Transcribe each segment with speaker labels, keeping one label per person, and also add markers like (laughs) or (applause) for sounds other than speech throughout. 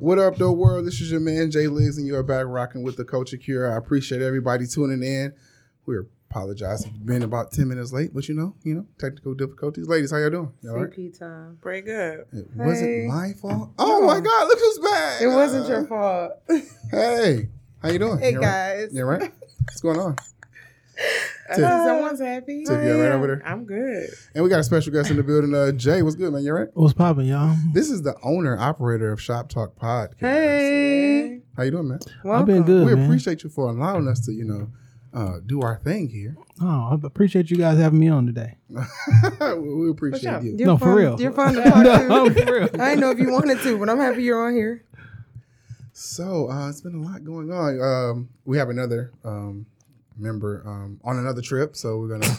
Speaker 1: What up, though, world? This is your man Jay Liggs, and you're back rocking with the Culture Cure. I appreciate everybody tuning in. We apologize for being about ten minutes late, but you know, you know, technical difficulties. Ladies, how y'all doing? Y'all all right?
Speaker 2: CP time.
Speaker 3: Pretty good.
Speaker 1: It wasn't
Speaker 2: Hey.
Speaker 1: my fault. Oh my God, look who's back!
Speaker 2: It wasn't
Speaker 1: Uh,
Speaker 2: your
Speaker 1: (laughs)
Speaker 2: fault.
Speaker 1: Hey, how you doing?
Speaker 2: hey
Speaker 1: you all right?
Speaker 2: guys.
Speaker 1: You all right? What's going
Speaker 2: (laughs)
Speaker 1: on? Tiff.
Speaker 3: I think someone's happy.
Speaker 1: Tiff, you all right over there?
Speaker 3: I'm good.
Speaker 1: And we got a special guest in the building. Uh, Jay, what's good, man? You all right?
Speaker 4: What's poppin', y'all?
Speaker 1: This is the owner operator of Shop Talk Podcast.
Speaker 2: Hey.
Speaker 1: how you doing, man?
Speaker 4: I've been
Speaker 2: welcome.
Speaker 4: good,
Speaker 1: we
Speaker 4: man.
Speaker 1: appreciate you for allowing us to, you know, uh, do our thing here.
Speaker 4: oh, I appreciate you guys having me on today.
Speaker 1: (laughs) we we appreciate
Speaker 3: What's up?
Speaker 1: you.
Speaker 2: You're
Speaker 4: no,
Speaker 2: fun,
Speaker 4: for real.
Speaker 2: You're
Speaker 4: (laughs)
Speaker 2: fun to talk
Speaker 4: no,
Speaker 2: to.
Speaker 4: for
Speaker 2: (laughs)
Speaker 4: real.
Speaker 2: I didn't know if you wanted to, but I'm happy you're on here.
Speaker 1: So uh, it's been a lot going on. Um, we have another um, member um, on another trip, so we're
Speaker 2: (laughs)
Speaker 1: gonna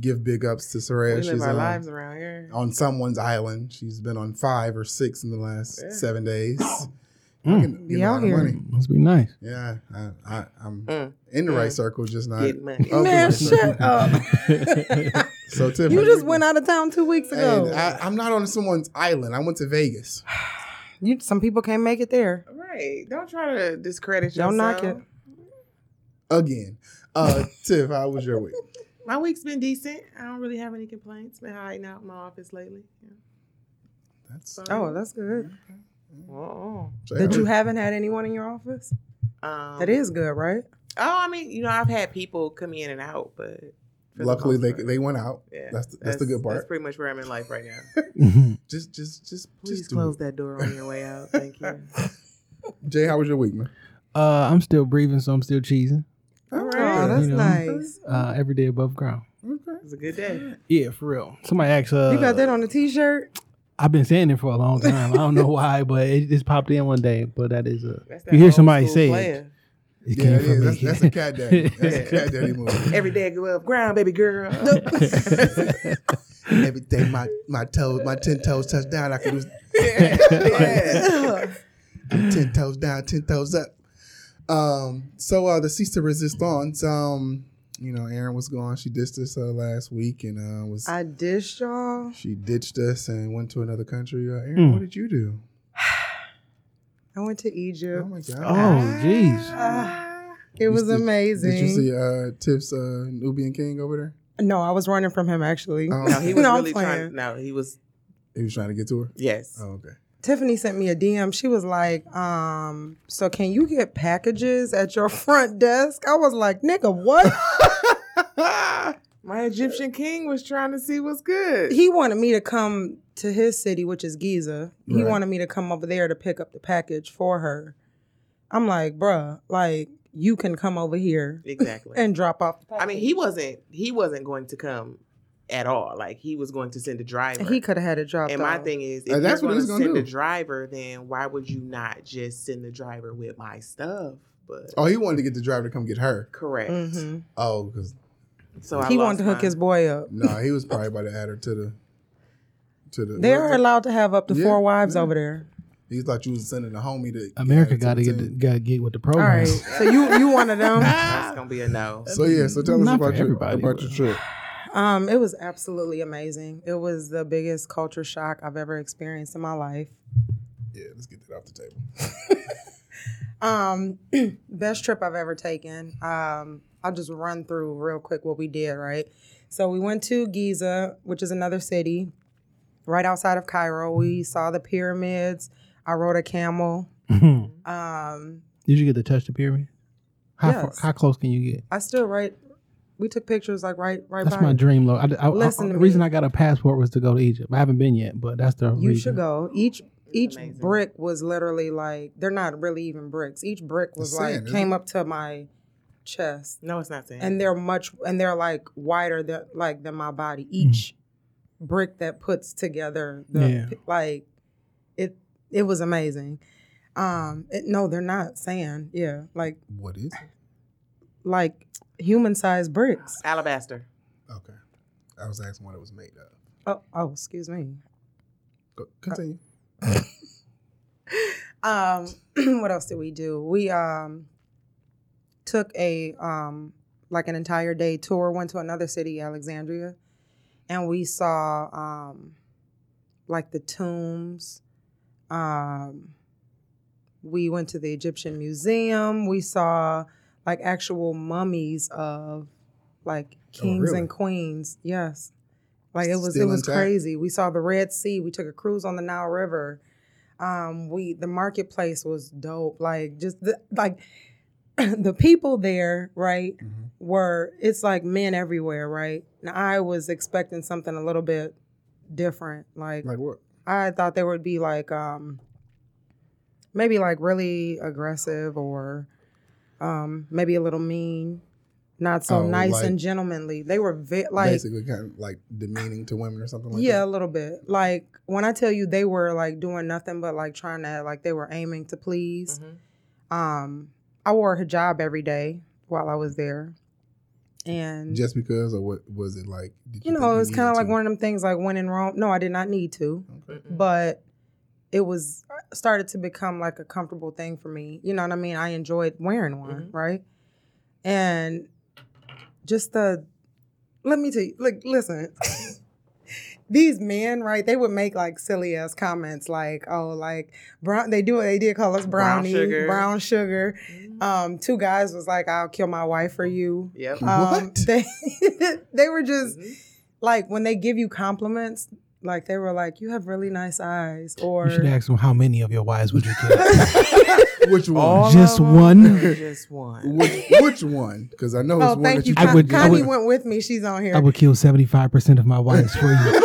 Speaker 1: give big ups to Soraya.
Speaker 3: we live our
Speaker 1: on,
Speaker 3: lives around here.
Speaker 1: on someone's island. She's been on five or six in the last
Speaker 3: Yeah.
Speaker 1: seven
Speaker 2: (coughs)
Speaker 1: days.
Speaker 4: Mm.
Speaker 1: Getting- getting
Speaker 2: Be
Speaker 1: a
Speaker 2: out
Speaker 1: lot of
Speaker 2: here.
Speaker 1: money.
Speaker 4: Must be nice.
Speaker 1: Yeah, I, I, I'm
Speaker 3: Mm.
Speaker 1: in the right
Speaker 3: Mm.
Speaker 1: circle, just not.
Speaker 3: Get money.
Speaker 1: Oh,
Speaker 2: Man,
Speaker 1: good.
Speaker 2: shut up. Uh. (laughs)
Speaker 1: (laughs) So Tiffany,
Speaker 2: you just went out of town two weeks
Speaker 1: Hey,
Speaker 2: ago.
Speaker 1: I, I'm not on someone's island. I went to Vegas.
Speaker 2: you, some people can't make it there.
Speaker 3: Right. Don't try to discredit yourself.
Speaker 2: Don't knock it.
Speaker 1: again. Uh,
Speaker 2: (laughs)
Speaker 1: Tiff, how was your week?
Speaker 2: Oh,
Speaker 3: My week's been decent. I don't really have any complaints. Been hiding out in my office lately. Yeah.
Speaker 1: That's
Speaker 3: So-
Speaker 2: Oh, that's good.
Speaker 3: Oh.
Speaker 2: That you haven't had anyone in your office?
Speaker 3: Um,
Speaker 2: That is good, right?
Speaker 3: Oh, I mean, you know, I've had people come in and out, but for the
Speaker 1: Luckily,
Speaker 3: most
Speaker 1: they
Speaker 3: part,
Speaker 1: they went out.
Speaker 3: yeah,
Speaker 1: that's the- that's the good
Speaker 3: That's
Speaker 1: part.
Speaker 3: pretty much where I'm in life right
Speaker 2: (laughs)
Speaker 3: now.
Speaker 1: Just just just
Speaker 3: Please
Speaker 1: just do
Speaker 3: close that door on your way out. Thank (laughs) you.
Speaker 1: it. Jay, how was your week, man?
Speaker 4: (laughs) uh, I'm still breathing, so I'm still cheesing.
Speaker 3: All right.
Speaker 2: Oh, that's
Speaker 4: You know.
Speaker 2: nice.
Speaker 4: Uh, every day above ground.
Speaker 3: It was a good day.
Speaker 4: Yeah, for real. Somebody asked, uh,
Speaker 2: you got that on a t shirt?
Speaker 4: I've been saying it for a long time. I don't know why, (laughs) but it just popped in one day. But that is a.
Speaker 3: That's
Speaker 4: You hear
Speaker 3: old
Speaker 4: somebody
Speaker 3: school
Speaker 4: say it.
Speaker 3: player.
Speaker 4: It
Speaker 1: Yeah,
Speaker 4: came
Speaker 1: it
Speaker 4: from
Speaker 1: is.
Speaker 4: me.
Speaker 1: That's, that's (laughs)
Speaker 4: (laughs)
Speaker 1: a cat daddy. That's a cat daddy movie.
Speaker 3: Every day I go up, ground,
Speaker 1: (laughs)
Speaker 3: baby girl.
Speaker 1: Every day my my toes my ten toes touch down. I can do
Speaker 2: Yeah.
Speaker 1: ten toes down, ten toes up. Um, so uh, the cease to resist on. Um, you know, Aaron was gone. She dissed us uh, last week and uh, was
Speaker 2: I dish y'all.
Speaker 1: she ditched us and went to another country. Uh, Aaron,
Speaker 4: Hmm.
Speaker 1: what did you do?
Speaker 2: I went to
Speaker 1: Oh
Speaker 2: Egypt.
Speaker 1: my god.
Speaker 4: Oh,
Speaker 2: (laughs)
Speaker 4: jeez.
Speaker 3: Ah.
Speaker 2: It was
Speaker 1: did- did you
Speaker 2: amazing.
Speaker 1: Did you see uh, Tiff's uh, Nubian King over there?
Speaker 2: No, I was running from him actually.
Speaker 1: Oh,
Speaker 3: No, he was
Speaker 2: No, I'm
Speaker 3: really
Speaker 2: playing.
Speaker 3: trying. No, he was.
Speaker 1: he was trying to get to her.
Speaker 3: Yes.
Speaker 1: Oh, okay.
Speaker 2: Tiffany sent me a DM. She was like, um, so can you get packages at your (laughs) front desk? I was like, nigga,
Speaker 1: (laughs)
Speaker 2: what?
Speaker 1: Oh.
Speaker 3: My Egyptian king was trying to see what's good.
Speaker 2: he wanted me to come to his city, which is Giza. He
Speaker 1: Right.
Speaker 2: wanted me to come over there to pick up the package for her. I'm like, bruh, like you can come over here
Speaker 3: exactly.
Speaker 2: and drop off the package.
Speaker 3: I mean, he wasn't. He wasn't going to come at all. Like he was going to send a driver.
Speaker 2: he could have had it dropped.
Speaker 3: and my
Speaker 2: off.
Speaker 3: thing is,
Speaker 1: And
Speaker 3: if
Speaker 1: Uh, that's
Speaker 3: that's
Speaker 1: what he
Speaker 3: you're going
Speaker 1: was
Speaker 3: to
Speaker 1: gonna
Speaker 3: send a
Speaker 1: do.
Speaker 3: driver, then why would you not just send the driver with my stuff? But
Speaker 1: Oh, he wanted to get the driver to come get her.
Speaker 3: correct.
Speaker 2: Mhm.
Speaker 1: Oh, because
Speaker 3: So I
Speaker 2: he
Speaker 3: lost
Speaker 2: wanted to hook
Speaker 3: mine.
Speaker 2: his boy up.
Speaker 1: no, he was probably about to add her to the to the.
Speaker 2: They are allowed to have up to
Speaker 1: Yeah,
Speaker 2: four wives
Speaker 1: yeah.
Speaker 2: over there.
Speaker 1: He thought you was sending a homie to
Speaker 4: America
Speaker 1: add
Speaker 4: got
Speaker 1: her
Speaker 4: to get
Speaker 1: team.
Speaker 4: got to get with the
Speaker 1: Oh,
Speaker 2: All
Speaker 4: program.
Speaker 2: right. So you you one of
Speaker 1: (laughs)
Speaker 2: them.
Speaker 3: (laughs) That's gonna be a no.
Speaker 2: (laughs)
Speaker 1: So yeah, so tell us
Speaker 4: Not for
Speaker 1: about your
Speaker 4: everybody,
Speaker 1: about
Speaker 4: but-
Speaker 1: your trip.
Speaker 2: Um, it was absolutely amazing. It was the biggest culture shock I've ever experienced in my life.
Speaker 1: Yeah, let's get that off the table.
Speaker 2: Um, (clears throat) best trip I've ever taken. Um, I'll just run through real quick what we did, right? So we went to Giza, which is another city right outside of Cairo. We saw the pyramids. I rode a camel.
Speaker 4: (laughs)
Speaker 2: Um,
Speaker 4: Did you get to touch the pyramid? How far,
Speaker 2: Yes.
Speaker 4: how close can you get?
Speaker 2: I still right we took pictures like right right
Speaker 4: That's
Speaker 2: by
Speaker 4: my
Speaker 2: it.
Speaker 4: dream, Lord. I, I,
Speaker 2: Listen
Speaker 4: I,
Speaker 2: to
Speaker 4: the reason
Speaker 2: me.
Speaker 4: I got a passport was to go to Egypt. I haven't been yet, but that's the
Speaker 2: You
Speaker 4: reason.
Speaker 2: should go. Each each
Speaker 3: amazing.
Speaker 2: brick was literally like they're not really even bricks. Each brick was
Speaker 1: It's
Speaker 2: like
Speaker 1: sand, isn't
Speaker 2: came up to my chest,
Speaker 3: No, it's not saying.
Speaker 2: and they're much and they're like wider than like than my
Speaker 4: Mm.
Speaker 2: body. Each brick that puts together the
Speaker 4: Yeah.
Speaker 2: like it it was amazing. Um, it, no, they're not sand. Yeah, like
Speaker 1: What is? it?
Speaker 2: like human sized bricks.
Speaker 3: alabaster.
Speaker 1: Okay, I was asking what it was made of.
Speaker 2: Oh, oh, excuse me.
Speaker 1: Go, continue.
Speaker 2: um (clears throat) what else did we do we um took a um like an entire day tour went to another city alexandria and we saw um like the tombs um We went to the Egyptian Museum. We saw like actual mummies of like kings
Speaker 1: Oh, really?
Speaker 2: and queens. Yes. Like it was
Speaker 1: Still
Speaker 2: it was
Speaker 1: intact?
Speaker 2: crazy. We saw the Red Sea. We took a cruise on the Nile River. Um we the marketplace was dope. Like just the, like (clears throat) the people there, right?
Speaker 1: Mhm.
Speaker 2: were it's like men everywhere, right? Now I was expecting something a little bit different. Like
Speaker 1: Like what?
Speaker 2: I thought there would be like um maybe like really aggressive or um maybe a little mean, not so
Speaker 1: Oh,
Speaker 2: nice
Speaker 1: like-
Speaker 2: and gentlemanly. They were vi- like
Speaker 1: Basically, kind of like demeaning to women or something like
Speaker 2: yeah,
Speaker 1: that.
Speaker 2: a little bit. Like when I tell you they were like doing nothing but like trying to like they were aiming to please.
Speaker 3: Mhm.
Speaker 2: Um I wore a hijab every day while I was there. And
Speaker 1: Just because, or what was it like? Did
Speaker 2: you
Speaker 1: think
Speaker 2: know, it was kind of
Speaker 1: needed
Speaker 2: like
Speaker 1: to?
Speaker 2: one of them things like when in Rome. No, I did not need to,
Speaker 1: Okay.
Speaker 3: Mm-mm.
Speaker 2: but it was uh, started to become like a comfortable thing for me. You know what I mean? I enjoyed wearing one, right? And just the let me tell you, like, listen, (laughs) these men, right? They would make like silly ass comments, like, "Oh, like brown." They do. They did call us
Speaker 3: Brown
Speaker 2: brownie, brown sugar.
Speaker 3: sugar.
Speaker 2: Um, two guys was like, "I'll kill my wife for you."
Speaker 3: Yep.
Speaker 2: Um,
Speaker 1: What?
Speaker 2: they (laughs) they were just
Speaker 3: Mhm.
Speaker 2: like when they give you compliments, like they were like, "You have really nice eyes," or
Speaker 4: You should
Speaker 2: (laughs)
Speaker 4: ask them how many of your wives would you kill?
Speaker 1: Which one?
Speaker 3: All
Speaker 4: Just
Speaker 3: of 'em?
Speaker 4: one?
Speaker 3: Or Just one.
Speaker 1: which, which one? Because I know it's
Speaker 2: "Oh,
Speaker 1: one
Speaker 2: thank
Speaker 1: that
Speaker 2: you."
Speaker 1: you.
Speaker 4: I
Speaker 2: Con-
Speaker 4: would- I
Speaker 2: Connie
Speaker 4: would-
Speaker 2: went with me. She's on here.
Speaker 4: I would kill seventy five percent of my wives for
Speaker 2: (laughs)
Speaker 4: you.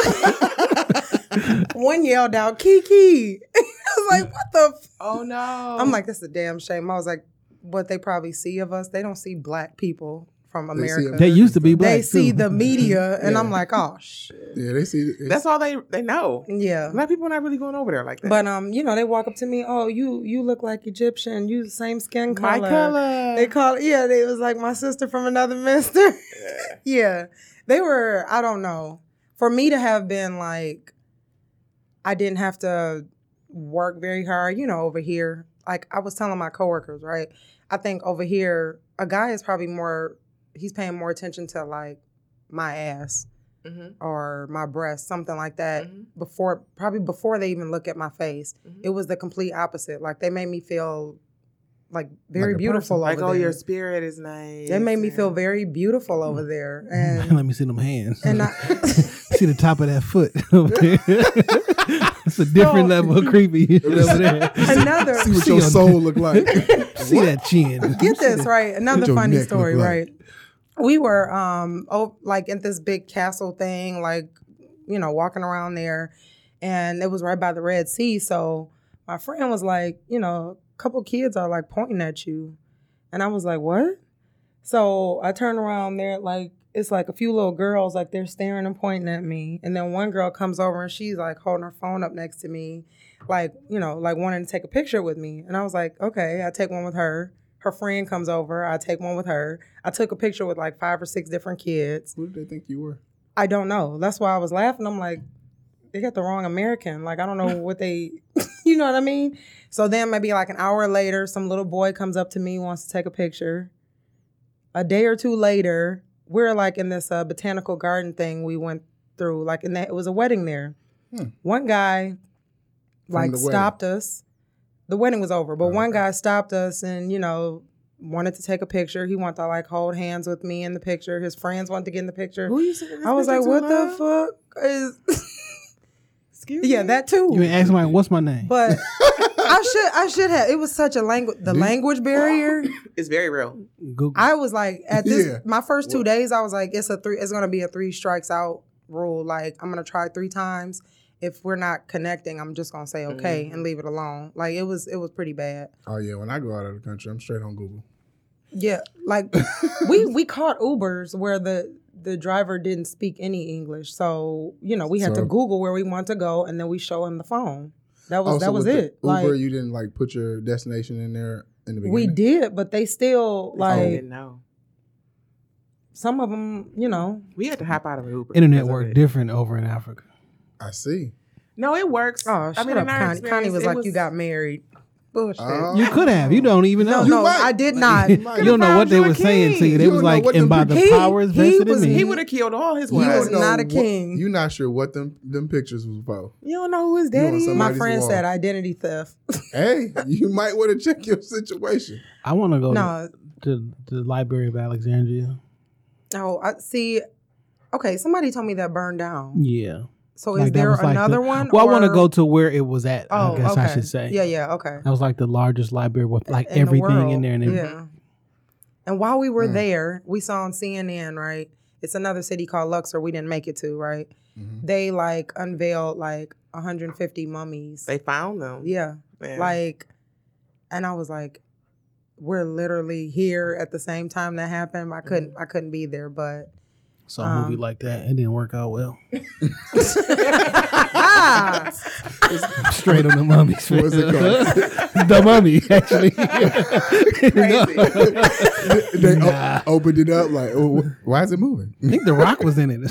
Speaker 2: One yelled out, "Kiki!" (laughs) I was like, "What the?" F-?
Speaker 3: Oh no.
Speaker 2: I'm like, "That's a damn shame." I was like, "What they probably see of us? They don't see black people from
Speaker 1: They see
Speaker 2: America.
Speaker 4: They
Speaker 2: They,
Speaker 1: America.
Speaker 4: used to be black.
Speaker 2: see
Speaker 4: too.
Speaker 2: the media," and
Speaker 1: Yeah.
Speaker 2: I'm like, "Oh shit,
Speaker 1: Yeah, they see. They,
Speaker 3: That's all they they know.
Speaker 2: yeah."
Speaker 3: Black people not really going over there like that.
Speaker 2: But um, you know, they walk up to me. Oh, you you look like Egyptian. You the same skin
Speaker 3: my color.
Speaker 2: They call yeah, they was like my sister from another mister. (laughs) yeah. They were, I don't know. For me to have been like I didn't have to work very hard, you know, over here. Like I was telling my coworkers, right? I think over here a guy is probably more he's paying more attention to like my ass
Speaker 3: Mhm,
Speaker 2: or my breast, something like that.
Speaker 3: mhm,
Speaker 2: Before probably before they even look at my face.
Speaker 3: mhm.
Speaker 2: It was the complete opposite. Like they made me feel like very
Speaker 1: a
Speaker 2: beautiful
Speaker 3: like
Speaker 2: over
Speaker 3: oh,
Speaker 2: there.
Speaker 3: your spirit is nice.
Speaker 2: They made me feel
Speaker 3: and- Mm.
Speaker 2: very beautiful over
Speaker 3: (laughs)
Speaker 2: there, and
Speaker 4: (laughs) Let me see them hands.
Speaker 2: and I, (laughs)
Speaker 4: (laughs) see the top of that foot (laughs) over there. it's a different
Speaker 2: No.
Speaker 4: level of creepy over there.
Speaker 3: (laughs)
Speaker 2: another
Speaker 1: see what your
Speaker 4: See on-
Speaker 1: soul look like.
Speaker 4: (laughs)
Speaker 2: (laughs)
Speaker 4: see that chin.
Speaker 2: get this right. Another
Speaker 1: What your
Speaker 2: funny
Speaker 1: neck look
Speaker 2: story,
Speaker 1: like?
Speaker 2: right? We were um oh like at this big castle thing, like you know walking around there, and it was right by the Red Sea. So my friend was like, you know, a couple kids are like pointing at you, and I was like, what? So I turn around there, like it's like a few little girls, like they're staring and pointing at me. And then one girl comes over and she's like holding her phone up next to me, like, you know, like wanting to take a picture with me. And I was like, okay, I take one with her. Her friend comes over, I take one with her. I took a picture with like five or six different kids.
Speaker 1: Who did they think you were?
Speaker 2: I don't know. That's why I was laughing. I'm like, they got the wrong American. Like, I don't know what they, (laughs) you know what I mean? So then maybe like an hour later, some little boy comes up to me, wants to take a picture. A day or two later, we're like in this uh, botanical garden thing we went through. Like, and that, it was a wedding there.
Speaker 1: Hmm.
Speaker 2: One guy
Speaker 1: From
Speaker 2: like
Speaker 1: the wedding.
Speaker 2: stopped us. The wedding was over, but
Speaker 1: Oh,
Speaker 2: one
Speaker 1: okay.
Speaker 2: guy stopped us and, you know, wanted to take a picture. He wanted to like hold hands with me in the picture. His friends wanted to get in the picture.
Speaker 3: Who you sending this
Speaker 2: I was
Speaker 3: picture
Speaker 2: like,
Speaker 3: to,
Speaker 2: what the
Speaker 3: love?
Speaker 2: fuck
Speaker 3: (laughs)
Speaker 2: is
Speaker 3: Excuse
Speaker 2: Yeah,
Speaker 3: me?
Speaker 2: that too.
Speaker 4: You ain't ask somebody, what's my
Speaker 2: (laughs)
Speaker 4: name?
Speaker 2: but I should I should have it was such a language the
Speaker 1: Did-
Speaker 2: language barrier.
Speaker 3: is very real.
Speaker 4: Google.
Speaker 2: I was like at this
Speaker 1: Yeah.
Speaker 2: my first two
Speaker 1: What?
Speaker 2: days I was like it's a three it's gonna be a three strikes out rule. Like I'm gonna try three times. If we're not connecting, I'm just gonna
Speaker 3: Mm-hmm.
Speaker 2: say okay and leave it alone. Like it was it was pretty bad.
Speaker 1: Oh yeah, when I go out of the country, I'm straight on (laughs) Google.
Speaker 2: Yeah, like we we caught Ubers where the the driver didn't speak any English, so you know we had to
Speaker 1: So-
Speaker 2: Google where we want to go, and then we show him the phone. That was
Speaker 1: Oh,
Speaker 2: that
Speaker 1: so
Speaker 2: was
Speaker 1: with the
Speaker 2: it.
Speaker 1: Uber,
Speaker 2: like
Speaker 1: you didn't like put your destination in there in the beginning.
Speaker 2: we did, but they
Speaker 4: Oh.
Speaker 2: still
Speaker 3: I
Speaker 2: like
Speaker 3: didn't know.
Speaker 2: some of them, you know.
Speaker 3: We had to hop out of an Uber.
Speaker 4: Internet
Speaker 3: because of
Speaker 4: work
Speaker 3: it.
Speaker 4: different over in Africa.
Speaker 1: I see.
Speaker 3: No, it works.
Speaker 2: Oh, shut
Speaker 3: in
Speaker 2: up,
Speaker 3: our
Speaker 2: Connie. Connie
Speaker 3: experience,
Speaker 2: was
Speaker 3: it
Speaker 2: like, "You got married." Bullshit.
Speaker 1: Oh.
Speaker 4: Uh-huh. You could have. You don't even
Speaker 2: Oh,
Speaker 4: know.
Speaker 2: no,
Speaker 1: You
Speaker 2: no,
Speaker 1: might.
Speaker 2: I did
Speaker 1: Like, (laughs)
Speaker 2: not.
Speaker 1: you
Speaker 4: you
Speaker 1: might.
Speaker 4: don't know what they
Speaker 2: Could've
Speaker 4: were
Speaker 2: found you a
Speaker 4: saying to
Speaker 2: king.
Speaker 4: you. They
Speaker 1: You
Speaker 4: was
Speaker 1: don't know
Speaker 4: like,
Speaker 1: what
Speaker 4: and
Speaker 1: them
Speaker 4: by
Speaker 1: pre-
Speaker 4: the
Speaker 2: He-
Speaker 4: powers
Speaker 2: he
Speaker 4: vested in
Speaker 2: was-
Speaker 4: me.
Speaker 3: He would have killed all his
Speaker 2: You
Speaker 1: You
Speaker 3: wives.
Speaker 1: don't
Speaker 2: was
Speaker 1: know
Speaker 2: not a
Speaker 1: what-
Speaker 2: king.
Speaker 1: you not sure what them them pictures was about.
Speaker 3: You don't know who his
Speaker 1: You want
Speaker 3: daddy is.
Speaker 1: somebody-
Speaker 2: My
Speaker 1: Somebody's
Speaker 2: friend
Speaker 1: wall.
Speaker 2: said identity theft.
Speaker 1: Hey, you might want to check your situation.
Speaker 4: I want to go
Speaker 2: no,
Speaker 4: to to the Library of Alexandria.
Speaker 2: no. Oh, I see. Okay, somebody told me that burned down.
Speaker 4: Yeah.
Speaker 2: So
Speaker 4: Like,
Speaker 2: is
Speaker 4: that
Speaker 2: there
Speaker 4: was like
Speaker 2: another
Speaker 4: the-
Speaker 2: one?
Speaker 4: Well, I want to
Speaker 2: or-
Speaker 4: go to where it was at.
Speaker 2: Oh,
Speaker 4: I guess
Speaker 2: okay.
Speaker 4: I should say.
Speaker 2: Yeah, yeah. Okay.
Speaker 4: That was like the largest library with like
Speaker 2: in the
Speaker 4: everything in
Speaker 2: world.
Speaker 4: there. And everything.
Speaker 2: yeah. And while we were
Speaker 1: Mm.
Speaker 2: there, we saw on CNN, right? It's another city called Luxor. We didn't make it to, right?
Speaker 1: Mhm.
Speaker 2: They like unveiled like 150 mummies.
Speaker 3: They found them.
Speaker 2: yeah, (laughs)
Speaker 3: Man.
Speaker 2: like, and I was like, we're literally here at the same time that happened. I couldn't, I couldn't be there, but (laughs)
Speaker 4: So
Speaker 2: Um,
Speaker 4: a movie like that, it didn't work out well. (laughs)
Speaker 2: ah,
Speaker 4: Straight on the mummies.
Speaker 1: What was it
Speaker 4: called? (laughs) the mummy,
Speaker 2: (laughs)
Speaker 4: actually. (laughs)
Speaker 1: they they o-
Speaker 4: Nah.
Speaker 1: opened it up like, oh, wh- Mm-hmm. why is it moving?
Speaker 4: I oh, think The Rock was in it.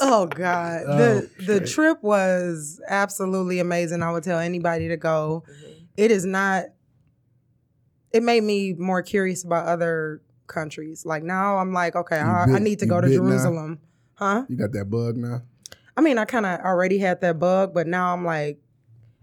Speaker 2: oh god, the the trip was absolutely amazing. I would tell anybody to go.
Speaker 3: Mhm.
Speaker 2: it is not it made me more curious about other countries like now i'm like okay
Speaker 1: You
Speaker 2: I, I
Speaker 1: bit-
Speaker 2: need to
Speaker 1: you
Speaker 2: go to
Speaker 1: bit now?
Speaker 2: jerusalem huh
Speaker 1: You got that bug now.
Speaker 2: i mean i kind of already had that bug but now i'm like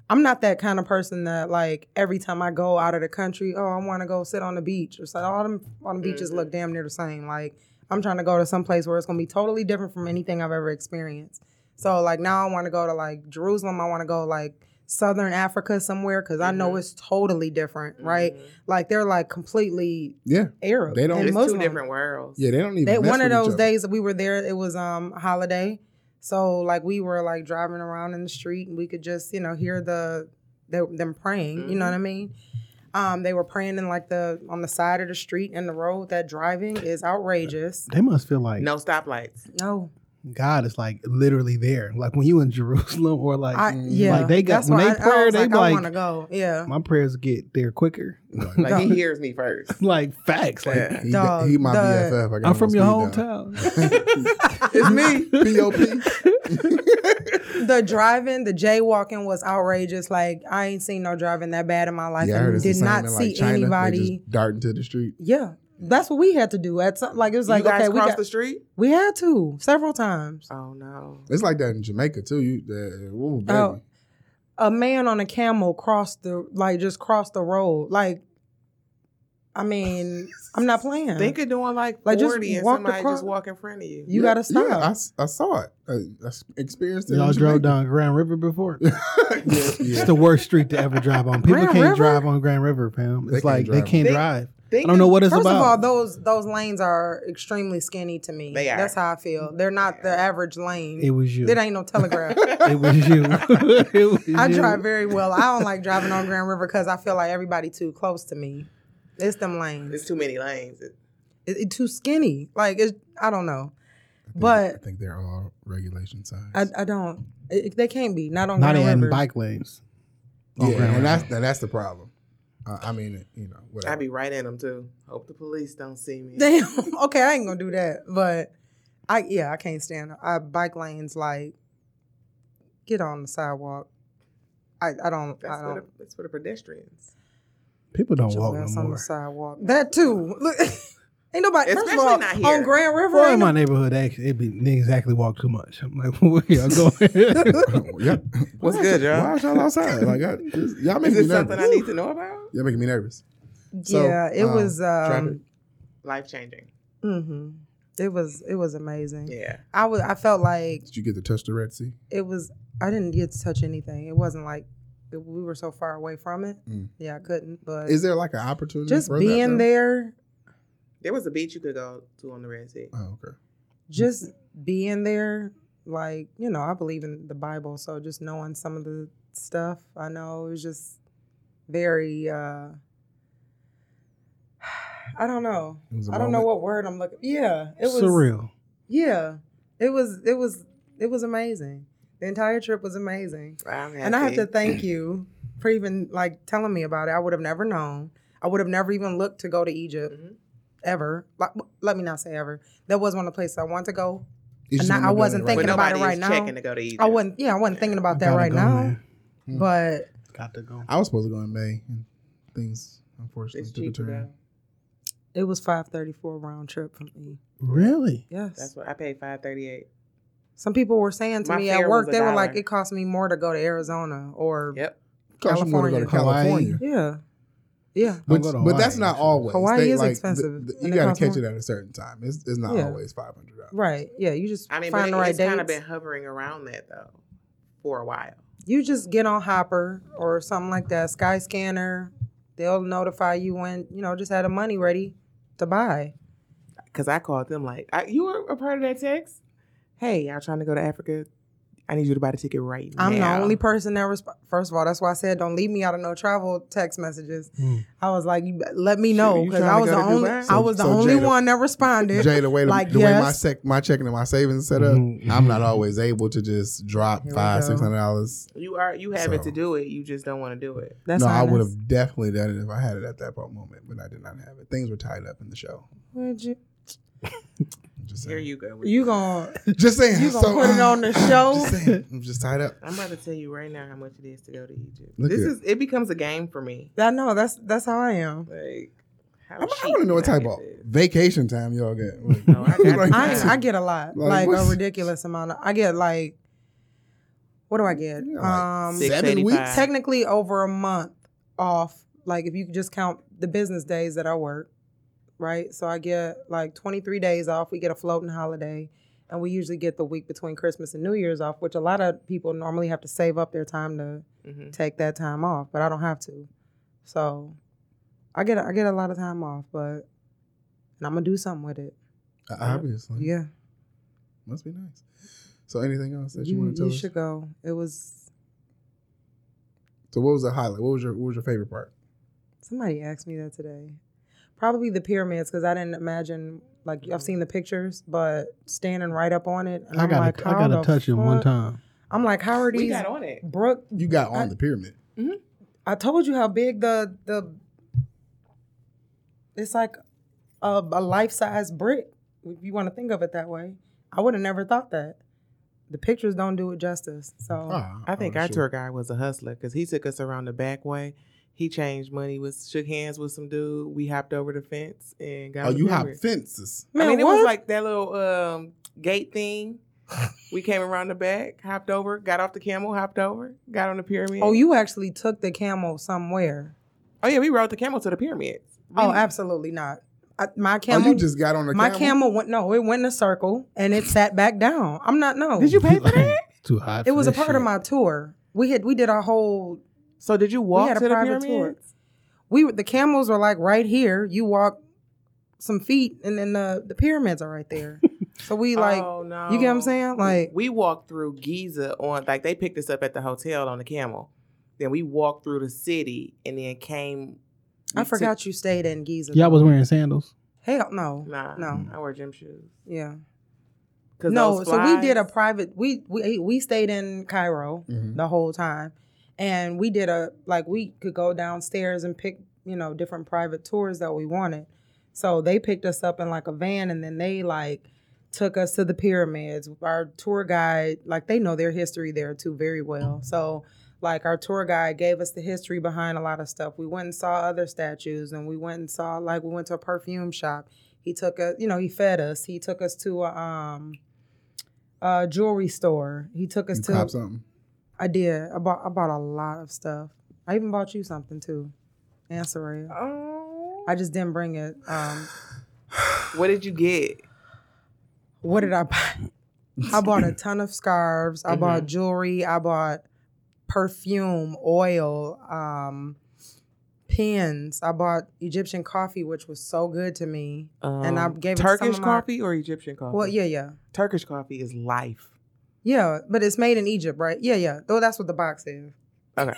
Speaker 2: i'm not that kind of person that like every time i go out of the country oh i want to go sit on the beach or so all them all them beaches
Speaker 3: Mhm.
Speaker 2: look damn near the same like i'm trying to go to some place where it's going to be totally different from anything i've ever experienced so like now i want to go to like jerusalem i want to go like southern africa somewhere because i know
Speaker 3: Mhm.
Speaker 2: it's totally different right
Speaker 3: Mhm.
Speaker 2: like they're like completely
Speaker 1: Yeah,
Speaker 2: Arab.
Speaker 1: They don't-
Speaker 2: and
Speaker 1: It's
Speaker 3: It's
Speaker 2: Muslim.
Speaker 3: two different worlds.
Speaker 1: yeah. They don't even.
Speaker 2: They,
Speaker 1: mess
Speaker 2: one of
Speaker 1: with each
Speaker 2: those
Speaker 1: other.
Speaker 2: days that we were there, it was um a holiday, so like we were like driving around in the street and we could just you know hear the, the them praying. You know
Speaker 3: Mm-hmm.
Speaker 2: what I mean? Um, they were praying in like the on the side of the street and the road. That driving is outrageous.
Speaker 4: (laughs) they must feel like
Speaker 3: No
Speaker 4: (laughs)
Speaker 3: stoplights.
Speaker 2: No,
Speaker 4: God is like literally there. Like when you in Jerusalem or like
Speaker 2: I
Speaker 1: mm,
Speaker 2: yeah.
Speaker 4: like, they got-
Speaker 2: That's
Speaker 4: when
Speaker 2: why
Speaker 4: they
Speaker 2: I- I,
Speaker 4: pray,
Speaker 2: was
Speaker 4: they
Speaker 2: like, I
Speaker 4: like-
Speaker 2: want to go. Yeah,
Speaker 4: my prayers get there quicker.
Speaker 3: Like he hears me
Speaker 2: (laughs)
Speaker 3: first.
Speaker 4: Like facts. Like
Speaker 3: Yeah.
Speaker 1: He,
Speaker 2: Dog,
Speaker 1: he my
Speaker 2: the-
Speaker 1: BFF. I got
Speaker 4: I'm from your
Speaker 1: my speed
Speaker 2: (laughs)
Speaker 4: (laughs) hometown.
Speaker 3: (laughs)
Speaker 1: down. it's me, Pop.
Speaker 2: the driving, the jaywalking was outrageous. Like I ain't seen no driving that bad in my life.
Speaker 1: Yeah, I heard
Speaker 2: and
Speaker 1: it's the
Speaker 2: did
Speaker 1: same
Speaker 2: not
Speaker 1: in,
Speaker 2: see
Speaker 1: like China.
Speaker 2: anybody.
Speaker 1: They just darting to the street.
Speaker 2: Yeah, that's what we had to do. At some, like it was like
Speaker 3: you guys
Speaker 2: okay, we
Speaker 3: cross
Speaker 2: got-
Speaker 3: the street?
Speaker 2: we had to several times.
Speaker 3: Oh no.
Speaker 1: It's like that in Jamaica too. You, uh, ooh, baby.
Speaker 2: Oh. A man on a camel crossed the like just crossed the road. Like, I
Speaker 3: (laughs)
Speaker 2: mean, I'm not playing.
Speaker 3: Think of doing like
Speaker 2: Like, just
Speaker 3: 40 and
Speaker 2: walk
Speaker 3: somebody
Speaker 2: across-
Speaker 3: just walk in front of you.
Speaker 2: you gotta stop.
Speaker 1: Yeah, I s- I, saw it. I, I s- experienced it. in
Speaker 4: Y'all drove
Speaker 1: Jamaica.
Speaker 4: down Grand River before.
Speaker 1: yeah, (laughs)
Speaker 4: It's
Speaker 1: yeah.
Speaker 4: the worst street to ever drive on. People
Speaker 2: Grand
Speaker 4: can't
Speaker 2: River?
Speaker 4: drive on Grand River, fam.
Speaker 1: They
Speaker 4: It's
Speaker 1: can't
Speaker 4: like they
Speaker 1: drive.
Speaker 4: can't
Speaker 3: They-
Speaker 4: drive. I
Speaker 3: Think
Speaker 4: don't know
Speaker 3: of-
Speaker 4: what it's
Speaker 2: First
Speaker 4: about.
Speaker 2: of all, those those lanes are extremely skinny to me.
Speaker 3: They are.
Speaker 2: That's how I feel. They're not the average lane.
Speaker 4: it was you.
Speaker 2: It ain't no telegraph.
Speaker 4: (laughs)
Speaker 3: (laughs)
Speaker 4: It was
Speaker 2: (laughs)
Speaker 4: you. It was
Speaker 2: I
Speaker 4: you.
Speaker 2: drive very well. I don't like driving on Grand River because I feel like everybody too close to me. It's them lanes.
Speaker 3: It's too many lanes. It-
Speaker 2: it, it too skinny. Like it's I don't know,
Speaker 1: I
Speaker 2: but
Speaker 1: think they're all regulation signs.
Speaker 2: I, I don't. It, they can't be not on
Speaker 4: Not
Speaker 2: Grand
Speaker 4: in
Speaker 2: River.
Speaker 4: bike lanes.
Speaker 1: yeah,
Speaker 4: on Grand
Speaker 1: and
Speaker 4: River.
Speaker 1: that's and that's the problem. Uh, I mean, you know, whatever.
Speaker 3: i be right in them too. Hope the police don't see me.
Speaker 2: Damn. (laughs) Okay, I ain't gonna do that. But I yeah, I can't stand. I bike lanes like get on the sidewalk. I I don't
Speaker 3: That's
Speaker 2: I
Speaker 3: for, the,
Speaker 2: don't.
Speaker 3: that's for the pedestrians.
Speaker 4: People don't
Speaker 2: Just
Speaker 4: walk
Speaker 2: that's
Speaker 4: no
Speaker 2: on the
Speaker 4: more.
Speaker 2: sidewalk. That too. (laughs) Look, ain't nobody. First of
Speaker 3: Especially
Speaker 2: all,
Speaker 3: not here.
Speaker 2: on Grand River.
Speaker 4: Well,
Speaker 2: ain't
Speaker 4: in my
Speaker 2: no-
Speaker 4: neighborhood, actually, it be niggas actually walk too much. I'm like, (laughs) where
Speaker 2: (laughs)
Speaker 4: y'all going?
Speaker 1: yep.
Speaker 3: (laughs) What's good, y'all?
Speaker 1: Why is y'all outside? Like,
Speaker 3: (laughs)
Speaker 1: I, this- y'all making
Speaker 3: Is this
Speaker 1: me
Speaker 3: something
Speaker 1: nervous.
Speaker 3: I need to know about?
Speaker 1: (laughs) Y'all making me nervous. (laughs) so,
Speaker 2: yeah, it
Speaker 1: um,
Speaker 2: was.
Speaker 1: traffic.
Speaker 2: Um,
Speaker 3: Life changing.
Speaker 2: hmm It was. It was amazing.
Speaker 3: Yeah.
Speaker 2: I was. I felt like
Speaker 1: Did you get to touch the Red Sea?
Speaker 2: it was I didn't get to touch anything. It wasn't like it- we were so far away from it.
Speaker 1: Mm.
Speaker 2: Yeah, I couldn't. But
Speaker 1: Is there like an opportunity?
Speaker 2: just
Speaker 1: for
Speaker 2: being
Speaker 1: that,
Speaker 2: there,
Speaker 3: There was a beach you could go to on the Red Sea.
Speaker 1: though? Oh, okay.
Speaker 2: just being there, like you know, I believe in the Bible, so just knowing some of the stuff I know it was just very. uh (sighs) I don't know.
Speaker 1: It was a
Speaker 2: I don't know
Speaker 1: moment.
Speaker 2: what word I'm looking. Yeah, it was
Speaker 4: Surreal.
Speaker 2: Yeah, it was. It was. It was amazing. The entire trip was amazing.
Speaker 3: I'm happy.
Speaker 2: And I have to thank you for even like telling me about it. I would have never known. I would have never even looked to go to Egypt
Speaker 3: Mhm.
Speaker 2: ever. Like, w- let me not say ever. That was one of the places I wanted to go.
Speaker 1: It's just
Speaker 2: and I-
Speaker 1: on my
Speaker 2: I wasn't
Speaker 1: belly
Speaker 3: But
Speaker 2: thinking
Speaker 1: right
Speaker 2: about
Speaker 3: nobody
Speaker 2: it right
Speaker 3: is
Speaker 2: now.
Speaker 3: checking to go to Egypt.
Speaker 2: I wasn't. Yeah, I wasn't thinking about that
Speaker 4: Gotta
Speaker 2: right
Speaker 4: go,
Speaker 2: now.
Speaker 4: man.
Speaker 2: But
Speaker 4: Got to go.
Speaker 1: I was supposed to go in May, and things unfortunately
Speaker 3: It's
Speaker 1: took a
Speaker 3: cheaper
Speaker 1: turn.
Speaker 3: though.
Speaker 2: It was five thirty for a round trip for me.
Speaker 4: Really?
Speaker 2: Yes.
Speaker 3: That's what I paid five thirty eight.
Speaker 2: Some people were saying to
Speaker 3: My
Speaker 2: me
Speaker 3: fare
Speaker 2: at
Speaker 3: was
Speaker 2: work,
Speaker 3: a
Speaker 2: they were like,
Speaker 3: dollar.
Speaker 2: it cost me more to go to Arizona or
Speaker 3: Yep.
Speaker 1: Cost you more to go to
Speaker 4: California.
Speaker 1: California.
Speaker 2: yeah, yeah.
Speaker 1: But,
Speaker 4: Don't go to
Speaker 1: but that's
Speaker 4: Hawaii,
Speaker 1: not
Speaker 4: actually.
Speaker 1: always.
Speaker 2: Hawaii is
Speaker 1: like,
Speaker 2: expensive,
Speaker 1: the- the-
Speaker 2: and
Speaker 1: you
Speaker 2: it
Speaker 1: got
Speaker 2: costs
Speaker 1: to catch
Speaker 2: more.
Speaker 1: it at a certain time. It's, it's not
Speaker 2: Yeah.
Speaker 1: always five hundred dollars.
Speaker 2: Right. Yeah. You just
Speaker 3: I mean, but
Speaker 2: find
Speaker 3: it,
Speaker 2: the right
Speaker 3: it's kind of
Speaker 2: dates.
Speaker 3: been hovering around that though for a while.
Speaker 2: you just get on Hopper or something like that, Skyscanner. They'll notify you when you know just had the money ready to buy.
Speaker 3: Cause I called them like, I, you were a part of that text. Hey, y'all trying to go to Africa? I need you to buy the ticket right now.
Speaker 2: I'm the only person that resp- first of all, that's why I said don't leave me out of no travel text messages.
Speaker 4: Mm.
Speaker 2: I was like, you bet- let me
Speaker 3: Shoot,
Speaker 2: know
Speaker 3: Hmm. you
Speaker 2: because
Speaker 3: trying
Speaker 2: I
Speaker 3: to
Speaker 2: was
Speaker 3: go
Speaker 2: the
Speaker 3: to
Speaker 2: only
Speaker 3: Dubai?
Speaker 2: I was the
Speaker 1: So- so
Speaker 2: only
Speaker 1: Jada-
Speaker 2: one that responded.
Speaker 1: Jay, the way the,
Speaker 2: Like,
Speaker 1: the way my
Speaker 2: yes.
Speaker 1: sec, my checking and my savings is set up,
Speaker 4: Mhm.
Speaker 1: I'm not always able to just drop
Speaker 2: Here we
Speaker 1: five
Speaker 2: go.
Speaker 1: six hundred dollars.
Speaker 3: You are you have it
Speaker 1: So-
Speaker 3: to do it. You just don't want to do it.
Speaker 2: That's
Speaker 1: No, I
Speaker 2: honest.
Speaker 1: would have definitely done it if I had it at that moment, but I did not have it. Things were tied up in the show.
Speaker 2: Would you-
Speaker 1: Just
Speaker 3: Here
Speaker 1: saying.
Speaker 3: you go. with
Speaker 2: You
Speaker 3: it.
Speaker 2: gonna
Speaker 1: (laughs) just saying.
Speaker 2: You gonna
Speaker 1: So,
Speaker 2: put it
Speaker 1: (laughs)
Speaker 2: on the show?
Speaker 1: Just saying. I'm just tied up.
Speaker 3: I'm about to tell you right now how much it is to go to Egypt.
Speaker 1: Look
Speaker 3: this
Speaker 1: at-
Speaker 3: is it becomes a game for me.
Speaker 2: I know that's that's how I am.
Speaker 3: Like how
Speaker 1: I'm, I
Speaker 3: cheap
Speaker 1: want to know what
Speaker 3: that
Speaker 1: type of
Speaker 3: is.
Speaker 1: vacation time y'all get. (laughs) Like,
Speaker 3: No, I got
Speaker 1: like,
Speaker 2: I
Speaker 1: (laughs)
Speaker 3: Yeah.
Speaker 2: I get a lot,
Speaker 1: Like,
Speaker 2: like, a
Speaker 1: what's-
Speaker 2: ridiculous amount. Of, I get like, what do I get?
Speaker 1: Yeah, like
Speaker 2: um,
Speaker 3: Six
Speaker 1: seven weeks?
Speaker 3: eighty-five.
Speaker 2: technically over a month off. Like if you could just count the business days that I work, right? So I get like 23 days off. We get a floating holiday, and we usually get the week between Christmas and New Year's off, which a lot of people normally have to save up their time to
Speaker 3: Mhm.
Speaker 2: take that time off, but I don't have to. So I get I get a lot of time off, but and I'm gonna do something with it.
Speaker 1: Uh, obviously,
Speaker 2: Yeah,
Speaker 1: must be nice. So, anything else that you,
Speaker 2: you,
Speaker 1: want to
Speaker 2: you
Speaker 1: tell us?
Speaker 2: should go. It was
Speaker 1: So, what was the highlight? What was your What was your favorite part?
Speaker 2: somebody asked me that today. Probably the pyramids because I didn't imagine like I've seen the pictures, but standing right up on it, and
Speaker 4: I
Speaker 2: am
Speaker 4: gotta,
Speaker 2: like,
Speaker 4: I
Speaker 2: how
Speaker 4: gotta
Speaker 2: the
Speaker 4: touch him one
Speaker 2: fuck-
Speaker 4: time.
Speaker 2: I'm like, how are
Speaker 3: We
Speaker 2: these?
Speaker 3: got on it.
Speaker 2: Brooke,
Speaker 1: You got on
Speaker 2: I-
Speaker 1: the pyramid.
Speaker 2: I told you how big the the. It's like a, a life size brick. If you want to think of it that way, I would have never thought that. The pictures don't do it justice. So
Speaker 1: Ah,
Speaker 3: I think
Speaker 1: oh,
Speaker 3: our
Speaker 1: shit.
Speaker 3: tour guide was a hustler because he took us around the back way. He changed money with shook hands with some dude. We hopped over the fence and got.
Speaker 1: Oh,
Speaker 3: on the
Speaker 1: you have
Speaker 3: pyramid.
Speaker 1: fences.
Speaker 2: man,
Speaker 3: I mean, it
Speaker 2: what?
Speaker 3: was like that little um, gate
Speaker 1: (laughs)
Speaker 3: thing. we came around the back, hopped over, got off the camel, hopped over, got on the pyramid.
Speaker 2: oh, you actually took the camel somewhere.
Speaker 3: Oh yeah, we rode the camel to the pyramids.
Speaker 2: Oh, absolutely not. I, my
Speaker 1: Oh,
Speaker 2: camel.
Speaker 1: you just got on the
Speaker 2: my
Speaker 1: camel.
Speaker 2: camel went no, it went in a circle and it sat back down. I'm not no.
Speaker 3: Did you
Speaker 4: (laughs)
Speaker 3: pay for that?
Speaker 4: Too hot.
Speaker 2: It
Speaker 4: for
Speaker 2: was a
Speaker 4: this
Speaker 2: part of
Speaker 4: shit.
Speaker 2: my tour. We had we did our whole
Speaker 3: So did you
Speaker 2: had
Speaker 3: walk
Speaker 2: a
Speaker 3: to the
Speaker 2: private
Speaker 3: pyramids?
Speaker 2: tour. we were- the camels are like right here. You walk some feet, and then the the pyramids are right there. so we
Speaker 3: (laughs)
Speaker 2: like
Speaker 3: oh, no.
Speaker 2: you get what I'm saying? Like-
Speaker 3: we walked through Giza on like they picked us up at the hotel on the camel. Then we walked through the city and then came.
Speaker 2: I
Speaker 3: we took-
Speaker 2: forgot you stayed in Giza.
Speaker 4: Y'all was wearing sandals.
Speaker 2: hell no,
Speaker 3: nah,
Speaker 2: No.
Speaker 3: I wear gym shoes.
Speaker 2: yeah,
Speaker 3: 'Cause
Speaker 2: no.
Speaker 3: those
Speaker 2: So we did a
Speaker 3: flies-
Speaker 2: private. We we we stayed in Cairo
Speaker 1: Mhm.
Speaker 2: the whole time, and we did a like we could go downstairs and pick you know different private tours that we wanted. So they picked us up in like a van, and then they like took us to the pyramids. Our tour guide, like they know their history there too very well. So like our tour guide gave us the history behind a lot of stuff. We went and saw other statues and we went and saw like we went to a perfume shop. He took us, you know, he fed us. He took us to a um a jewelry store. He took us
Speaker 1: You
Speaker 2: to
Speaker 1: cop something.
Speaker 2: I did. I bought I bought a lot of stuff. I even bought you something too. And Soraya.
Speaker 3: Oh.
Speaker 2: I just didn't bring it. Um
Speaker 3: What did you get?
Speaker 2: what did I buy? I bought
Speaker 3: (laughs)
Speaker 2: a ton of scarves. I
Speaker 3: Mm-hmm.
Speaker 2: bought jewelry. I bought perfume, oil, um, pins. I bought Egyptian coffee, which was so good to me. And I
Speaker 3: Um,
Speaker 2: gave it to some
Speaker 3: Turkish
Speaker 2: of my-
Speaker 3: coffee or Egyptian coffee.
Speaker 2: Well, yeah, yeah.
Speaker 3: Turkish coffee is life.
Speaker 2: Yeah, but it's made in Egypt, right? Yeah, yeah. Though that's what the box is.
Speaker 3: Okay.
Speaker 2: But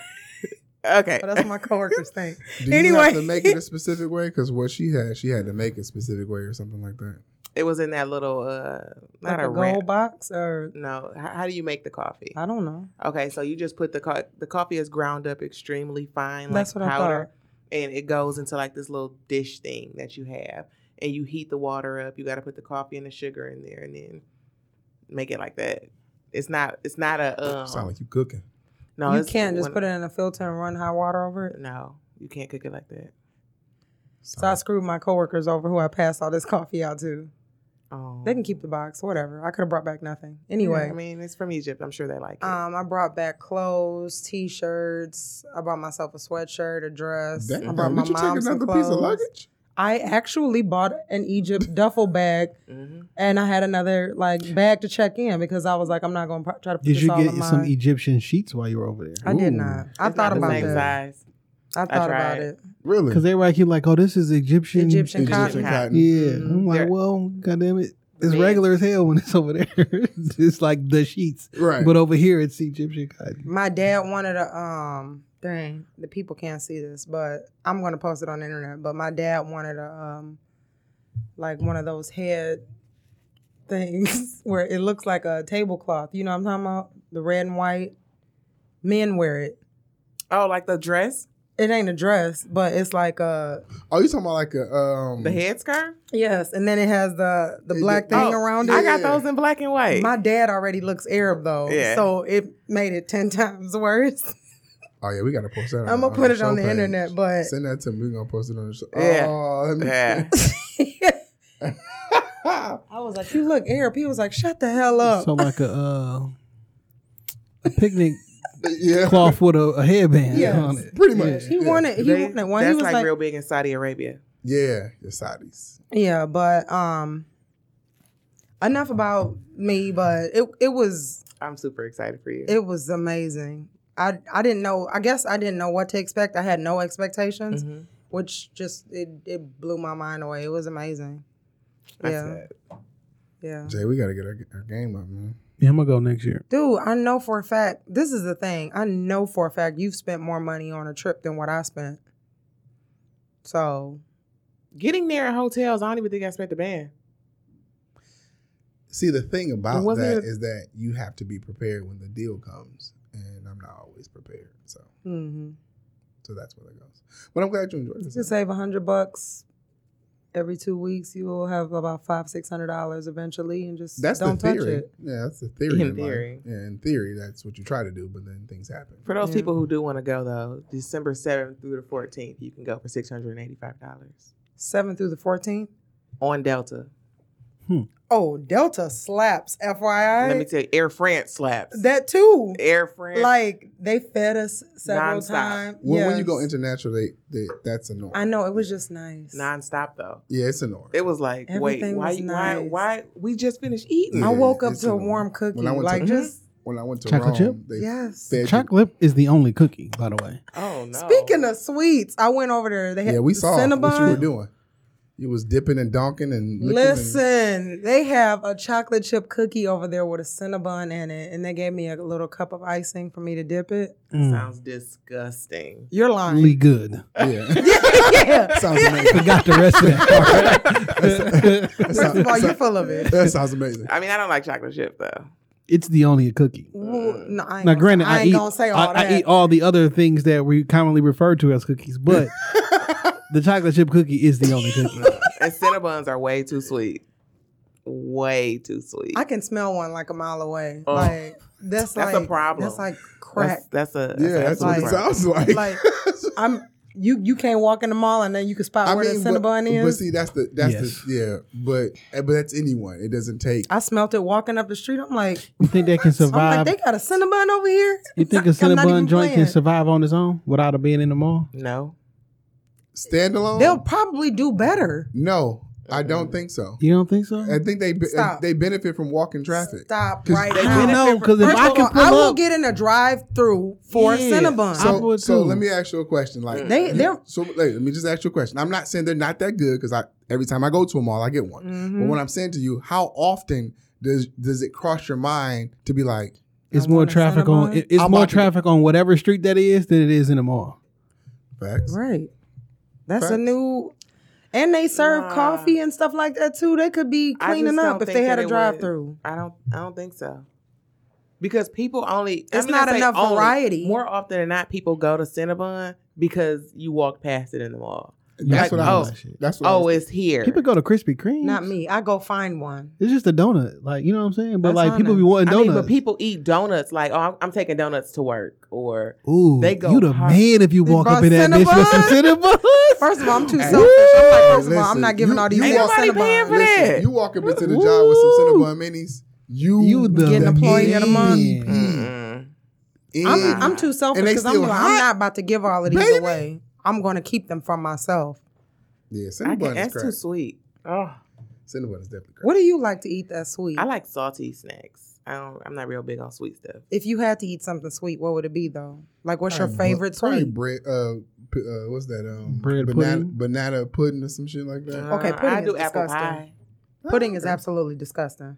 Speaker 2: Oh, that's what my (laughs) coworkers think.
Speaker 1: Do you
Speaker 2: Anyway.
Speaker 1: have to make it a specific way? Because what she had, she had to make it a specific way or something like that.
Speaker 3: (laughs) It was in that little uh not
Speaker 2: Like
Speaker 3: a,
Speaker 2: a
Speaker 3: wrap.
Speaker 2: gold box or
Speaker 3: No, how, how do you make the coffee?
Speaker 2: I don't know.
Speaker 3: Okay, so you just put the co- the coffee is ground up extremely fine like
Speaker 2: That's what
Speaker 3: powder
Speaker 2: I
Speaker 3: and it goes into like this little dish thing that you have and you heat the water up. You got to put the coffee and the sugar in there and then make it like that. It's not it's not a um,
Speaker 1: Sound like you cooking.
Speaker 3: No,
Speaker 2: you
Speaker 3: it's
Speaker 2: can't just
Speaker 3: when-
Speaker 2: put it in a filter and run hot water over it.
Speaker 3: No, you can't cook it like that.
Speaker 2: So I screwed my coworkers over who I passed all this (laughs) coffee out to.
Speaker 3: Oh,
Speaker 2: They can keep the box, whatever. I could have brought back nothing.
Speaker 3: Yeah,
Speaker 2: Anyway,
Speaker 3: I mean, it's from Egypt. I'm sure they like it.
Speaker 2: um, I brought back clothes, t-shirts. I bought myself a sweatshirt, a dress.
Speaker 1: Damn,
Speaker 2: I brought my
Speaker 1: did you take
Speaker 2: mom some
Speaker 1: another piece of
Speaker 2: clothes.
Speaker 1: luggage?
Speaker 2: I actually bought an
Speaker 1: (laughs)
Speaker 2: Egypt duffel bag,
Speaker 3: Mhm.
Speaker 2: and I had another like bag to check in because I was like, I'm not going to try to put
Speaker 4: Did
Speaker 2: this
Speaker 4: you
Speaker 2: all
Speaker 4: get
Speaker 2: in
Speaker 4: some
Speaker 2: my.
Speaker 1: E-,
Speaker 4: Egyptian sheets while you were over there?
Speaker 2: I did
Speaker 4: Ooh.
Speaker 2: not. I
Speaker 3: It's
Speaker 2: thought
Speaker 3: not
Speaker 2: about
Speaker 3: the same
Speaker 2: that.
Speaker 3: size.
Speaker 2: I thought about
Speaker 3: tried.
Speaker 2: it.
Speaker 1: Really?
Speaker 4: Because everybody keep like, oh, this is Egyptian. Mm-hmm.
Speaker 2: Egyptian
Speaker 1: Egyptian
Speaker 2: cotton.
Speaker 1: cotton.
Speaker 4: Yeah.
Speaker 3: Mhm.
Speaker 4: I'm like,
Speaker 3: They're-
Speaker 4: well, goddamn it. It's
Speaker 3: Man.
Speaker 4: regular as hell when it's (laughs) over there. it's just like the sheets.
Speaker 1: Right.
Speaker 4: But over here, it's Egyptian cotton.
Speaker 2: My dad wanted a um thing. The people can't see this, but I'm gonna post it on the internet. But my dad wanted a um like one of those head things (laughs) where it looks like a tablecloth. You know what I'm talking about? The red and white. Men wear it.
Speaker 3: Oh, like the dress,
Speaker 2: It ain't a dress, but it's like a
Speaker 1: oh, you talking about like a um
Speaker 4: Mm-hmm.
Speaker 3: the headscarf.
Speaker 2: yes, and then it has the the
Speaker 1: Yeah,
Speaker 2: black
Speaker 1: yeah.
Speaker 2: thing
Speaker 3: Oh,
Speaker 2: around it.
Speaker 3: I got
Speaker 1: Yeah.
Speaker 3: those in black and white.
Speaker 2: My dad already looks Arab though,
Speaker 3: Yeah.
Speaker 2: so it made it ten (laughs) times worse.
Speaker 1: Oh yeah, we gotta post that.
Speaker 2: I'm gonna
Speaker 1: our-
Speaker 2: put
Speaker 1: our
Speaker 2: it on
Speaker 1: show
Speaker 2: the
Speaker 1: page.
Speaker 2: internet, but
Speaker 1: Send that to me. We're gonna post it on the show.
Speaker 3: Yeah.
Speaker 1: Oh, let me
Speaker 2: (laughs)
Speaker 3: yeah.
Speaker 2: I was like, you look Arab. He was like, shut the hell up.
Speaker 4: So like a uh, a (laughs) picnic
Speaker 1: yeah.
Speaker 4: cloth with a, a headband
Speaker 2: Yes.
Speaker 4: on it.
Speaker 1: Pretty much.
Speaker 2: he
Speaker 1: yeah.
Speaker 2: wanted, he
Speaker 3: They-
Speaker 2: wanted one.
Speaker 3: That's
Speaker 2: He was
Speaker 3: like,
Speaker 2: like,
Speaker 3: real big in Saudi Arabia.
Speaker 1: Yeah, the Saudis.
Speaker 2: yeah, but um, enough about me. But it it was
Speaker 3: I'm super excited for you.
Speaker 2: it was amazing. I I didn't know. I guess I didn't know what to expect. I had no expectations,
Speaker 3: Mhm.
Speaker 2: which just it it blew my mind away. It was amazing.
Speaker 3: That's
Speaker 2: yeah,
Speaker 3: it.
Speaker 2: yeah.
Speaker 1: Jay, we gotta get our, our game up, man.
Speaker 4: Yeah, I'm gonna go next year.
Speaker 2: Dude, I know for a fact. This is the thing. I know for a fact you've spent more money on a trip than what I spent. So
Speaker 3: Getting there in hotels, I don't even think I spent the band.
Speaker 1: See, the thing about
Speaker 3: It
Speaker 1: that is
Speaker 3: wasn't even-
Speaker 1: that you have to be prepared when the deal comes, and I'm not always prepared. So,
Speaker 2: mhm.
Speaker 1: so that's where that goes. But I'm glad you enjoyed
Speaker 2: to
Speaker 1: this.
Speaker 2: save a hundred bucks every two weeks, you will have about five six hundred dollars eventually, and just
Speaker 1: That's
Speaker 2: don't
Speaker 1: the
Speaker 2: touch
Speaker 1: theory.
Speaker 2: it.
Speaker 1: Yeah, that's the theory.
Speaker 3: In
Speaker 1: life.
Speaker 3: theory.
Speaker 1: yeah, in theory, that's what you try to do, but then things happen.
Speaker 3: For those
Speaker 2: Yeah.
Speaker 3: people who do want to go though, December seventh through the fourteenth, you can go for six hundred and eighty-five dollars
Speaker 2: Seven through the fourteenth.
Speaker 3: on Delta.
Speaker 2: Oh, Delta slaps. FYI,
Speaker 3: Let me tell you, Air France slaps.
Speaker 2: that too.
Speaker 3: Air France,
Speaker 2: Like they fed us several
Speaker 3: Nonstop.
Speaker 2: times.
Speaker 1: When, when you go
Speaker 2: Yes.
Speaker 1: international, they, they that's annoying.
Speaker 2: I know it was just nice.
Speaker 3: nonstop though.
Speaker 1: Yeah, it's annoying.
Speaker 3: It was like,
Speaker 2: Everything
Speaker 3: wait, why,
Speaker 2: was
Speaker 3: why,
Speaker 2: nice.
Speaker 3: why? We just finished eating.
Speaker 1: Yeah,
Speaker 2: I woke up
Speaker 1: it's
Speaker 2: to a
Speaker 1: annoying.
Speaker 2: warm cookie.
Speaker 1: When I went to-
Speaker 2: Like
Speaker 3: Mhm.
Speaker 2: just
Speaker 1: when I went to
Speaker 4: Chocolate
Speaker 1: Rome,
Speaker 4: chip?
Speaker 1: they
Speaker 2: yes.
Speaker 1: fed you-
Speaker 4: Chocolate is the only cookie, by the way.
Speaker 3: Oh no!
Speaker 2: Speaking of sweets, I went over there. They had
Speaker 1: Yeah, we saw what you
Speaker 2: Cinnabon.
Speaker 1: were doing. You was dipping and donking and licking and-
Speaker 2: Listen, they have a chocolate chip cookie over there with a Cinnabon in it, and they gave me a little cup of icing for me to dip it.
Speaker 4: Mm.
Speaker 3: sounds disgusting.
Speaker 2: You're lying.
Speaker 4: Really good.
Speaker 1: (laughs) yeah.
Speaker 2: (laughs) yeah.
Speaker 1: sounds amazing.
Speaker 4: Forgot the rest of that part.
Speaker 1: That
Speaker 2: First
Speaker 1: sounds- (laughs)
Speaker 2: of all,
Speaker 1: that
Speaker 2: you're full of it.
Speaker 1: That sounds amazing.
Speaker 3: I mean, I don't like chocolate chip though.
Speaker 4: it's the only cookie.
Speaker 2: Ooh, no, I ain't
Speaker 4: Now,
Speaker 2: gonna-
Speaker 4: granted,
Speaker 2: I
Speaker 4: I,
Speaker 2: ain't
Speaker 4: eat
Speaker 2: gonna say all
Speaker 4: I, I
Speaker 2: that.
Speaker 4: eat all the other things that we commonly refer to as
Speaker 2: (laughs)
Speaker 4: cookies, but the chocolate chip cookie is the only cookie.
Speaker 3: And Cinnabons are way too sweet. Way too sweet.
Speaker 2: I can smell one like a mile away.
Speaker 3: Oh.
Speaker 2: Like that's,
Speaker 3: That's a
Speaker 2: like,
Speaker 3: problem.
Speaker 2: That's like crack.
Speaker 3: That's, that's a
Speaker 1: Yeah, that's what
Speaker 2: like-
Speaker 1: it
Speaker 3: absolute
Speaker 1: sounds
Speaker 3: problem.
Speaker 1: like.
Speaker 2: like I'm you. You can't walk in the mall and then you can
Speaker 1: (laughs)
Speaker 2: spot
Speaker 1: I
Speaker 2: where
Speaker 1: mean,
Speaker 2: the
Speaker 1: but,
Speaker 2: Cinnabon is.
Speaker 1: but see, that's the that's
Speaker 4: Yes.
Speaker 1: the yeah, but eh, but that's anyone. It doesn't take.
Speaker 2: I smelt it walking up the street. I'm like,
Speaker 4: You
Speaker 2: (laughs)
Speaker 4: think that can
Speaker 2: I'm
Speaker 4: survive?
Speaker 2: like, Oh they got a Cinnabon over here.
Speaker 4: you think a
Speaker 2: I'm not even
Speaker 4: Cinnabon joint
Speaker 2: playing.
Speaker 4: can survive on its own without it being in the mall?
Speaker 3: No,
Speaker 1: Standalone?
Speaker 2: They'll probably do better.
Speaker 1: no, I don't think so.
Speaker 4: You don't think so?
Speaker 1: I think they be- eh,
Speaker 2: Stop.
Speaker 1: they benefit from walking traffic.
Speaker 2: Stop
Speaker 1: 'Cause
Speaker 2: right
Speaker 1: they
Speaker 2: now.
Speaker 4: I know because if
Speaker 2: First
Speaker 4: I
Speaker 2: of
Speaker 4: can
Speaker 2: all,
Speaker 4: pull
Speaker 2: I will
Speaker 4: up,
Speaker 2: get in a drive-through for
Speaker 4: Yeah.
Speaker 2: a Cinnabon.
Speaker 4: I
Speaker 1: So,
Speaker 4: would
Speaker 1: so
Speaker 4: too.
Speaker 1: let me ask you a question. Like
Speaker 2: They- they're-
Speaker 1: so like, let me just ask you a question. I'm not saying they're not that good because I every time I go to a mall I get one.
Speaker 2: Mm-hmm.
Speaker 1: But what I'm saying to you, how often does does it cross your mind to be like,
Speaker 4: it's
Speaker 2: I
Speaker 4: more
Speaker 2: want a
Speaker 4: traffic
Speaker 2: Cinnabon.
Speaker 4: on. it- it's
Speaker 1: I'm
Speaker 4: more
Speaker 1: about to get-
Speaker 4: traffic on whatever street that is than it is in the mall.
Speaker 1: facts?
Speaker 2: right. That's a
Speaker 1: Facts.
Speaker 2: new. And they serve
Speaker 3: Nah.
Speaker 2: coffee and stuff like that too. They could be
Speaker 3: I just
Speaker 2: cleaning
Speaker 3: don't
Speaker 2: up if
Speaker 3: think
Speaker 2: they had
Speaker 3: that
Speaker 2: a
Speaker 3: it would.
Speaker 2: drive-through.
Speaker 3: I don't. I don't think so. Because people only. I
Speaker 2: It's
Speaker 3: mean, I
Speaker 2: not
Speaker 3: say
Speaker 2: enough
Speaker 3: only.
Speaker 2: variety.
Speaker 3: More often than not, people go to Cinnabon because you walk past it in the mall.
Speaker 1: That's
Speaker 3: Like,
Speaker 1: what I
Speaker 3: oh,
Speaker 1: was. That's what I
Speaker 3: Oh,
Speaker 1: was-
Speaker 3: it's here.
Speaker 4: People go to Krispy Kreme.
Speaker 2: Not me. I go find one.
Speaker 4: It's just a donut. Like, you know what I'm saying? But
Speaker 2: That's
Speaker 4: like
Speaker 2: fine
Speaker 4: people
Speaker 2: then.
Speaker 4: be wanting
Speaker 3: I
Speaker 4: donuts.
Speaker 3: mean, but people eat donuts. Like, oh, I'm, I'm taking donuts to work,
Speaker 1: (laughs)
Speaker 3: or
Speaker 4: Ooh,
Speaker 3: they go
Speaker 4: you the
Speaker 3: hard.
Speaker 4: man if you
Speaker 2: They
Speaker 4: walk up
Speaker 2: bought
Speaker 4: in that bitch (laughs) with some Cinnabons.
Speaker 2: First of all, I'm too
Speaker 1: Hey,
Speaker 2: selfish. I'm like, first of all,
Speaker 1: listen,
Speaker 2: I'm not giving
Speaker 1: you-
Speaker 2: all these
Speaker 1: you
Speaker 3: ain't
Speaker 1: walk-
Speaker 2: niggas
Speaker 3: nobody paying
Speaker 2: Cinnabons.
Speaker 3: for
Speaker 1: Listen,
Speaker 3: that.
Speaker 1: you walk up into the job with some
Speaker 4: Woo.
Speaker 1: Cinnabon minis. You,
Speaker 4: You the
Speaker 2: Getting employee of the month.
Speaker 4: man.
Speaker 3: Mm-mm.
Speaker 1: in.
Speaker 2: I'm, I'm too selfish
Speaker 1: And they
Speaker 2: because I'm,
Speaker 1: still
Speaker 2: like,
Speaker 1: hot,
Speaker 2: I'm not about to give all of these
Speaker 1: baby.
Speaker 2: away. I'm going to keep them for myself.
Speaker 1: yeah,
Speaker 3: I can,
Speaker 1: Cinnabon is
Speaker 3: that's
Speaker 1: crack.
Speaker 3: too sweet. Oh,
Speaker 1: Cinnabon is definitely crack.
Speaker 2: What do you like to eat that's sweet?
Speaker 3: I like salty snacks. I don't. I'm not real big on sweet stuff.
Speaker 2: if you had to eat something sweet, what would it be though? Like, what's your
Speaker 1: Probably
Speaker 2: favorite
Speaker 1: bu- probably
Speaker 2: sweet?
Speaker 1: Bread, uh, p- uh, what's that? Um,
Speaker 4: Bread
Speaker 1: banana,
Speaker 4: pudding?
Speaker 1: banana pudding or some shit like that.
Speaker 2: Uh, Okay,
Speaker 3: Uh,
Speaker 2: pudding
Speaker 3: I
Speaker 2: is
Speaker 3: do apple
Speaker 2: disgusting.
Speaker 3: pie.
Speaker 2: Pudding is absolutely disgusting.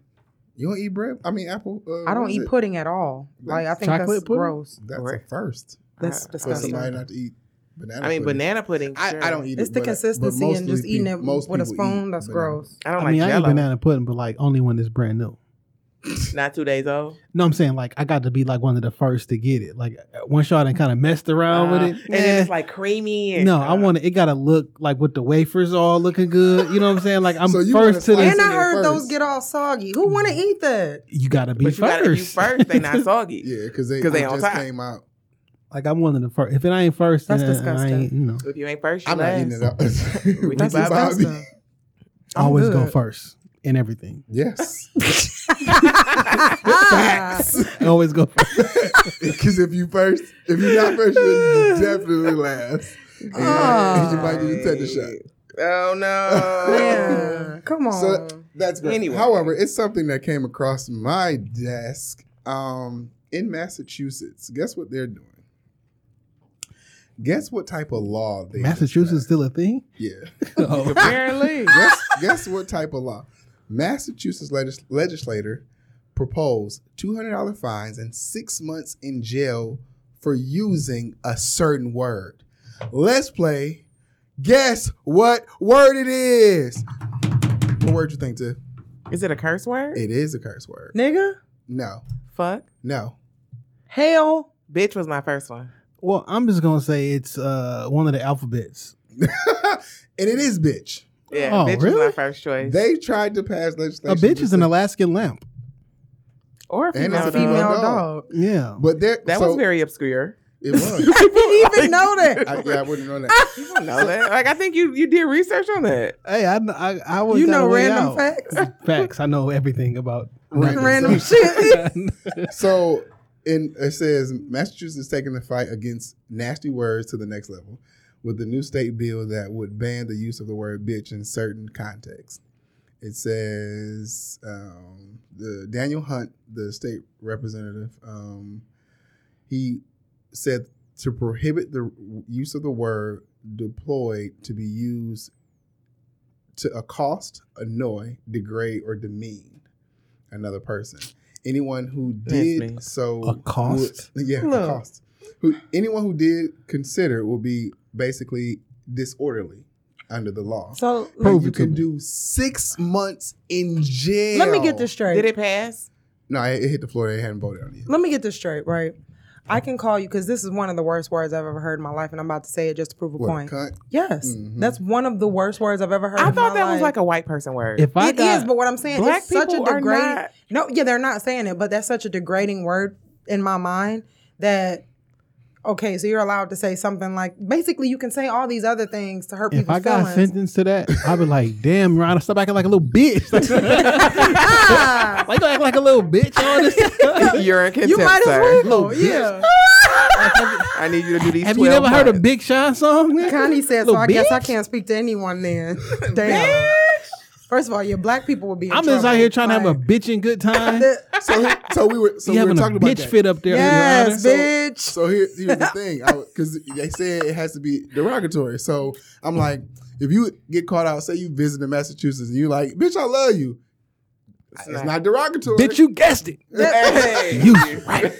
Speaker 1: You don't eat bread? I mean, apple. Uh,
Speaker 2: I
Speaker 1: what
Speaker 2: don't
Speaker 1: is
Speaker 2: eat
Speaker 1: it?
Speaker 2: pudding at all. Like, I think
Speaker 4: Chocolate
Speaker 2: that's
Speaker 4: pudding?
Speaker 2: gross.
Speaker 1: That's a
Speaker 3: Right.
Speaker 1: first
Speaker 2: That's
Speaker 3: Uh,
Speaker 1: for
Speaker 2: disgusting.
Speaker 1: somebody not to eat banana.
Speaker 3: I mean,
Speaker 1: pudding.
Speaker 3: banana pudding.
Speaker 1: I,
Speaker 3: sure.
Speaker 1: I don't eat
Speaker 2: It's
Speaker 1: it,
Speaker 2: the
Speaker 1: but-
Speaker 2: consistency
Speaker 1: but
Speaker 2: and just
Speaker 1: mostly
Speaker 2: eating
Speaker 1: peop-
Speaker 2: it
Speaker 1: most
Speaker 2: with a
Speaker 1: people eat
Speaker 2: spoon. That's
Speaker 1: banana.
Speaker 2: gross.
Speaker 3: I don't
Speaker 4: I
Speaker 3: like
Speaker 4: mean, I eat
Speaker 3: Jello.
Speaker 4: banana pudding, but like only when it's brand new.
Speaker 3: Not two days old.
Speaker 4: No, I'm saying like I got to be like one of the first to get it. Like once y'all done kind of messed
Speaker 1: Oh,
Speaker 4: around with
Speaker 3: Uh,
Speaker 4: it,
Speaker 3: and then it's
Speaker 4: nah.
Speaker 3: like creamy. And,
Speaker 4: no, I
Speaker 3: uh,
Speaker 4: want it. It gotta look like with the wafers all looking good. You know what I'm saying? (laughs) Like I'm
Speaker 1: So you wanna
Speaker 4: first to
Speaker 1: slice
Speaker 4: this.
Speaker 2: And
Speaker 1: Listen
Speaker 2: I
Speaker 1: to
Speaker 2: heard
Speaker 1: first. Mm.
Speaker 2: those get all soggy. Who want to eat that?
Speaker 4: You gotta be
Speaker 3: But you gotta you
Speaker 4: first.
Speaker 3: first.
Speaker 1: (laughs)
Speaker 3: They not soggy.
Speaker 1: Yeah, because they,
Speaker 3: 'Cause
Speaker 1: they
Speaker 3: they on
Speaker 1: just
Speaker 3: top.
Speaker 1: came out.
Speaker 4: like I'm one of the first. If it ain't first,
Speaker 2: That's
Speaker 4: then uh, I
Speaker 2: disgusting.
Speaker 4: ain't, you know,
Speaker 3: If you ain't first, you
Speaker 1: I'm not
Speaker 3: last.
Speaker 1: eating it up. (laughs) Ricky
Speaker 3: That's
Speaker 1: Bobby.
Speaker 2: disgusting.
Speaker 1: (laughs)
Speaker 2: I'm
Speaker 4: always go
Speaker 2: good.
Speaker 4: first in everything.
Speaker 2: (laughs)
Speaker 1: Yes, (laughs)
Speaker 4: always go (laughs) first.
Speaker 1: because if you first, if you're not first, you're definitely last. And,
Speaker 2: Ah.
Speaker 1: you might need to take a shot.
Speaker 3: Oh no!
Speaker 1: (laughs)
Speaker 2: Man, come on.
Speaker 1: So that's great.
Speaker 3: Anyway.
Speaker 1: However, it's something that came across my desk um, in Massachusetts. Guess what they're doing? Guess what type of law they
Speaker 4: Massachusetts still a (laughs) thing?
Speaker 1: Yeah. (laughs)
Speaker 4: Oh.
Speaker 3: Apparently,
Speaker 1: guess, guess what type of law? Massachusetts legis- legislator proposed $200 fines and six months in jail for using a certain word. Let's play. Guess what word it is? What word you think, Tiff?
Speaker 3: is it a curse word?
Speaker 1: It is a curse word.
Speaker 2: Nigga,
Speaker 1: No,
Speaker 3: Fuck,
Speaker 1: no. (laughs)
Speaker 2: hell,
Speaker 3: bitch was my first one.
Speaker 4: Well, I'm just gonna say it's uh, one of the alphabets.
Speaker 1: and it is bitch.
Speaker 3: Yeah,
Speaker 4: Oh,
Speaker 3: bitch was
Speaker 4: really?
Speaker 3: my first choice.
Speaker 1: They tried to pass legislation.
Speaker 4: A bitch is an
Speaker 1: that-
Speaker 4: Alaskan lamp.
Speaker 3: or a
Speaker 1: And it's
Speaker 3: female.
Speaker 1: a
Speaker 3: dog.
Speaker 2: female
Speaker 1: dog.
Speaker 2: dog. (laughs)
Speaker 4: Yeah.
Speaker 1: But there,
Speaker 3: That
Speaker 1: so
Speaker 3: was very obscure.
Speaker 1: It
Speaker 3: (laughs)
Speaker 1: was.
Speaker 2: I didn't even know
Speaker 1: (laughs)
Speaker 2: that.
Speaker 1: I, yeah, I wouldn't know that.
Speaker 3: You don't know that. Like I think you you did research on that.
Speaker 4: Hey, I kn- I, I was
Speaker 2: You
Speaker 4: that
Speaker 2: know
Speaker 4: way
Speaker 2: random
Speaker 1: (laughs)
Speaker 4: out.
Speaker 2: facts,
Speaker 4: Facts. I know everything about
Speaker 1: Random
Speaker 2: random
Speaker 1: facts.
Speaker 2: shit.
Speaker 1: So in, it says Massachusetts is taking the fight against nasty words to the next level with the new state bill that would ban the use of the word bitch in certain contexts. It says um, the Daniel Hunt, the state representative, um, he said to prohibit the use of the word deployed to be used to accost, annoy, degrade, or demean another person. Anyone who
Speaker 3: That's me.
Speaker 1: did so
Speaker 4: Accost?
Speaker 1: would- yeah,
Speaker 2: Look.
Speaker 1: accost. Who anyone who did consider will be basically disorderly under the law.
Speaker 2: So
Speaker 1: And
Speaker 4: Prove
Speaker 1: you
Speaker 4: it to
Speaker 1: can
Speaker 4: me.
Speaker 1: do six months in jail.
Speaker 2: let me get this straight.
Speaker 3: Did it pass?
Speaker 1: No, it, it hit the floor. They hadn't voted on it. Yet.
Speaker 2: Let me get this straight, right? I can call you because this is one of the worst words I've ever heard in my life, and I'm about to say it just to prove a
Speaker 1: What,
Speaker 2: point.
Speaker 1: cunt?
Speaker 2: Yes,
Speaker 1: Mhm.
Speaker 2: that's one of the worst words I've ever heard.
Speaker 3: I
Speaker 2: in
Speaker 3: thought
Speaker 2: my
Speaker 3: that was
Speaker 2: life.
Speaker 3: like a white person word.
Speaker 4: (laughs) If I
Speaker 2: It
Speaker 4: got,
Speaker 2: is, but what I'm saying,
Speaker 3: Black
Speaker 2: it's such a
Speaker 3: people are
Speaker 2: degrading.
Speaker 3: not-
Speaker 2: No, yeah, they're not saying it, but that's such a degrading word in my mind that. Okay, so you're allowed to say something like basically you can say all these other things to hurt
Speaker 4: if
Speaker 2: people's
Speaker 4: I got
Speaker 2: feelings.
Speaker 4: sentenced to that, I'd be like, damn, Ron, stop acting like a little bitch. (laughs)
Speaker 2: ah,
Speaker 4: Like, why you act like a little bitch
Speaker 2: (laughs)
Speaker 4: all this
Speaker 3: (laughs)
Speaker 4: time?
Speaker 3: You're in contempt,
Speaker 2: you might as
Speaker 3: sir.
Speaker 2: well. Yeah.
Speaker 3: I need you to do these.
Speaker 4: Have you
Speaker 3: 12
Speaker 4: never heard a
Speaker 3: times.
Speaker 4: Big Sean song? nigga?
Speaker 2: Connie said, so
Speaker 4: Little
Speaker 2: I guess I
Speaker 4: bitch.
Speaker 2: can't speak to anyone
Speaker 4: (laughs)
Speaker 2: then. Damn. First of all, your black people would be. In
Speaker 4: I'm just out
Speaker 2: trouble.
Speaker 4: here trying to have a
Speaker 2: Like,
Speaker 4: bitching
Speaker 2: (laughs)
Speaker 4: good time.
Speaker 2: the-
Speaker 1: So, he- so we were so we
Speaker 4: you
Speaker 1: were
Speaker 4: having a
Speaker 1: talking about
Speaker 4: bitch
Speaker 1: that.
Speaker 4: fit up there. Your Honor.
Speaker 2: yes,
Speaker 1: So-
Speaker 2: bitch.
Speaker 1: So here, here's the thing, because they said it has to be derogatory. So I'm like, if you get caught out, say you visited Massachusetts, and you like, bitch, I love you. It's, not, derogatory.
Speaker 4: Bitch, you guessed it. (laughs)
Speaker 3: Hey.
Speaker 2: (laughs)
Speaker 4: You right.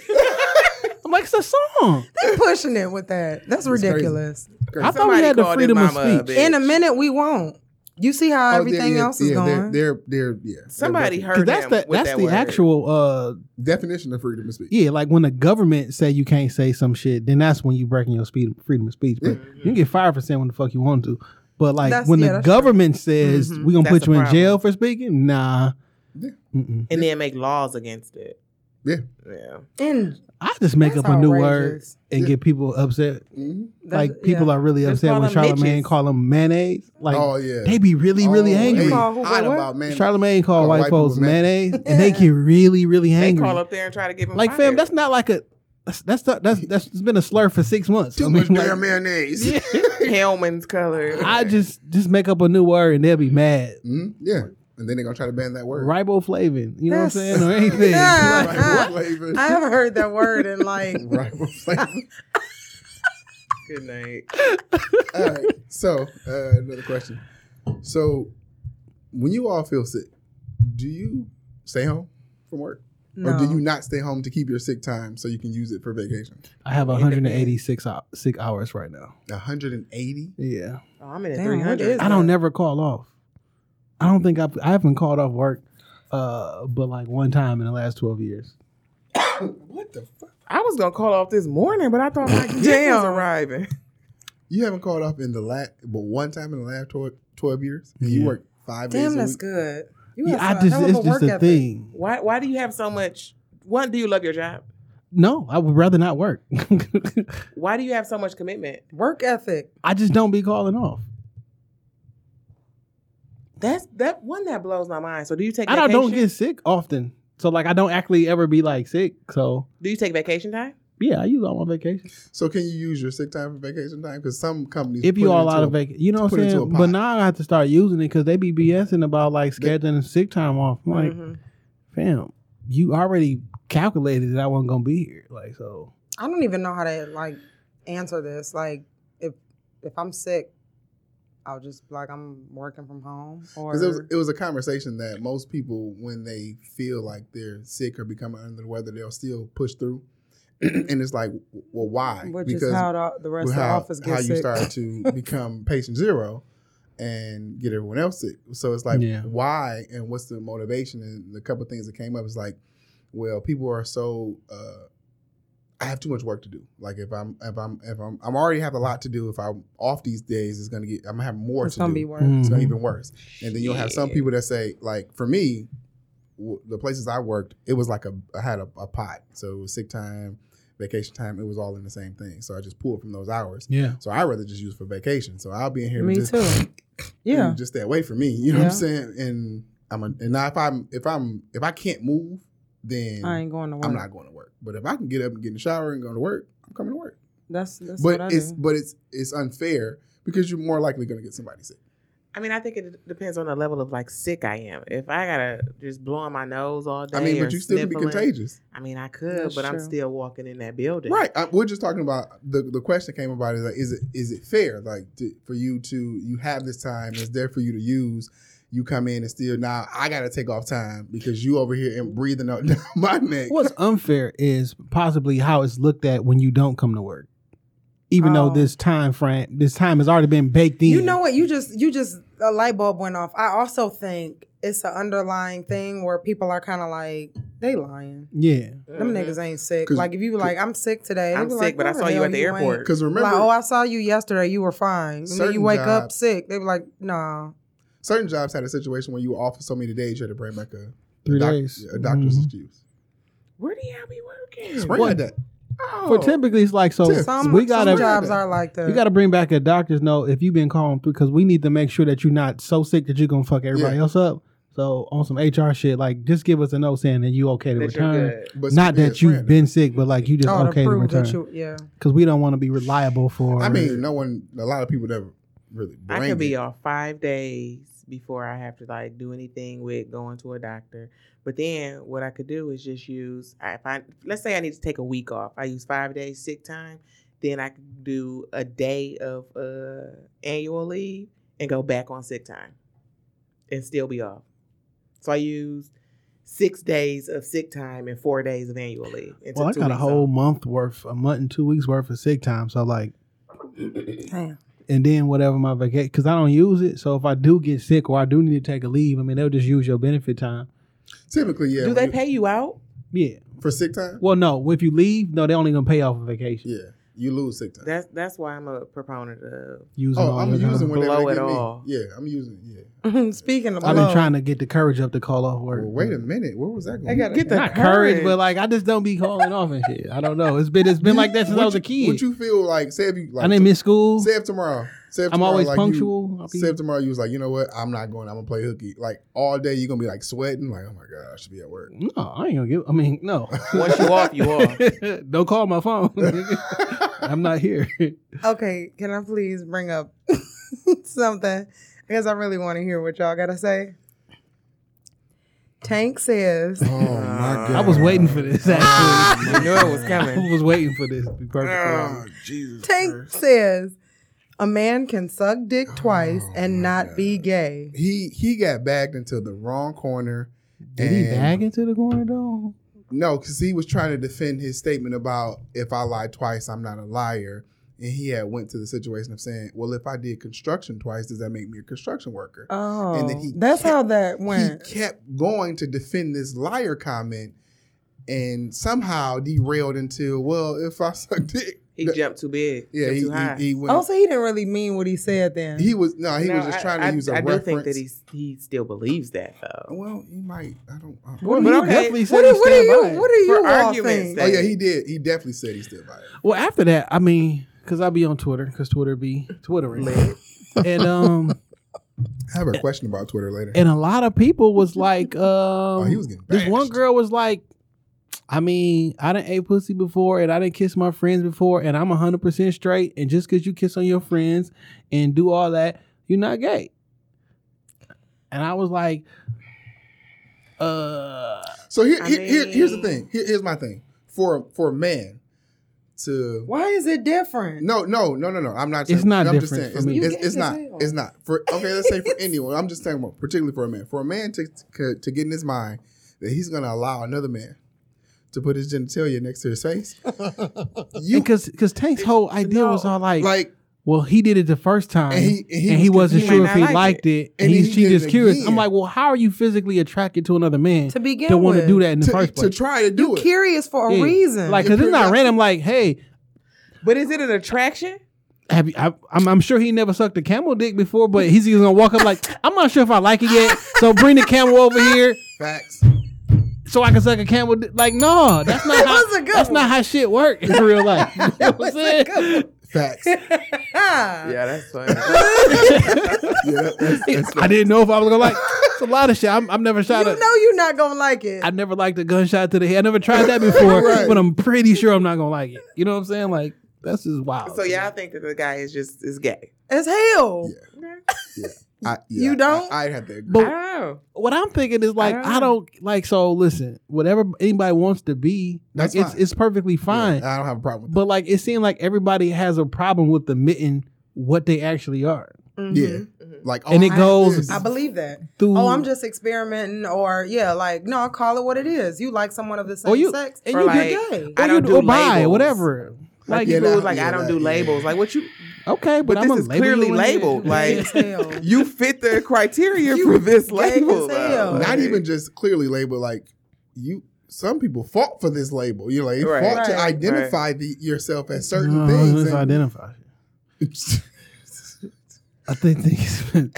Speaker 4: I'm like, it's a song.
Speaker 2: they pushing it with that. That's
Speaker 1: crazy.
Speaker 2: ridiculous.
Speaker 4: I thought we
Speaker 3: Somebody
Speaker 4: had the
Speaker 3: called his
Speaker 4: freedom of
Speaker 3: mama a
Speaker 4: speech.
Speaker 3: bitch.
Speaker 2: In a minute, we won't. You see how
Speaker 1: Oh,
Speaker 2: everything
Speaker 1: yeah,
Speaker 2: else is
Speaker 1: yeah, They're,
Speaker 2: going.
Speaker 1: they're, they're- yeah. they're
Speaker 3: Somebody
Speaker 1: defi-
Speaker 3: heard
Speaker 4: that's
Speaker 3: him
Speaker 4: the
Speaker 3: with
Speaker 4: that's
Speaker 3: that
Speaker 4: the
Speaker 3: word.
Speaker 4: actual uh
Speaker 1: definition of freedom of speech.
Speaker 4: yeah like when the government say you
Speaker 3: Mm-hmm.
Speaker 4: can't say some shit then that's when you breaking your speed, freedom of speech but you can get fired for saying what the fuck you want to But like
Speaker 2: That's-
Speaker 4: when
Speaker 2: yeah,
Speaker 4: the
Speaker 2: that's true.
Speaker 4: government says
Speaker 3: Mhm.
Speaker 4: we're gonna
Speaker 3: That's
Speaker 4: put
Speaker 3: the
Speaker 4: you in
Speaker 3: problem.
Speaker 4: jail for speaking, nah.
Speaker 1: Yeah.
Speaker 4: Mm-mm.
Speaker 3: and then make laws against it.
Speaker 1: Yeah.
Speaker 3: yeah.
Speaker 2: And
Speaker 4: I just make
Speaker 2: That's
Speaker 4: up a new word
Speaker 2: outrageous.
Speaker 4: and
Speaker 1: Yeah.
Speaker 4: get people upset.
Speaker 1: Mhm.
Speaker 4: like people are really
Speaker 3: Just
Speaker 4: upset
Speaker 3: call
Speaker 4: when
Speaker 3: them
Speaker 4: Charlemagne
Speaker 3: bitches.
Speaker 4: call them mayonnaise. Like
Speaker 1: oh yeah,
Speaker 4: they be really, really
Speaker 1: Oh,
Speaker 4: angry.
Speaker 1: they
Speaker 2: Call who,
Speaker 1: hot
Speaker 2: what, what?
Speaker 1: about man.
Speaker 4: Charlemagne called
Speaker 1: Oh,
Speaker 4: white,
Speaker 1: white people
Speaker 4: folks
Speaker 1: mad.
Speaker 4: mayonnaise, and they get really, really
Speaker 3: They
Speaker 4: angry.
Speaker 3: call up there and try to give them
Speaker 4: Like, fam, that's not like a that's that's that's that's it's been a slur for six months.
Speaker 1: Too
Speaker 4: I mean,
Speaker 1: much
Speaker 4: like,
Speaker 1: damn mayonnaise.
Speaker 4: Yeah.
Speaker 3: Hellman's color.
Speaker 4: (laughs) I just just make up a new word and they'll be mad.
Speaker 1: Mhm, yeah, and then they're gonna try to ban that word.
Speaker 4: Riboflavin, you know what I'm
Speaker 2: That's-
Speaker 4: saying, or anything.
Speaker 2: Yeah.
Speaker 1: (laughs)
Speaker 4: Like,
Speaker 1: Right, flavor.
Speaker 2: I haven't heard that word in like
Speaker 1: Right,
Speaker 4: (laughs)
Speaker 1: flavor.
Speaker 3: good night.
Speaker 1: All right. So uh, another question. So when you all feel sick, do you stay home from work,
Speaker 2: no.
Speaker 1: or do you not stay home to keep your sick time so you can use it for vacation?
Speaker 4: (laughs) I have
Speaker 3: depends.
Speaker 4: 186 hou- sick hours right now.
Speaker 1: 180.
Speaker 4: Yeah,
Speaker 3: Oh, I'm in at
Speaker 2: Damn,
Speaker 3: three
Speaker 2: what
Speaker 3: hundred.
Speaker 2: is
Speaker 4: I don't never call off. I don't think I've I haven't called off work, uh, but like one time in the last 12 years.
Speaker 1: What the fuck?
Speaker 3: I was gonna call off this morning, but I thought (laughs) my gift was
Speaker 2: Damn.
Speaker 3: arriving.
Speaker 1: You haven't called off in the last, but one time in the last 12, 12 years, and
Speaker 4: Yeah.
Speaker 1: you work five days
Speaker 2: Damn,
Speaker 1: a
Speaker 2: that's
Speaker 1: week.
Speaker 2: good. You
Speaker 4: Yeah,
Speaker 2: have
Speaker 4: I
Speaker 2: some
Speaker 4: just
Speaker 2: hell of
Speaker 4: it's just
Speaker 2: work
Speaker 4: a
Speaker 2: ethic.
Speaker 4: thing.
Speaker 3: Why? Why do you have so much? One, do you love your job?
Speaker 4: No, I would rather not work. (laughs)
Speaker 3: Why do you have so much commitment?
Speaker 2: Work ethic.
Speaker 4: I just don't be calling off.
Speaker 3: That's that one that blows my mind. So do you take?
Speaker 4: I don't,
Speaker 3: vacation?
Speaker 4: don't get sick often, so like I don't actually ever be like sick. So
Speaker 3: Do you take vacation time?
Speaker 4: yeah, I use all my vacation.
Speaker 1: So can you use your sick time for vacation time? Because some companies,
Speaker 4: If you
Speaker 1: put it
Speaker 4: all out
Speaker 1: into
Speaker 4: of
Speaker 1: a-
Speaker 4: vacation, you know what
Speaker 1: put it
Speaker 4: I'm
Speaker 1: into a
Speaker 4: saying.
Speaker 1: pot. Mm-hmm.
Speaker 4: But now I have to start using it because they be BSing about like scheduling sick time off. I'm like,
Speaker 2: Mm-hmm.
Speaker 3: Mhm.
Speaker 4: fam, you already calculated that I wasn't gonna be here. Like so,
Speaker 2: I don't even know how to like answer this. Like if if I'm sick, I'll just like I'm working from home or
Speaker 1: Because it was, it was a conversation that most people, when they feel like they're sick or becoming under the weather, they'll still push through. (clears throat) and it's like, well, why?
Speaker 2: which is how the, the rest
Speaker 1: with
Speaker 2: of the office
Speaker 1: how
Speaker 2: gets
Speaker 1: you
Speaker 2: sick. (laughs)
Speaker 1: start to become patient zero and get everyone else sick. So it's like,
Speaker 4: Yeah.
Speaker 1: why and what's the motivation? And a couple of things that came up is like, well, people are so. Uh, I have too much work to do. Like if I'm if I'm if I'm I'm already have a lot to do. If I'm off these days, it's gonna get. I'm gonna have more
Speaker 2: It's
Speaker 1: to
Speaker 2: gonna
Speaker 1: do Mm-hmm.
Speaker 2: be worse.
Speaker 4: Mhm.
Speaker 1: it's gonna even worse. And then you'll have some people that say, like for me, w- the places I worked, it was like a I had a, a pot, so it was sick time, vacation time. It was all in the same thing. So I just pulled from those hours.
Speaker 4: yeah,
Speaker 1: So I would rather just use for vacation. So I'll be in here.
Speaker 2: Me
Speaker 1: just,
Speaker 2: too. Yeah.
Speaker 1: and just that way for me. You know what
Speaker 2: Yeah.
Speaker 1: I'm saying? And I'm a, and now if I'm if I'm if I can't move, then
Speaker 2: I ain't going to work.
Speaker 1: I'm not going to work. But if I can get up and get in the shower and go to work, I'm coming to work.
Speaker 2: That's that's
Speaker 1: but
Speaker 2: what I
Speaker 1: it's
Speaker 2: do.
Speaker 1: but it's it's unfair because you're more likely going to get somebody sick.
Speaker 3: I mean, I think it depends on the level of like sick I am. If I gotta just blowing my nose all day,
Speaker 1: I mean,
Speaker 3: or
Speaker 1: but you still can be
Speaker 3: sniffling,
Speaker 1: contagious.
Speaker 3: I mean, I could,
Speaker 2: That's
Speaker 3: but I'm
Speaker 2: true.
Speaker 3: still walking in that building.
Speaker 1: Right. I, we're just talking about the the question came about is like is it is it fair like to, for you to you have this time it's there for you to use. You come in and still now I gotta take off time because you over here and breathing out (laughs) down my neck. (laughs)
Speaker 4: What's unfair is possibly how it's looked at when you don't come to work, even
Speaker 2: Oh.
Speaker 4: though this time frame, this time has already been baked in.
Speaker 2: You know what? You just you just a light bulb went off. I also think it's an underlying thing where people are kind of like they lying.
Speaker 4: Yeah,
Speaker 2: Them
Speaker 4: Mm-hmm.
Speaker 3: Mhm.
Speaker 2: niggas ain't sick.
Speaker 1: 'Cause-
Speaker 2: Like if you be like, I'm sick today. they
Speaker 3: I'm
Speaker 2: be
Speaker 3: sick,
Speaker 2: like,
Speaker 3: but I
Speaker 2: "No,
Speaker 3: saw you
Speaker 2: hell
Speaker 3: at the
Speaker 2: ain't."
Speaker 3: airport.
Speaker 1: Because remember,
Speaker 2: like, oh, I saw you yesterday. You were fine. And then you
Speaker 1: Certain
Speaker 2: wake up
Speaker 1: jobs-
Speaker 2: sick. They be like, nah.
Speaker 1: certain jobs had a situation where you were off for so many days you had to bring back a,
Speaker 4: three
Speaker 1: a, doc-
Speaker 4: days.
Speaker 1: a doctor's
Speaker 4: Mhm.
Speaker 1: excuse.
Speaker 3: Where do y'all be working?
Speaker 1: Spring like
Speaker 4: What?
Speaker 1: that.
Speaker 3: Oh.
Speaker 4: For typically, it's like so.
Speaker 1: Yeah.
Speaker 2: Some,
Speaker 4: we
Speaker 2: some
Speaker 4: gotta
Speaker 2: jobs are like that.
Speaker 4: You got to bring back a doctor's note if you've been calling through because we need to make sure that you're not so sick that you're gonna fuck everybody
Speaker 1: Yeah.
Speaker 4: else up. So on some HR shit, like just give us a note saying that you okay to
Speaker 3: That you're
Speaker 4: return.
Speaker 3: good.
Speaker 1: But
Speaker 4: Not
Speaker 1: yeah,
Speaker 4: that you've
Speaker 1: spring like
Speaker 4: been sick, but like you just
Speaker 2: oh,
Speaker 4: okay
Speaker 2: to
Speaker 4: to,
Speaker 2: prove that
Speaker 4: return
Speaker 2: you, yeah.
Speaker 4: because we don't want to be reliable for.
Speaker 1: I mean, no one. A lot of people never really. Bring
Speaker 3: I could be
Speaker 1: it.
Speaker 3: off five days before I have to like do anything with going to a doctor. But then what I could do is just use I- if I let's say I need to take a week off. I use five days sick time. Then I could do a day of uh, annual leave and go back on sick time and still be off. So I used six days of sick time and four days of annual leave. and
Speaker 4: well, I
Speaker 3: took two
Speaker 4: got a
Speaker 3: weeks
Speaker 4: whole
Speaker 3: off.
Speaker 4: month worth, a month and two weeks worth of sick time. So like,
Speaker 2: Damn.
Speaker 4: and then whatever my vacation, because I don't use it. So if I do get sick or I do need to take a leave, I mean they'll just use your benefit time.
Speaker 1: Typically, yeah.
Speaker 3: Do
Speaker 1: when
Speaker 3: they
Speaker 1: you-
Speaker 3: pay you out?
Speaker 4: Yeah.
Speaker 1: for sick time?
Speaker 4: Well, no, if you leave, no, they're only gonna pay off a vacation.
Speaker 1: Yeah. You lose sick time.
Speaker 3: That's that's why I'm a proponent of.
Speaker 4: Using
Speaker 1: oh,
Speaker 4: all
Speaker 1: I'm
Speaker 4: your time.
Speaker 1: using whenever
Speaker 3: Blow
Speaker 1: they
Speaker 3: it
Speaker 1: give me.
Speaker 3: all.
Speaker 1: Yeah, I'm using. Yeah.
Speaker 2: (laughs) Speaking of
Speaker 4: I've been
Speaker 2: love,
Speaker 4: trying to get the courage up to call off work.
Speaker 1: Well, wait a minute. Where was that
Speaker 2: I
Speaker 1: going?
Speaker 2: gotta-
Speaker 3: Get the
Speaker 4: Not courage, but like I just don't be calling off and shit. I don't know. It's been it's been like that since I
Speaker 1: What
Speaker 4: was a
Speaker 1: you-
Speaker 4: kid.
Speaker 1: What you feel like? Say if you like.
Speaker 4: I didn't miss school.
Speaker 1: Say if tomorrow. Say if
Speaker 4: I'm
Speaker 1: tomorrow,
Speaker 4: always
Speaker 1: like, you-
Speaker 4: punctual. I'll be-
Speaker 1: Say if tomorrow you was like, you know what? I'm not going. I'm gonna play hooky. Like all day, you're gonna be like sweating. Like, oh my god, I should be at
Speaker 4: (laughs)
Speaker 1: work.
Speaker 4: no, I ain't gonna give. I mean, no. (laughs)
Speaker 3: once you off, you off.
Speaker 4: don't call my phone. (laughs) I'm not here.
Speaker 2: okay, can I please bring up (laughs) something? Because I really want to hear what y'all gotta say. Tank says,
Speaker 1: Oh my god.
Speaker 4: I was waiting
Speaker 1: Oh,
Speaker 4: for this. Actually,
Speaker 3: I knew it was
Speaker 4: (laughs) I
Speaker 3: coming.
Speaker 4: was waiting for this. To be perfectly
Speaker 1: Ah,
Speaker 4: honest.
Speaker 1: Jesus.
Speaker 2: (laughs) Tank says, a man can suck dick twice
Speaker 1: Oh,
Speaker 2: and
Speaker 1: my
Speaker 2: not be gay.
Speaker 1: He he got bagged into the wrong corner.
Speaker 4: Did he
Speaker 1: and-
Speaker 4: bag into the corner though?
Speaker 1: No, because he was trying to defend his statement about if I lied twice, I'm not a liar. And he had went to the situation of saying, well, if I did construction twice, does that make me a construction worker?
Speaker 2: Oh,
Speaker 1: And then he
Speaker 2: that's
Speaker 1: kept-
Speaker 2: how that went.
Speaker 1: He kept going to defend this liar comment and somehow derailed into, well, if I suck (laughs) dick.
Speaker 3: He jumped too big.
Speaker 1: Yeah,
Speaker 3: jumped
Speaker 1: he,
Speaker 3: too high.
Speaker 1: he, he went.
Speaker 2: Oh, so he didn't really mean what he said then.
Speaker 1: he was no, he
Speaker 3: No,
Speaker 1: was just
Speaker 3: I-
Speaker 1: trying to
Speaker 3: I,
Speaker 1: use a
Speaker 3: I do
Speaker 1: reference.
Speaker 3: think that he he still believes that though.
Speaker 1: well, he might. I don't. I don't-
Speaker 4: Well,
Speaker 3: do
Speaker 4: he
Speaker 3: you- okay,
Speaker 4: definitely
Speaker 2: what,
Speaker 4: said
Speaker 2: do-
Speaker 4: he
Speaker 2: what do
Speaker 4: stand by
Speaker 2: you
Speaker 4: it.
Speaker 2: what do
Speaker 3: For
Speaker 2: you all
Speaker 3: argument's
Speaker 2: think?
Speaker 1: Oh yeah,
Speaker 3: sake.
Speaker 1: he did. He definitely said he stood by it.
Speaker 4: Well, after that, I mean, because I'll be on Twitter, because Twitter be twittering, and um,
Speaker 1: I have a question about Twitter later.
Speaker 4: and a lot of people was like, um,
Speaker 1: (laughs) oh, he was getting.
Speaker 4: this one
Speaker 1: bashed.
Speaker 4: girl was like, I mean, I didn't ate pussy before, and I didn't kiss my friends before, and I'm hundred percent straight, and just because you kiss on your friends and do all that, you're not gay. And I was like, uh,
Speaker 1: So here,
Speaker 3: I
Speaker 1: here, here- here's the
Speaker 3: mean-
Speaker 1: thing. Here- here's my thing. For for a man to
Speaker 2: Why is it different?
Speaker 1: no no no no no. I'm not.
Speaker 4: It's
Speaker 1: saying-
Speaker 4: not
Speaker 1: I'm just
Speaker 4: different
Speaker 1: saying.
Speaker 4: for
Speaker 1: it's
Speaker 4: me.
Speaker 1: it's,
Speaker 2: You
Speaker 1: it's
Speaker 2: gay
Speaker 1: not.
Speaker 2: as hell.
Speaker 1: It's not for okay. Let's
Speaker 2: (laughs)
Speaker 1: say for anyone. I'm just saying, well, particularly for a man. For a man to to- to get in his mind that he's going to allow another man to put his genitalia next to his
Speaker 2: (laughs)
Speaker 1: face. you
Speaker 4: because because Tank's whole idea was all like,
Speaker 1: like
Speaker 4: well, he did it the first time,
Speaker 1: and he and he,
Speaker 4: and he
Speaker 1: was
Speaker 4: wasn't
Speaker 3: he might
Speaker 4: sure if
Speaker 3: not
Speaker 4: he
Speaker 3: like
Speaker 4: liked it, and,
Speaker 1: And
Speaker 4: he's
Speaker 1: he
Speaker 4: she
Speaker 1: did
Speaker 4: just
Speaker 1: it
Speaker 4: curious.
Speaker 1: again.
Speaker 4: I'm like, well, how are you physically attracted to another man
Speaker 2: to begin
Speaker 4: to want
Speaker 2: with,
Speaker 4: to do that in the
Speaker 1: to,
Speaker 4: first
Speaker 1: to
Speaker 4: place?
Speaker 1: try to do
Speaker 2: You
Speaker 1: it.
Speaker 2: curious for a
Speaker 4: Yeah.
Speaker 2: reason?
Speaker 4: Like,
Speaker 1: Your
Speaker 4: because it's
Speaker 1: curiosity-
Speaker 4: not random. Like, hey,
Speaker 3: But is it an attraction?
Speaker 4: have you, I, I'm, I'm sure he never sucked a camel dick before, but he's just gonna walk up like, (laughs) I'm not sure if I like it yet, so bring the camel over here
Speaker 1: Facts.
Speaker 4: so I can suck a camel dick. Like, no, that's not
Speaker 2: (laughs) That
Speaker 4: how,
Speaker 2: was a good
Speaker 4: that's
Speaker 2: one.
Speaker 4: not how shit work in real life.
Speaker 2: (laughs)
Speaker 4: You know
Speaker 2: That was
Speaker 4: what I'm
Speaker 2: a
Speaker 4: saying?
Speaker 2: good (laughs)
Speaker 1: Facts.
Speaker 2: Ah.
Speaker 3: Yeah, that's funny.
Speaker 1: Yeah, that's, that's
Speaker 4: (laughs) I didn't know if I was gonna like. It's a lot of shit. I'm, I've never shot
Speaker 2: You
Speaker 4: a.
Speaker 2: know you're not gonna like it.
Speaker 4: I never liked a gunshot to the head. I never tried
Speaker 2: (laughs)
Speaker 4: that before,
Speaker 1: Right.
Speaker 4: but I'm pretty sure I'm not gonna like it. You know what I'm saying? Like, that's just wild.
Speaker 3: so y'all think that the guy is just is gay?
Speaker 2: As hell.
Speaker 1: Yeah. I,
Speaker 2: You don't?
Speaker 1: I, I'd have to agree.
Speaker 4: But-
Speaker 3: I don't know.
Speaker 4: what I'm thinking is like
Speaker 3: I don't
Speaker 4: I don't like so listen, whatever anybody wants to be, like
Speaker 1: That's
Speaker 4: it's
Speaker 1: fine.
Speaker 4: it's perfectly
Speaker 1: Yeah,
Speaker 4: fine.
Speaker 1: I don't have a problem with
Speaker 4: But like it seemed like everybody has a problem with admitting what they actually are.
Speaker 1: that. Yeah.
Speaker 2: Mhm.
Speaker 1: Like,
Speaker 4: And
Speaker 1: oh,
Speaker 4: it
Speaker 1: I-
Speaker 4: goes-
Speaker 1: this-
Speaker 2: I believe that.
Speaker 4: Through
Speaker 2: Oh, I'm just experimenting, or yeah, like no, call it what it is. You like someone of the same
Speaker 4: Or you-
Speaker 2: sex,
Speaker 4: and
Speaker 2: or
Speaker 4: you
Speaker 2: like,
Speaker 3: get
Speaker 2: gay.
Speaker 4: or
Speaker 3: I don't
Speaker 4: you- or
Speaker 3: do
Speaker 4: bi,
Speaker 3: labels.
Speaker 4: whatever. Like
Speaker 3: Like
Speaker 1: Yeah,
Speaker 3: people
Speaker 1: that-
Speaker 3: was like,
Speaker 1: yeah,
Speaker 3: I don't
Speaker 1: that-
Speaker 3: do
Speaker 1: yeah.
Speaker 3: labels. Like what you?
Speaker 4: okay, but,
Speaker 3: But
Speaker 4: I'm
Speaker 3: this
Speaker 4: gonna
Speaker 3: is
Speaker 4: label you
Speaker 3: clearly
Speaker 4: in it.
Speaker 3: labeled,
Speaker 2: Gay
Speaker 3: like-
Speaker 2: as hell.
Speaker 3: (laughs) You fit the (laughs) criteria
Speaker 2: You
Speaker 3: for this
Speaker 2: gay as
Speaker 3: label.
Speaker 2: hell.
Speaker 3: though.
Speaker 1: not
Speaker 3: Like-
Speaker 1: even just clearly labeled like you some people fought for this label you know like you
Speaker 3: Right.
Speaker 1: fought to
Speaker 2: Right.
Speaker 1: identify the, yourself as (laughs) certain
Speaker 3: (laughs)
Speaker 4: no,
Speaker 1: things
Speaker 4: Let's
Speaker 1: and-
Speaker 4: identify. I think things.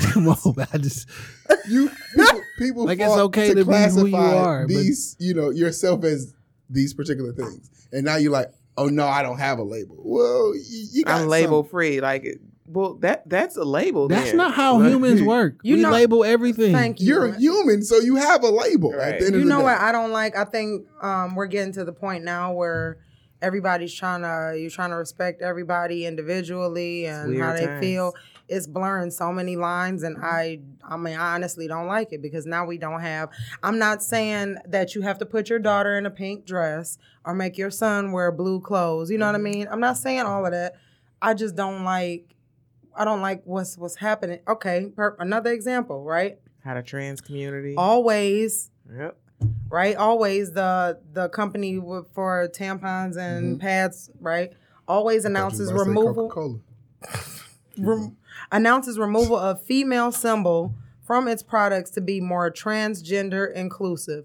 Speaker 4: (laughs) Come on, man, I just
Speaker 1: (laughs) you people, people
Speaker 4: Like, it's
Speaker 1: fought
Speaker 4: okay
Speaker 1: to,
Speaker 4: to be
Speaker 1: classify
Speaker 4: who you are, but-
Speaker 1: these you know yourself as these particular things and now you're like oh no i don't have a label well you, you got
Speaker 3: I'm label free. Like, well, that that's a label.
Speaker 4: that's
Speaker 3: then.
Speaker 4: not how
Speaker 3: Like, (laughs)
Speaker 4: humans work.
Speaker 2: You
Speaker 4: we
Speaker 2: know-
Speaker 4: label everything.
Speaker 2: Thank
Speaker 1: some-
Speaker 2: you.
Speaker 1: you're a human so you have a label at
Speaker 3: Right.
Speaker 1: the end
Speaker 2: you
Speaker 1: of the
Speaker 2: know
Speaker 1: day.
Speaker 2: what I don't like? I think um, we're getting to the point now where everybody's trying to you're trying to respect everybody individually and how
Speaker 3: weird
Speaker 2: they
Speaker 3: times.
Speaker 2: feel. It's blurring so many lines, and I I mean I honestly don't like it because now we don't have. I'm not saying that you have to put your daughter in a pink dress or make your son wear blue clothes. You know what I
Speaker 1: Mm-hmm.
Speaker 2: mean? I'm not saying all of that. I just don't like. I don't like what's what's happening. Okay, per- another example, right?
Speaker 3: How the trans
Speaker 1: Mm-hmm.
Speaker 3: community.
Speaker 2: Always
Speaker 3: Yep.
Speaker 2: right? Always the the company with, for tampons and pads, right? Always announces
Speaker 1: Mm-hmm. I was about to say
Speaker 2: removal
Speaker 1: Coca-Cola.
Speaker 2: rem- announces removal of female symbol from its products to be more transgender inclusive.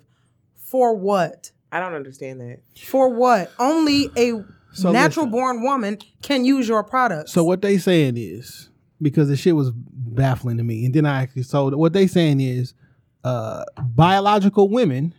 Speaker 2: For what?
Speaker 3: I don't understand that.
Speaker 2: For what? Only a
Speaker 4: So
Speaker 2: natural
Speaker 4: listen.
Speaker 2: born woman can use your products.
Speaker 4: So what they saying is because the shit was baffling to me, and then I actually sold it. What they saying is uh, biological women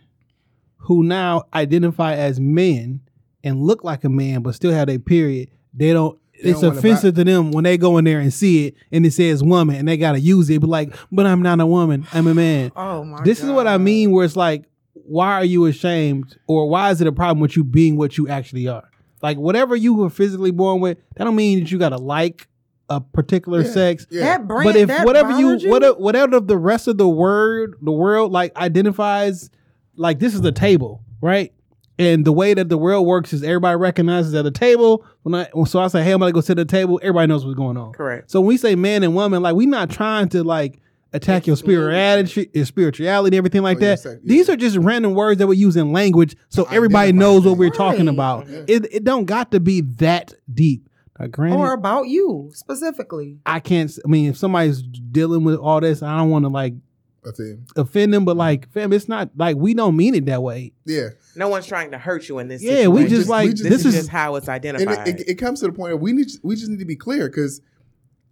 Speaker 4: who now identify as men and look like a man but still have their period. They don't.
Speaker 1: They
Speaker 4: it's
Speaker 1: don't wanna
Speaker 4: offensive to them when they go in there and see it and it says woman and they gotta use it. But like, but I'm not a woman. I'm a man.
Speaker 2: Oh my.
Speaker 4: this is what I
Speaker 2: God.
Speaker 4: mean. Where it's like, why are you ashamed, or why is it a problem with you being what you actually are? Like whatever you were physically born with, that don't mean that you gotta like a particular
Speaker 1: Yeah.
Speaker 4: sex.
Speaker 1: Yeah.
Speaker 2: That brand,
Speaker 4: but if
Speaker 2: that
Speaker 4: whatever
Speaker 2: biology-
Speaker 4: you whatever, whatever the rest of the word the world like identifies, like this is a table, right? And the way that the world works is everybody recognizes at a table. When I so I say, hey, I'm gonna go sit at the table. Everybody knows what's going on.
Speaker 3: Correct.
Speaker 4: So when we say man and woman, like we're not trying to like attack your spirituality, your spirituality, everything like
Speaker 1: Oh, yeah,
Speaker 4: that.
Speaker 1: sec- yeah.
Speaker 4: These are just random words that we use in language, so
Speaker 1: To
Speaker 4: everybody
Speaker 1: identify
Speaker 4: knows what
Speaker 1: things.
Speaker 4: we're talking
Speaker 2: Right.
Speaker 4: about.
Speaker 1: Yeah.
Speaker 4: It, it don't got to be that deep. Now, granted,
Speaker 2: or about you specifically.
Speaker 4: I can't. s- I mean, if somebody's dealing with all this, I don't want to like
Speaker 1: That's it.
Speaker 4: offend them,
Speaker 1: Mm.
Speaker 4: but like, fam, it's not like we don't mean it that way.
Speaker 1: Yeah.
Speaker 3: No one's trying to hurt you in this.
Speaker 4: Yeah, we
Speaker 3: situation.
Speaker 4: just like
Speaker 1: we
Speaker 3: this,
Speaker 1: just-
Speaker 4: this
Speaker 3: is,
Speaker 4: is
Speaker 3: just how it's
Speaker 1: and
Speaker 3: identified.
Speaker 1: it, it, it comes to the point of we need we just need to be clear because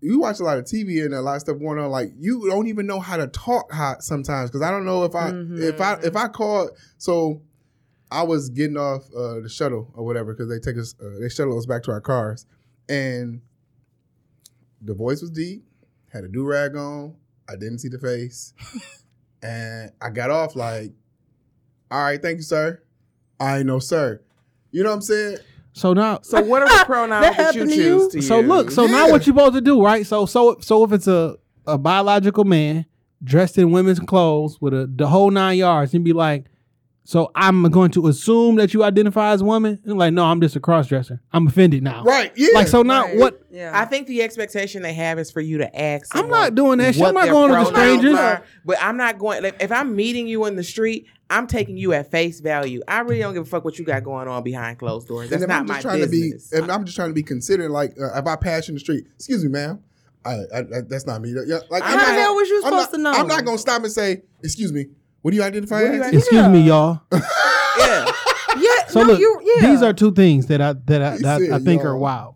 Speaker 1: we watch a lot of TV and a lot of stuff going on. Like you don't even know how to talk hot sometimes because I don't know if I
Speaker 2: Mhm.
Speaker 1: if I if I call so. I was getting off uh, the shuttle or whatever because they take us uh, they shuttle us back to our cars, and the voice was deep, had a do rag on. I didn't see the face, and I got off like, "All right, thank you, sir." I ain't no sir. You know what I'm saying?
Speaker 4: so now.
Speaker 3: so what are the pronouns
Speaker 2: That
Speaker 3: (laughs) that, you
Speaker 2: happened to you?
Speaker 3: choose to
Speaker 4: So
Speaker 3: use?
Speaker 4: look, so now
Speaker 1: Yeah.
Speaker 4: what you supposed to do, right? So so so if it's a a biological man dressed in women's clothes with a the whole nine yards and be like, so I'm going to assume that you identify as woman. And like, no, I'm just a cross dresser. I'm offended now.
Speaker 1: Right? Yeah.
Speaker 4: Like so now
Speaker 2: Right.
Speaker 4: what?
Speaker 2: Yeah.
Speaker 3: I think the expectation they have is for you to ask.
Speaker 4: I'm
Speaker 3: someone
Speaker 4: not doing that shit.
Speaker 3: what
Speaker 4: I'm not
Speaker 3: their
Speaker 4: going to the
Speaker 3: pronouns
Speaker 4: strangers.
Speaker 3: are, but I'm not going. Like, if I'm meeting you in the street, I'm taking you at face value. I really don't give a fuck what you got going on behind closed doors. That's
Speaker 1: and if
Speaker 3: not
Speaker 1: I'm just
Speaker 3: my
Speaker 1: trying
Speaker 3: business.
Speaker 1: to be, if I'm just trying to be considerate, like uh, if I pass you in the street, excuse me, ma'am, I, I, I that's not me. Yeah, like
Speaker 3: I'm
Speaker 2: How the
Speaker 3: not-
Speaker 2: hell was you
Speaker 1: I'm
Speaker 2: supposed
Speaker 1: not,
Speaker 2: to know?
Speaker 1: I'm not gonna stop and say, excuse me. What do you identify
Speaker 3: What do you
Speaker 1: as?
Speaker 3: ident-
Speaker 4: Excuse me, y'all. (laughs)
Speaker 3: yeah,
Speaker 2: (laughs) Yeah.
Speaker 4: So
Speaker 2: no,
Speaker 4: look,
Speaker 2: you, yeah.
Speaker 4: these are two things that I that I,
Speaker 1: He
Speaker 4: that I
Speaker 1: said,
Speaker 4: think
Speaker 1: y'all.
Speaker 4: are wild.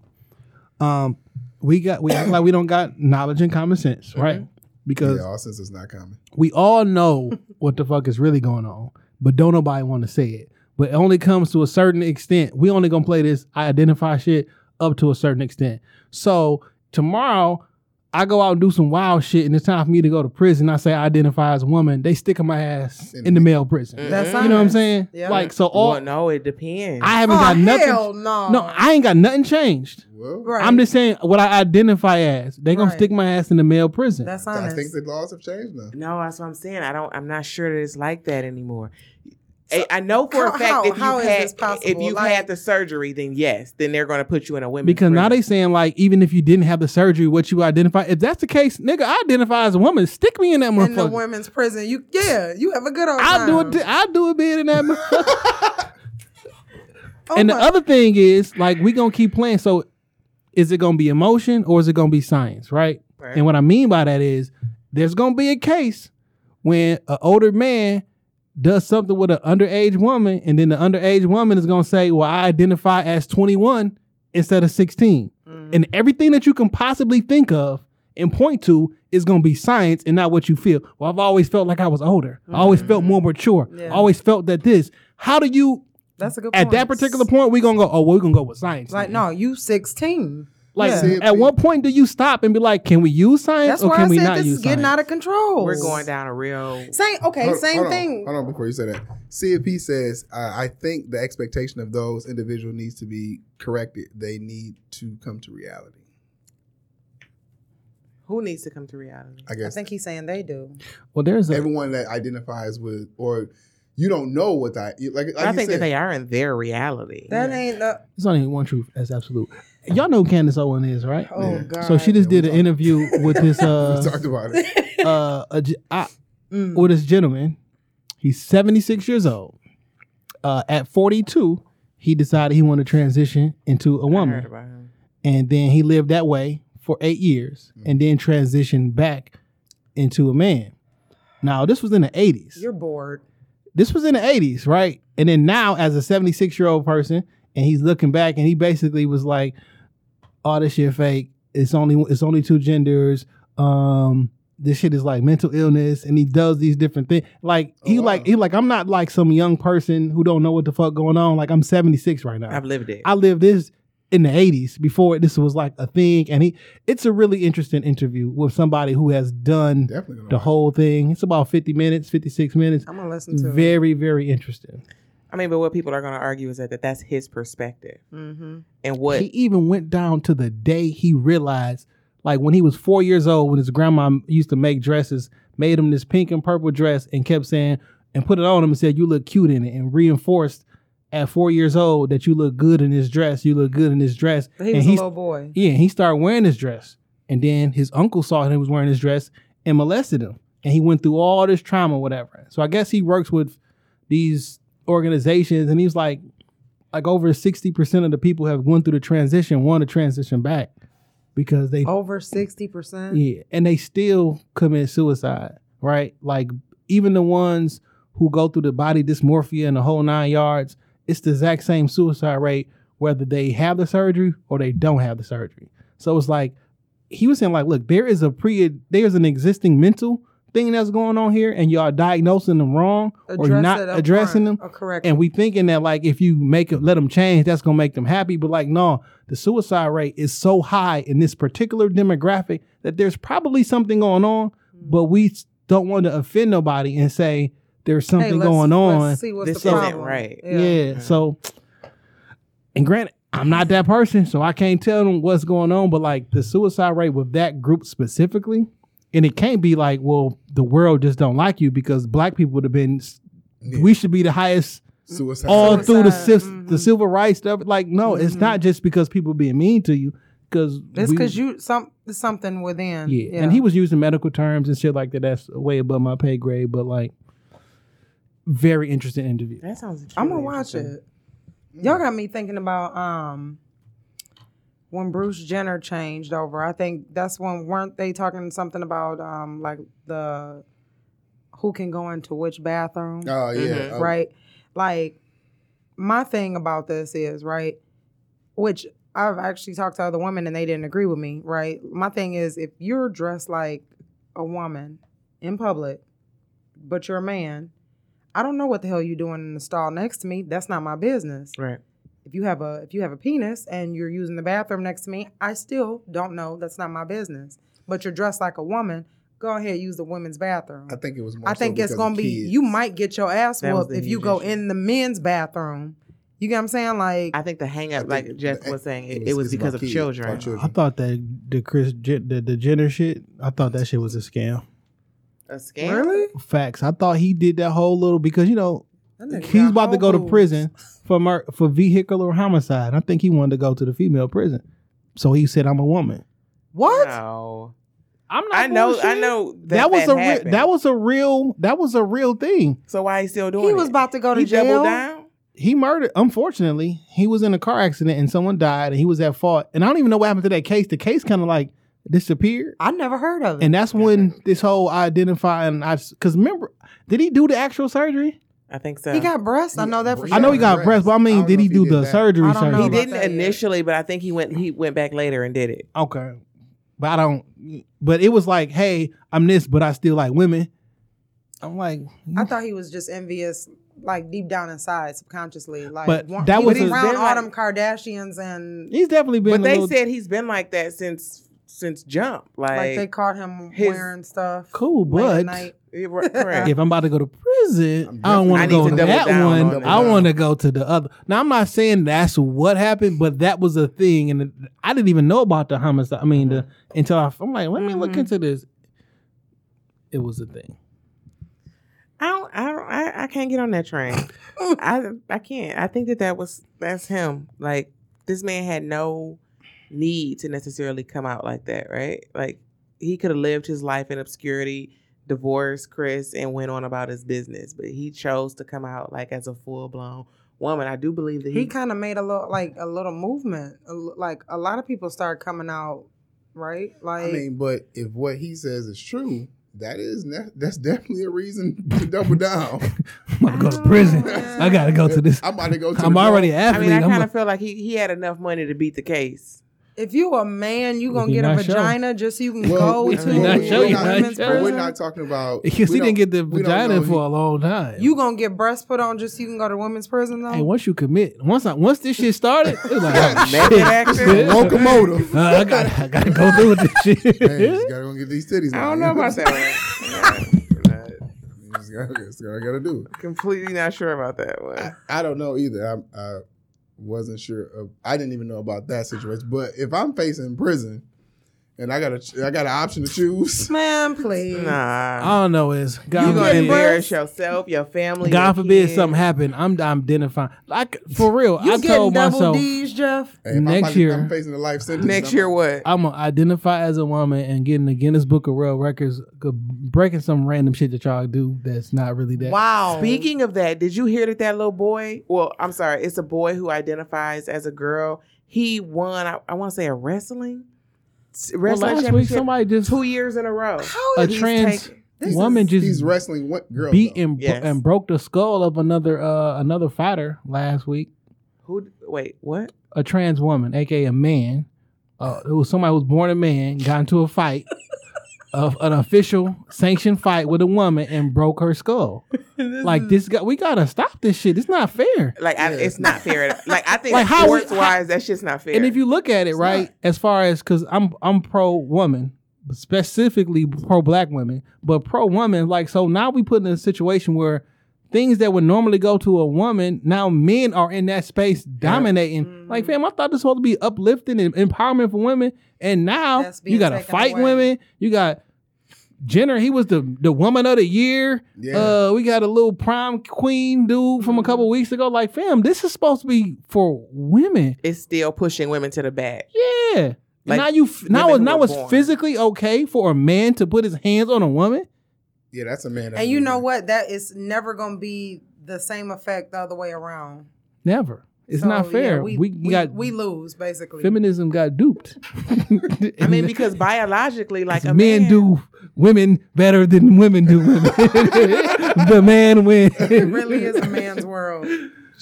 Speaker 4: Um, we got we act like we don't got knowledge and common sense,
Speaker 1: Mm-hmm.
Speaker 4: right? Because
Speaker 1: yeah, all since it's not common.
Speaker 4: we all know what the fuck is really going on, but don't nobody want to say it. But it only comes to a certain extent. We only gonna play this I identify shit up to a certain extent. So tomorrow I go out and do some wild shit, and it's time for me to go to prison. I say I identify as a woman. They sticking my ass
Speaker 1: In
Speaker 4: in the male prison.
Speaker 3: Mhm.
Speaker 2: That's
Speaker 4: You know what I'm saying?
Speaker 2: Yeah.
Speaker 4: Like so, all
Speaker 3: well, no, it depends.
Speaker 4: I haven't
Speaker 2: Oh,
Speaker 4: got nothing.
Speaker 2: hell no.
Speaker 4: No, I ain't got nothing changed.
Speaker 1: Well,
Speaker 2: Right.
Speaker 4: I'm just saying what I identify as. They gonna
Speaker 2: Right.
Speaker 4: stick my ass in the male prison.
Speaker 2: That's
Speaker 1: I
Speaker 2: honest.
Speaker 1: think the laws have changed now.
Speaker 3: no, that's what I'm saying. I don't. I'm not sure that it's like that anymore. I, I know for a
Speaker 2: How-
Speaker 3: fact
Speaker 2: how-
Speaker 3: if
Speaker 2: how
Speaker 3: you
Speaker 2: is
Speaker 3: had
Speaker 2: this possible?
Speaker 3: if you
Speaker 2: Like-
Speaker 3: had the surgery, then yes, then they're going to put you in a women's
Speaker 4: Because now
Speaker 3: prison.
Speaker 4: they saying like even if you didn't have the surgery, what you identify. If that's the case, nigga, I identify as a woman. Stick me in that
Speaker 2: in the
Speaker 4: motherfucker.
Speaker 2: women's prison. You yeah, you have a good old
Speaker 4: I'll
Speaker 2: time.
Speaker 4: do it. t- I'll do it being in that. motherfucker.
Speaker 2: Oh
Speaker 4: and the
Speaker 2: my-
Speaker 4: other thing is like we gonna keep playing. So is it gonna be emotion or is it gonna be science? Right.
Speaker 3: Right.
Speaker 4: And what I mean by that is there's gonna be a case when an older man does something with an underage woman, and then the underage woman is gonna say, "Well, I identify as 21 instead of 16,"
Speaker 2: Mm-hmm.
Speaker 4: and everything that you can possibly think of and point to is gonna be science and not what you feel. Well, I've always felt like I was older. I always felt more mature.
Speaker 2: Mm-hmm. Yeah.
Speaker 4: I always felt that this. How do you?
Speaker 2: That's a good
Speaker 4: At
Speaker 2: point.
Speaker 4: that particular point, we're gonna go. Oh, well, we're gonna go with science.
Speaker 2: Like
Speaker 4: then."
Speaker 2: no, you 16.
Speaker 4: Like,
Speaker 2: Yeah.
Speaker 1: See,
Speaker 4: at what point do you stop and be like, "Can we use science
Speaker 2: That's
Speaker 4: or
Speaker 2: why I
Speaker 4: can we
Speaker 2: said
Speaker 4: not
Speaker 2: this
Speaker 4: use
Speaker 2: is getting
Speaker 4: science?"
Speaker 2: out of control.
Speaker 3: we're going down a real
Speaker 2: Same okay,
Speaker 1: Hold-
Speaker 2: same
Speaker 1: hold on,
Speaker 2: thing.
Speaker 1: Hold on before you say that. CFP says, uh, I, I think the expectation of those individual needs to be corrected. They need to come to reality.
Speaker 3: Who needs to come to reality?
Speaker 1: I
Speaker 2: I
Speaker 1: guess
Speaker 2: think he's saying they do.
Speaker 4: Well, there's a
Speaker 1: everyone that identifies with or you don't know what that like, like
Speaker 3: I
Speaker 1: you
Speaker 3: think
Speaker 1: said,
Speaker 3: that they are in their reality.
Speaker 2: That
Speaker 1: Yeah.
Speaker 2: ain't the
Speaker 4: It's only one truth as absolute. Y'all know who Candace Owen is, right?
Speaker 2: oh
Speaker 1: Yeah.
Speaker 2: god. (laughs)
Speaker 4: so she just
Speaker 1: Yeah, we
Speaker 4: did an
Speaker 1: talked-
Speaker 4: interview with
Speaker 1: (laughs)
Speaker 4: this
Speaker 1: we
Speaker 4: uh,
Speaker 1: talked about it.
Speaker 4: uh a ge- I-
Speaker 2: Mm.
Speaker 4: with this gentleman. He's 76 years old. Uh, at 42, he decided he wanted to transition into a
Speaker 3: I heard
Speaker 4: woman,
Speaker 3: about him.
Speaker 4: and then he lived that way for eight years,
Speaker 1: Mm-hmm.
Speaker 4: and then transitioned back into a man. Now, this was in the 80s.
Speaker 2: You're bored.
Speaker 4: this was in the 80s, right? And then now, as a 76 year old person, and he's looking back and he basically was like, all this shit fake. It's only it's only two genders. Um, this shit is like mental illness, and he does these different things. Like he
Speaker 1: Oh, wow.
Speaker 4: like he like I'm not like some young person who don't know what the fuck going on. Like I'm 76 right now.
Speaker 3: I've lived it.
Speaker 4: I lived this in the 80s before this was like a thing, and he it's a really interesting interview with somebody who has done
Speaker 1: Definitely gonna
Speaker 4: the
Speaker 1: watch.
Speaker 4: whole thing. It's about 50 minutes, 56 minutes.
Speaker 2: I'm gonna listen to it.
Speaker 4: Very very interesting.
Speaker 3: I mean, but what people are going to argue is that, that that's his perspective
Speaker 2: Mm-hmm.
Speaker 3: and what
Speaker 4: He even went down to the day he realized, like when he was four years old, when his grandma used to make dresses, made him this pink and purple dress and kept saying, and put it on him and said, You look cute in it, and reinforced at four years old that you look good in this dress, you look good in this dress.
Speaker 2: But he
Speaker 4: and
Speaker 2: was a
Speaker 4: he-
Speaker 2: little boy.
Speaker 4: Yeah, he started wearing his dress. And then his uncle saw him was wearing his dress and molested him. And he went through all this trauma, whatever. So I guess he works with these organizations and he's like like over 60% of the people have gone through the transition, want to transition back because they
Speaker 2: Over sixty percent.
Speaker 4: yeah, and they still commit suicide, right? Like even the ones who go through the body dysmorphia and the whole nine yards, it's the exact same suicide rate whether they have the surgery or they don't have the surgery. So it's like he was saying, like, look, there is a pre, there's an existing mental thing that's going on here, and y'all diagnosing them wrong or not
Speaker 2: it up
Speaker 4: addressing them
Speaker 2: front, or correct.
Speaker 4: and we thinking that like if you make it let them change that's gonna make them happy but like no the suicide rate is so high in this particular demographic that there's probably something going on
Speaker 2: Mm.
Speaker 4: but we s- don't want to offend nobody and say there's something
Speaker 2: let's-
Speaker 4: going on
Speaker 2: Let's see what's
Speaker 3: This
Speaker 2: the
Speaker 3: isn't
Speaker 2: problem.
Speaker 3: right.
Speaker 4: yeah.
Speaker 3: Mhm.
Speaker 4: so and granted i'm not that person so i can't tell them what's going on but like the suicide rate with that group specifically and it can't be like well the world just don't like you because black people would have been s-
Speaker 1: Yeah.
Speaker 4: we should be the highest
Speaker 1: Suicide.
Speaker 4: all
Speaker 1: rate.
Speaker 4: through the
Speaker 2: Suicide,
Speaker 4: civ- the
Speaker 2: mhm.
Speaker 4: civil rights stuff. Like, no, it's
Speaker 2: Mhm.
Speaker 4: not just because people being mean to you. Because
Speaker 2: It's because you some something
Speaker 4: yeah.
Speaker 2: within.
Speaker 4: and he was using medical terms and shit like that. That's way above my pay grade, but like, very interesting interview.
Speaker 3: that sounds.
Speaker 2: I'm gonna
Speaker 3: extremely
Speaker 2: watch
Speaker 3: interesting.
Speaker 2: it.
Speaker 1: Mm.
Speaker 2: Y'all got me thinking about um when Bruce Jenner changed over. I think that's when weren't they talking something about um like the who can go into which bathroom,
Speaker 1: Oh yeah.
Speaker 3: Mhm.
Speaker 1: Oh,
Speaker 2: right? Like my thing about this is right, which I've actually talked to other women and they didn't agree with me. Right? My thing is if you're dressed like a woman in public, but you're a man. I don't know what the hell you're doing in the stall next to me. That's not my business
Speaker 3: Right.
Speaker 2: if you have a if you have a penis and you're using the bathroom next to me, I still don't know. That's not my business. But you're dressed like a woman. Go ahead, use the women's bathroom.
Speaker 1: I think it was. More
Speaker 2: I
Speaker 1: so
Speaker 2: think it's
Speaker 1: because
Speaker 2: gonna
Speaker 1: of
Speaker 2: be
Speaker 1: kids.
Speaker 2: you might get your ass
Speaker 3: That was
Speaker 2: whooped
Speaker 3: the
Speaker 2: if
Speaker 3: huge
Speaker 2: you go
Speaker 3: issue.
Speaker 2: in the men's bathroom. You get what I'm saying? Like
Speaker 3: I think the hang
Speaker 1: I
Speaker 3: up, like
Speaker 1: think
Speaker 3: Jeff
Speaker 1: the-
Speaker 3: was saying, it,
Speaker 1: it's-
Speaker 3: it was
Speaker 1: it's about
Speaker 3: because of
Speaker 1: kids,
Speaker 3: children.
Speaker 1: about children.
Speaker 4: I thought that the Chris Jen- the, the Jenner shit. I thought that shit was a scam.
Speaker 3: A scam?
Speaker 4: Facts. I thought he did that whole little because you know
Speaker 2: That nigga
Speaker 4: he's
Speaker 2: got
Speaker 4: about to
Speaker 2: whole
Speaker 4: go to
Speaker 2: boobs.
Speaker 4: prison for mur- for vehicular homicide. I think he wanted to go to the female prison, so he said, "I'm a woman."
Speaker 2: (laughs) What?
Speaker 3: No.
Speaker 4: I'm not.
Speaker 3: I know. I know that,
Speaker 4: that, was a
Speaker 3: happened.
Speaker 4: real, that was a real that was a real thing.
Speaker 3: So why he still doing?
Speaker 2: He was
Speaker 3: it?
Speaker 2: about to go to
Speaker 3: he
Speaker 2: jail.
Speaker 3: doubled down.
Speaker 4: He murdered. Unfortunately, he was in a car accident and someone died, and he was at fault. And I don't even know what happened to that case. The case kind of like disappeared,
Speaker 2: I never heard of it.
Speaker 4: and that's when this whole identifying. I because remember, did he do the actual surgery?
Speaker 3: I think so.
Speaker 2: he got breasts. I know that for
Speaker 1: He
Speaker 2: sure.
Speaker 4: I know he
Speaker 1: got
Speaker 4: got
Speaker 1: breast.
Speaker 4: breast, but I
Speaker 1: I
Speaker 4: mean,
Speaker 1: don't
Speaker 4: did
Speaker 1: know
Speaker 4: he
Speaker 1: if he
Speaker 4: do
Speaker 1: did
Speaker 4: the
Speaker 1: that.
Speaker 4: surgery?
Speaker 2: I don't know
Speaker 4: surgery?
Speaker 3: He
Speaker 2: about
Speaker 3: didn't
Speaker 2: that yet.
Speaker 3: initially, but I think he went. He went back later and did it.
Speaker 4: Okay. But I don't but it was like, hey, I'm this, but I still like women. I'm like
Speaker 2: I thought he was just envious, like deep down inside, subconsciously. Like,
Speaker 4: But
Speaker 2: wa-
Speaker 4: that
Speaker 2: he
Speaker 4: was
Speaker 2: was
Speaker 4: his-
Speaker 2: around
Speaker 3: They're
Speaker 2: all
Speaker 3: like-
Speaker 2: them Kardashians and
Speaker 4: he's definitely been
Speaker 3: But
Speaker 4: a
Speaker 3: they
Speaker 4: little
Speaker 3: said he's been like that since since jump.
Speaker 2: like
Speaker 3: Like,
Speaker 2: they caught him
Speaker 3: his-
Speaker 2: wearing stuff.
Speaker 4: cool,
Speaker 2: late at
Speaker 4: but
Speaker 2: night.
Speaker 3: it wor- correct.
Speaker 4: if I'm about to go to prison,
Speaker 1: I'm
Speaker 4: I don't want to go
Speaker 3: definitely- I
Speaker 4: to
Speaker 3: need to double
Speaker 4: that
Speaker 3: down
Speaker 1: on
Speaker 4: one.
Speaker 1: double
Speaker 4: I
Speaker 1: down.
Speaker 4: want to go to the other. Now I'm not saying that's what happened, but that was a thing, and it- I didn't even know about the homicide. I mean, the, until I, am like, let me look
Speaker 2: Mhm.
Speaker 3: Mm-hmm.
Speaker 4: into this. It was a thing. (laughs)
Speaker 3: I don't. I don't. I, I can't get on that (laughs) train. I I can't. I think that that was that's him. Like this man had no need to necessarily come out like that, right? Like he could have lived his life in obscurity, divorced Chris, and went on about his business. But he chose to come out like as a full blown woman. I do believe that he.
Speaker 2: He
Speaker 1: Mm-hmm.
Speaker 2: kind of made a little, like a little movement. A l- Like a lot of people started coming out, right? Like
Speaker 1: I mean, but if what he says is true, that is ne- that's definitely a reason (laughs) to double down.
Speaker 4: I'm about to go to prison.
Speaker 2: Oh,
Speaker 4: I gotta go to this.
Speaker 1: I'm about to go. To
Speaker 4: I'm
Speaker 1: the
Speaker 4: already an
Speaker 1: door.
Speaker 3: Ah. I
Speaker 4: athlete.
Speaker 3: mean, I
Speaker 4: I'm
Speaker 3: kind
Speaker 4: a-
Speaker 3: of feel like he, he had enough money to beat the case.
Speaker 2: If you a man, you
Speaker 4: If
Speaker 2: gonna
Speaker 4: you
Speaker 2: get a
Speaker 4: not sure.
Speaker 2: vagina just so you can
Speaker 1: Well,
Speaker 2: go
Speaker 1: we-
Speaker 4: If
Speaker 2: to
Speaker 4: you not
Speaker 2: a
Speaker 4: sure, you not
Speaker 2: women's
Speaker 4: sure.
Speaker 1: But
Speaker 2: prison.
Speaker 1: we're not talking about
Speaker 4: (laughs) because
Speaker 1: we
Speaker 4: he didn't
Speaker 1: don't-
Speaker 4: get the
Speaker 1: we don't know
Speaker 4: vagina
Speaker 1: he-
Speaker 4: for a long time.
Speaker 2: (laughs) you gonna get breast put on just so you can go to women's prison though.
Speaker 4: hey, once you commit, once I once this shit started, it
Speaker 3: (laughs)
Speaker 4: was like, oh,
Speaker 3: Method
Speaker 4: shit. (laughs)
Speaker 3: actor?
Speaker 4: Yeah.
Speaker 1: locomotive.
Speaker 4: Uh, I got I gotta go through with
Speaker 1: (laughs)
Speaker 4: this
Speaker 1: Man, you
Speaker 4: shit.
Speaker 1: just gotta go get these titties.
Speaker 3: I
Speaker 1: now,
Speaker 3: don't
Speaker 1: (laughs) you
Speaker 3: know about that one. (laughs)
Speaker 1: You just gotta, just gotta, gotta do it.
Speaker 3: Completely not sure about that one.
Speaker 1: I, I don't know either. I, I wasn't sure. Of, I didn't even know about that situation. But if I'm facing prison, and I got a, I got an option to choose. (laughs)
Speaker 2: Man, please.
Speaker 3: Nah.
Speaker 4: All I know is
Speaker 3: you
Speaker 4: God,
Speaker 3: gonna
Speaker 4: forbid,
Speaker 2: getting
Speaker 3: embarrass yourself, your family. your
Speaker 4: God forbid
Speaker 3: kids.
Speaker 4: something happened. I'm, I'm identifying. Like for real,
Speaker 2: You
Speaker 4: I
Speaker 2: getting
Speaker 4: told
Speaker 2: double
Speaker 4: myself
Speaker 2: D's, Jeff?
Speaker 1: Hey, if I'm
Speaker 4: Next
Speaker 1: about to-
Speaker 4: year.
Speaker 1: I'm facing a life sentence.
Speaker 3: Next
Speaker 1: I'm-
Speaker 3: year, what?
Speaker 4: I'm gonna identify as a woman and get in the Guinness Book of World Records, go- breaking some random shit that y'all do that's not really that.
Speaker 2: Wow.
Speaker 3: Speaking of that, did you hear that that little boy? Well, I'm sorry, it's a boy who identifies as a girl. He won. I, I want to say a wrestling s-
Speaker 4: Well,
Speaker 3: wrestling
Speaker 4: last week
Speaker 3: championship
Speaker 4: somebody just
Speaker 3: two years in a row.
Speaker 2: how
Speaker 4: a
Speaker 2: is
Speaker 3: he's
Speaker 4: trans
Speaker 3: taken-
Speaker 2: this
Speaker 4: woman
Speaker 2: is-
Speaker 4: just
Speaker 1: he's wrestling what girl?
Speaker 4: beat
Speaker 1: though?
Speaker 4: and, bro-
Speaker 3: Yes.
Speaker 4: and broke the skull of another uh, another fighter last week.
Speaker 3: Who? Wait, what?
Speaker 4: A trans woman, aka a man, uh, who was somebody who was born a man, got into a fight, of an official sanctioned fight with a woman and broke her skull. like this guy, we gotta stop this shit. It's not fair.
Speaker 3: Like, I,
Speaker 1: Yeah.
Speaker 3: it's not fair.
Speaker 4: (laughs)
Speaker 3: at- Like, I think
Speaker 4: Like, how we-
Speaker 3: sports wise, that shit's not fair.
Speaker 4: And if you look at it, right, as far as because I'm I'm pro woman, specifically pro black women, but pro woman, like so now we put in a situation where things that would normally go to a woman, now men are in that space dominating. Like
Speaker 2: Mm-hmm.
Speaker 4: fam, I thought this was supposed to be uplifting and empowerment for women, and now
Speaker 2: That's being
Speaker 4: you got to
Speaker 2: taken
Speaker 4: fight
Speaker 2: away.
Speaker 4: women. You got Jenner, he was the the woman of the year.
Speaker 1: Yeah.
Speaker 4: Uh, we got a little prime queen dude from a couple weeks ago. Like, fam, this is supposed to be for women.
Speaker 3: it's still pushing women to the back.
Speaker 4: Yeah.
Speaker 3: Like,
Speaker 4: now you f- now it's
Speaker 3: women who
Speaker 4: now
Speaker 3: were
Speaker 4: it's
Speaker 3: born.
Speaker 4: physically okay for a man to put his hands on a woman.
Speaker 1: Yeah, that's a man.
Speaker 2: and you know what? That is never gonna be the same effect the other way around.
Speaker 4: Never. It's
Speaker 2: So,
Speaker 4: not
Speaker 2: yeah,
Speaker 4: fair.
Speaker 2: we,
Speaker 4: we,
Speaker 2: we-
Speaker 4: got
Speaker 2: we lose basically.
Speaker 4: feminism got
Speaker 2: (laughs)
Speaker 4: duped.
Speaker 3: I
Speaker 4: (laughs)
Speaker 3: mean, because biologically, like a
Speaker 4: men
Speaker 3: man,
Speaker 4: do women better than women do women. (laughs) the man
Speaker 3: (laughs)
Speaker 4: wins.
Speaker 2: it really is a man's
Speaker 4: (laughs)
Speaker 2: world.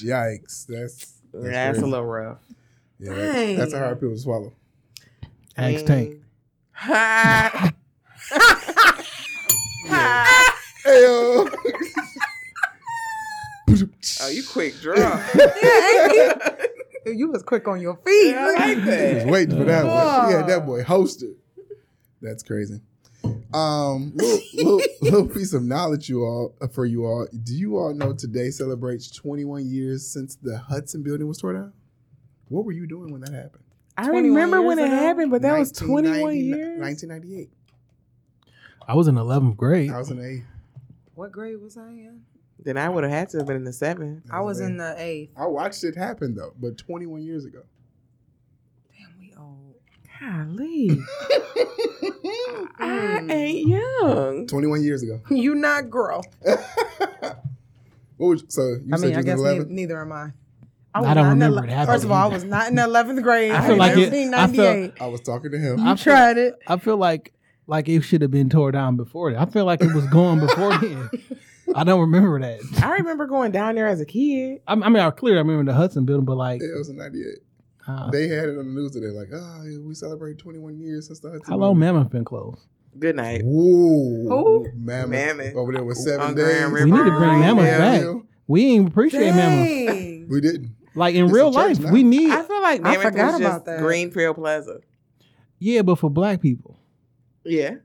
Speaker 1: Yikes! That's that's,
Speaker 3: Yeah, that's
Speaker 1: crazy.
Speaker 3: a little rough.
Speaker 1: Yeah, that- that's a
Speaker 2: Dang.
Speaker 1: hard pill to swallow.
Speaker 4: Axe tank.
Speaker 3: Ha!
Speaker 1: Heyo.
Speaker 3: (laughs) (laughs) oh, you quick draw.
Speaker 2: Yeah, ain't he? you was quick on your feet.
Speaker 3: I like
Speaker 1: He was
Speaker 3: that.
Speaker 1: waiting for that one.
Speaker 2: Oh.
Speaker 1: Yeah, that boy hosted. That's crazy. Um, little, little, little piece of knowledge, you all uh, for you all. Do you all know today celebrates 21 years since the Hudson Building was torn down? What were you doing when that happened?
Speaker 3: I
Speaker 2: 21
Speaker 3: remember when it
Speaker 2: years ago?
Speaker 3: happened, but that was 21
Speaker 1: 1990
Speaker 3: years.
Speaker 1: 1998.
Speaker 4: I was in 11th grade.
Speaker 1: I was in the eighth.
Speaker 2: What grade was I in?
Speaker 3: Then I would have had to have been in the seven.
Speaker 2: I was in the eighth.
Speaker 1: I watched it happen though, but 21 years
Speaker 2: (laughs)
Speaker 1: ago.
Speaker 2: Damn, we old. (laughs)
Speaker 3: (laughs) Golly, I ain't young.
Speaker 1: 21 years ago. (laughs)
Speaker 2: You not girl.
Speaker 1: What was so you
Speaker 2: I
Speaker 1: said
Speaker 2: mean,
Speaker 1: you
Speaker 2: I
Speaker 1: was
Speaker 2: guess neither,
Speaker 1: 11?
Speaker 2: neither am I.
Speaker 4: I
Speaker 2: was
Speaker 4: don't
Speaker 2: not in the
Speaker 4: remember
Speaker 2: ele-
Speaker 4: it happening
Speaker 2: First of all, I
Speaker 4: either.
Speaker 2: was not in the eleventh grade.
Speaker 3: I
Speaker 2: I
Speaker 3: feel
Speaker 2: feel
Speaker 3: like it- I
Speaker 4: feel-
Speaker 2: 1998.
Speaker 1: I was talking to him.
Speaker 4: I
Speaker 2: you
Speaker 4: feel-
Speaker 2: tried it.
Speaker 4: I feel like like it should have been tore down before that. I feel like it was gone before
Speaker 3: (laughs)
Speaker 4: then. I don't remember that.
Speaker 3: I remember going down there as a kid.
Speaker 4: I, I mean, I clearly remember the Hudson building, but like,
Speaker 1: Yeah, it was in 98.
Speaker 4: uh,
Speaker 1: They had it on the news today, like, ah, we celebrate 21 years since the Hudson.
Speaker 4: how long Mammoth been closed?
Speaker 3: Good night.
Speaker 1: Whoa.
Speaker 2: Who?
Speaker 1: Mammoth.
Speaker 3: Mammoth.
Speaker 1: Over there was seven
Speaker 3: on
Speaker 1: days.
Speaker 3: Grand
Speaker 4: We need to bring Mammoth
Speaker 1: Yeah,
Speaker 4: back.
Speaker 1: yeah.
Speaker 4: We ain't appreciate Mammoth.
Speaker 2: Dang.
Speaker 1: We didn't.
Speaker 4: Like in
Speaker 1: It's a
Speaker 4: real
Speaker 1: church
Speaker 4: life,
Speaker 1: now.
Speaker 4: we need.
Speaker 3: I feel like
Speaker 2: I
Speaker 3: Mammoth
Speaker 2: forgot
Speaker 3: was
Speaker 2: about
Speaker 3: just
Speaker 2: that.
Speaker 3: Greenfield Plaza.
Speaker 4: yeah, but for black people.
Speaker 3: Yeah,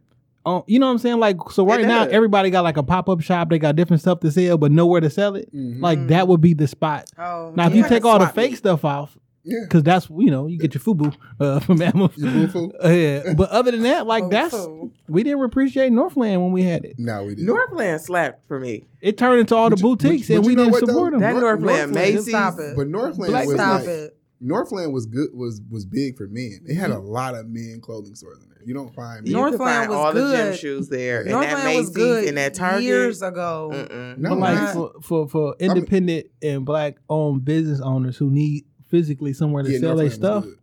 Speaker 4: Um, you know what I'm saying? Like, so right
Speaker 3: It
Speaker 4: now,
Speaker 3: does.
Speaker 4: everybody got like a pop up shop. They got different stuff to sell, but nowhere to sell it.
Speaker 1: Mhm.
Speaker 4: Like,
Speaker 2: Mhm.
Speaker 4: that would be the spot.
Speaker 2: Oh,
Speaker 4: Now, if
Speaker 2: yeah.
Speaker 4: you take all the
Speaker 3: swap
Speaker 4: fake
Speaker 3: meet.
Speaker 4: stuff off,
Speaker 1: yeah.
Speaker 4: because that's, you know, you get your FUBU uh, (laughs) from Mammoth.
Speaker 1: Your boo-foo?
Speaker 4: (laughs) Uh, yeah. But other than that, like,
Speaker 2: Oh,
Speaker 4: that's,
Speaker 2: fool.
Speaker 4: we didn't appreciate Northland when we had it.
Speaker 1: No, we didn't.
Speaker 3: Northland slapped for me.
Speaker 4: It turned into all the
Speaker 1: But you- but-
Speaker 4: boutiques
Speaker 1: but
Speaker 4: and
Speaker 1: you
Speaker 4: we
Speaker 1: know
Speaker 4: didn't
Speaker 1: what, though?
Speaker 4: support them.
Speaker 3: That
Speaker 1: Nor-
Speaker 3: Northland,
Speaker 1: Northland-
Speaker 3: Macy's.
Speaker 2: Stop it.
Speaker 1: But Northland
Speaker 4: Black
Speaker 1: was
Speaker 2: Stop
Speaker 1: like,
Speaker 2: it.
Speaker 1: Northland was good was was big for men. It had a
Speaker 3: Mm-hmm.
Speaker 1: lot of men clothing stores in there. You don't find
Speaker 3: You
Speaker 1: men.
Speaker 2: North-
Speaker 3: could
Speaker 2: Northland
Speaker 3: find
Speaker 2: was
Speaker 3: all the gym
Speaker 2: good.
Speaker 3: shoes there, and that
Speaker 2: Northland
Speaker 3: Macy's
Speaker 2: was good
Speaker 3: and that Target.
Speaker 2: years ago.
Speaker 3: Mm-mm.
Speaker 1: No,
Speaker 4: But like
Speaker 2: not-
Speaker 4: for, for, for independent and black owned business owners who need physically somewhere to
Speaker 1: Yeah,
Speaker 4: sell
Speaker 1: Northland
Speaker 4: their
Speaker 1: was
Speaker 4: stuff,
Speaker 1: good.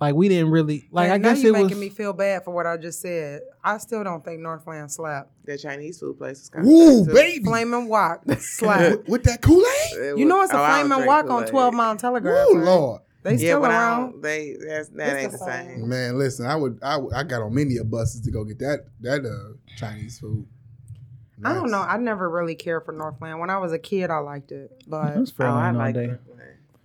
Speaker 4: Like we didn't really like.
Speaker 2: And
Speaker 4: I
Speaker 2: now
Speaker 4: guess it
Speaker 2: you're making
Speaker 4: was.
Speaker 2: me feel bad for what I just said. I still don't think Northland slapped.
Speaker 3: That Chinese food place is kind
Speaker 1: Woo, baby.
Speaker 2: Flaming
Speaker 1: (laughs)
Speaker 2: Walk slapped.
Speaker 1: With, with that Kool Aid?
Speaker 2: you know
Speaker 3: Oh,
Speaker 2: it's a Flaming Walk on 12 Mile Telegraph.
Speaker 1: Woo,
Speaker 2: right?
Speaker 1: Lord.
Speaker 2: They
Speaker 3: Yeah,
Speaker 2: still
Speaker 3: but I
Speaker 2: around.
Speaker 3: don't, they that's, that
Speaker 2: It's
Speaker 3: ain't
Speaker 2: the
Speaker 3: the same.
Speaker 2: same.
Speaker 1: Man, listen, I would, I, would- I got on many a buses to go get that that uh, Chinese food.
Speaker 2: I don't
Speaker 1: Nice.
Speaker 2: know. I never really cared for Northland. When I was a kid, I liked it, but
Speaker 4: That's
Speaker 3: Oh, I
Speaker 4: Fairlane all
Speaker 3: like
Speaker 4: day.
Speaker 3: Fairlane.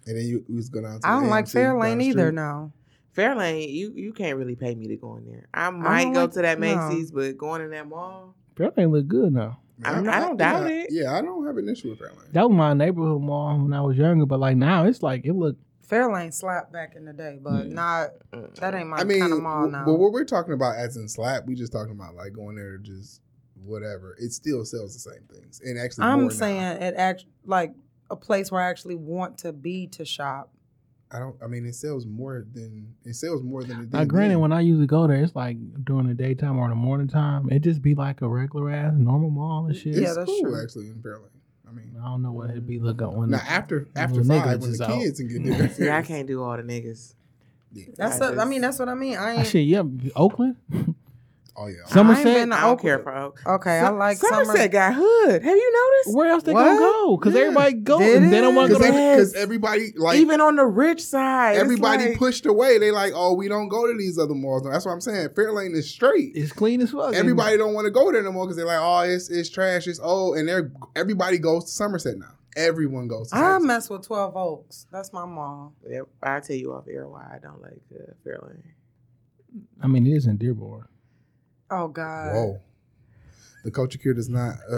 Speaker 1: And then you, you was going out. To
Speaker 2: I
Speaker 1: the
Speaker 2: don't like
Speaker 1: AMC down
Speaker 2: Fairlane
Speaker 1: the
Speaker 2: either
Speaker 1: street.
Speaker 2: now.
Speaker 3: Fairlane, you you can't really pay me to go in there. I might go
Speaker 2: like-
Speaker 3: to that
Speaker 2: no.
Speaker 3: Macy's, but going in that mall,
Speaker 4: Fairlane look good now.
Speaker 1: Man,
Speaker 3: I don't- I don't doubt
Speaker 1: yeah,
Speaker 3: it.
Speaker 1: Yeah, I don't have an issue with Fairlane.
Speaker 4: That was my neighborhood mall when I was younger, but like now it's like it look.
Speaker 2: Fairlane slapped back in the day, but
Speaker 4: Yeah.
Speaker 2: not
Speaker 3: mm,
Speaker 2: that ain't my
Speaker 1: Hmm. I mean,
Speaker 2: kind of mall
Speaker 1: w-
Speaker 2: now.
Speaker 1: but what we're talking about as in slap, we just talking about like going there to just whatever. It still sells the same things, and actually, more
Speaker 2: I'm
Speaker 1: now.
Speaker 2: saying it act like a place where I actually want to be to shop.
Speaker 1: I don't. I mean, it sells more than it sells more than it did.
Speaker 4: Now, granted,
Speaker 1: then.
Speaker 4: when I usually go there, it's like during the daytime or in the morning time. It just be like a regular ass normal mall and shit.
Speaker 1: it's
Speaker 2: Yeah, that's
Speaker 1: cool
Speaker 2: true.
Speaker 1: actually in Fairlane. I mean,
Speaker 4: I don't know what it'd be looking when.
Speaker 1: now after after
Speaker 4: Little
Speaker 1: five,
Speaker 4: niggas
Speaker 1: when
Speaker 4: is
Speaker 1: the
Speaker 4: out.
Speaker 1: kids and get
Speaker 2: (laughs)
Speaker 1: different.
Speaker 3: See, I can't do all the niggas.
Speaker 2: That's
Speaker 3: I
Speaker 2: I, a, I
Speaker 3: just-
Speaker 2: mean that's what I mean. I
Speaker 4: Ah,
Speaker 2: ain't
Speaker 4: shit, yeah, Oakland.
Speaker 1: Oh yeah.
Speaker 4: Some-
Speaker 2: I ain't
Speaker 4: Somerset?
Speaker 2: been to
Speaker 3: I don't care
Speaker 2: Oakland.
Speaker 3: for Oak.
Speaker 2: Okay, I
Speaker 3: Som-
Speaker 2: like
Speaker 3: Somerset
Speaker 2: Somerset.
Speaker 3: got hood. Have you noticed?
Speaker 4: Where else they
Speaker 2: What?
Speaker 4: gonna go? Because
Speaker 1: Yeah.
Speaker 4: everybody go.
Speaker 2: Did
Speaker 4: They don't want to
Speaker 1: Because
Speaker 4: go to
Speaker 1: because everybody like
Speaker 3: Even on the rich side, it's
Speaker 1: everybody
Speaker 3: like-
Speaker 1: pushed away. They like, oh, we don't go to these other malls. That's what I'm saying. Fairlane is straight.
Speaker 4: It's clean as fuck.
Speaker 1: Everybody don't want to go there no more because they're like, oh, it's it's trash, it's old, and they're everybody goes to Somerset now. Everyone goes. to
Speaker 2: I
Speaker 1: Somerset.
Speaker 2: mess with Twelve Oaks. That's my mall.
Speaker 3: Yeah, I'll tell you off air why I don't like uh, Fairlane.
Speaker 1: (laughs)
Speaker 3: (laughs)
Speaker 4: I mean, it is in Dearborn.
Speaker 2: Oh God.
Speaker 1: Whoa. The culture cure does not.
Speaker 4: (laughs)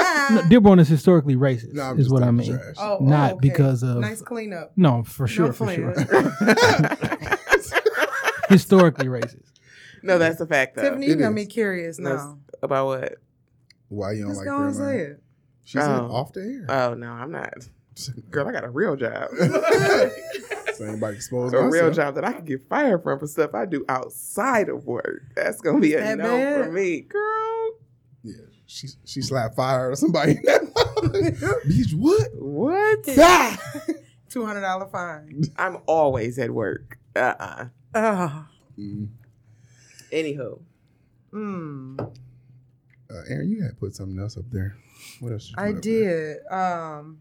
Speaker 1: Uh,
Speaker 2: (laughs)
Speaker 4: No, Dearborn is historically
Speaker 1: (laughs)
Speaker 4: racist.
Speaker 1: no, I'm
Speaker 4: is
Speaker 1: just
Speaker 4: what I
Speaker 1: talking
Speaker 4: mean.
Speaker 1: trash.
Speaker 2: Oh, oh,
Speaker 4: Not
Speaker 2: okay.
Speaker 4: because of
Speaker 2: nice cleanup.
Speaker 4: no, for
Speaker 2: No
Speaker 4: sure, for sure.
Speaker 2: flair.
Speaker 4: (laughs)
Speaker 2: (laughs)
Speaker 4: historically racist.
Speaker 3: no, that's a fact though.
Speaker 2: Tiffany, you
Speaker 1: It
Speaker 2: got
Speaker 1: is.
Speaker 2: me curious
Speaker 3: That's-
Speaker 2: now.
Speaker 3: About what?
Speaker 1: Why you don't
Speaker 2: Just
Speaker 1: like
Speaker 2: go and say
Speaker 1: Fairlane?
Speaker 2: it.
Speaker 1: She said
Speaker 3: Oh.
Speaker 1: off the air.
Speaker 3: Oh no, I'm not. (laughs) Girl, I got a
Speaker 1: (laughs)
Speaker 3: real job.
Speaker 1: so anybody expose
Speaker 3: a real
Speaker 1: myself.
Speaker 3: job that I can get fired from for stuff I do outside of work. That's gonna be a
Speaker 2: That
Speaker 3: no
Speaker 2: bad?
Speaker 3: for me, girl.
Speaker 1: Yeah, she she slapped fire or somebody. (laughs) Bitch, what?
Speaker 3: What?
Speaker 1: Ah!
Speaker 2: Two hundred dollar
Speaker 1: (laughs)
Speaker 2: fine.
Speaker 3: I'm always at work. Uh uh
Speaker 2: Oh.
Speaker 1: Mm.
Speaker 3: Anywho,
Speaker 2: Mm,
Speaker 1: Uh, Aaron, you had put something else up there. What else? you
Speaker 2: I
Speaker 1: put up there?
Speaker 2: did. Um.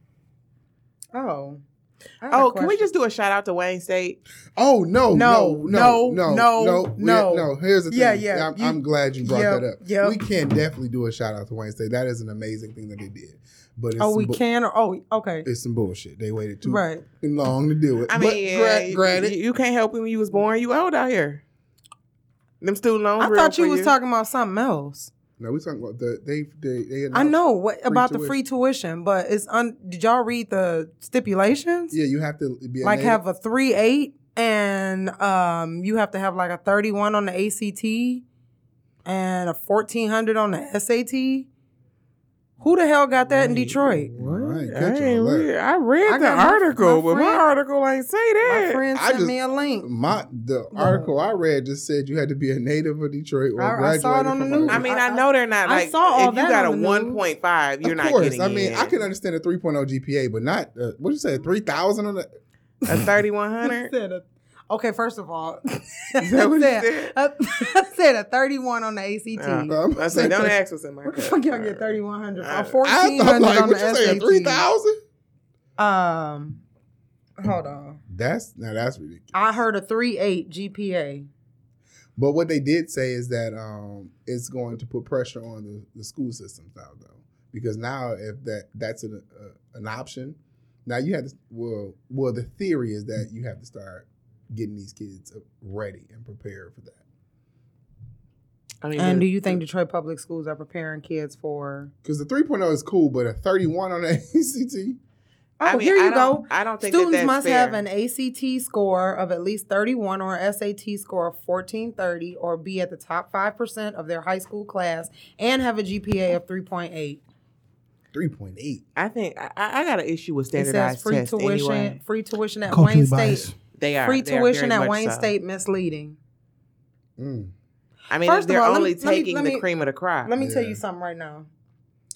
Speaker 2: Oh. I had a
Speaker 3: oh, can we
Speaker 2: question.
Speaker 3: just do a shout out to Wayne State?
Speaker 1: Oh no, no,
Speaker 2: No,
Speaker 1: no, no,
Speaker 2: no,
Speaker 1: no,
Speaker 2: no,
Speaker 1: We-
Speaker 2: no.
Speaker 1: no. Here's the thing.
Speaker 2: Yeah, yeah,
Speaker 1: I'm,
Speaker 2: you-
Speaker 1: I'm glad you brought
Speaker 2: Yep,
Speaker 1: that up.
Speaker 2: yep.
Speaker 1: We can definitely do a shout out to Wayne State. That is an amazing thing that they did. But it's
Speaker 2: Oh,
Speaker 1: some
Speaker 2: we
Speaker 1: bu-
Speaker 2: can. Or, oh, okay.
Speaker 1: It's some bullshit. They waited too
Speaker 2: Right.
Speaker 1: long to do it.
Speaker 3: I
Speaker 1: but
Speaker 3: mean, yeah,
Speaker 1: gra-
Speaker 3: you-
Speaker 1: granted,
Speaker 3: you, you can't help it when you was born. You old out here. Them student loans.
Speaker 2: I
Speaker 3: real
Speaker 2: thought
Speaker 3: for
Speaker 2: you was talking about something else.
Speaker 1: no, we talking about the they they they.
Speaker 2: I
Speaker 1: announced-
Speaker 2: know what about the
Speaker 1: tuition.
Speaker 2: free tuition, but it's un. Did y'all read the stipulations?
Speaker 1: Yeah, you have to be a
Speaker 2: like
Speaker 1: native-
Speaker 2: have a three eight, and um, you have to have like a thirty one on the ACT, and a fourteen hundred on the SAT. Who the hell got that in
Speaker 3: Wait,
Speaker 2: Detroit?
Speaker 3: What?
Speaker 1: I ain't
Speaker 3: I,
Speaker 1: catch
Speaker 3: ain't
Speaker 1: all that.
Speaker 3: read- I read
Speaker 2: I
Speaker 3: the
Speaker 2: got my-
Speaker 3: article,
Speaker 2: my
Speaker 3: but my
Speaker 2: friend-
Speaker 3: article ain't say
Speaker 2: My
Speaker 3: that.
Speaker 2: friend
Speaker 1: I
Speaker 2: sent
Speaker 1: just-
Speaker 2: me
Speaker 1: (laughs)
Speaker 2: a link.
Speaker 1: My the article I read just said you had to be a native of Detroit or
Speaker 2: I- I
Speaker 1: graduated
Speaker 2: saw it on the
Speaker 1: from.
Speaker 2: news.
Speaker 3: I mean,
Speaker 2: I-
Speaker 3: I, know they're not
Speaker 2: I
Speaker 3: like.
Speaker 2: saw all
Speaker 3: if you
Speaker 2: that
Speaker 3: got a
Speaker 2: on the news.
Speaker 3: 1.5, you're
Speaker 1: of
Speaker 3: not
Speaker 1: course,
Speaker 3: getting.
Speaker 1: I mean,
Speaker 3: in.
Speaker 1: I can understand a 3.0 GPA, but not uh, what you say, 3,000 on the
Speaker 3: a 3100.
Speaker 2: Said a- okay, first of all, (laughs)
Speaker 3: Is that what you
Speaker 2: I
Speaker 3: said?
Speaker 2: I said a thirty one on the ACT.
Speaker 3: Uh,
Speaker 1: Um,
Speaker 3: I said, don't ask what's in my
Speaker 2: Where the
Speaker 3: cup.
Speaker 2: fuck y'all get thirty one hundred?
Speaker 3: I- I
Speaker 2: Or
Speaker 1: (laughs)
Speaker 3: thought,
Speaker 1: I
Speaker 2: fourteen
Speaker 1: thought
Speaker 2: hundred
Speaker 1: like
Speaker 2: on
Speaker 1: what
Speaker 2: the
Speaker 1: you say,
Speaker 2: SAT?
Speaker 1: 3,000?
Speaker 2: Um, hold on.
Speaker 1: That's now that's ridiculous.
Speaker 2: I heard a three eight GPA.
Speaker 1: But what they did say is that um, it's going to put pressure on the, the school systems now, though, because now if that that's an uh, an option, now you have to. Well, well, the theory is that you have to start getting these kids ready and prepared for that.
Speaker 3: I mean,
Speaker 2: And
Speaker 3: the-
Speaker 2: do you think Detroit public schools are preparing kids for?
Speaker 1: Because the 3.0 is cool, but a 31 on the (laughs) ACT,
Speaker 2: Oh,
Speaker 3: I mean,
Speaker 2: here
Speaker 3: I
Speaker 2: you
Speaker 3: don't-
Speaker 2: go.
Speaker 3: I don't think that
Speaker 2: Students
Speaker 3: that's
Speaker 2: must
Speaker 3: fair.
Speaker 2: have an ACT score of at least 31 or an SAT score of 1430 or be at the top 5% of their high school class and have a GPA of 3.8.
Speaker 1: 3.8.
Speaker 3: I think I, I I got an issue with
Speaker 2: It says
Speaker 3: standardized
Speaker 2: free
Speaker 3: tests
Speaker 2: tuition,
Speaker 3: anyway.
Speaker 2: free tuition at
Speaker 4: Culturally
Speaker 2: Wayne
Speaker 4: biased.
Speaker 2: State.
Speaker 3: They are
Speaker 2: Free
Speaker 3: they are
Speaker 2: tuition
Speaker 3: very
Speaker 2: at
Speaker 3: much
Speaker 2: Wayne
Speaker 3: so.
Speaker 2: State misleading.
Speaker 1: Mm.
Speaker 3: I mean,
Speaker 2: First of
Speaker 3: they're
Speaker 2: all, let me-
Speaker 3: only
Speaker 2: let me-
Speaker 3: taking
Speaker 2: let me-
Speaker 3: the cream of the crop.
Speaker 2: Let me tell you
Speaker 1: Yeah.
Speaker 2: something right now.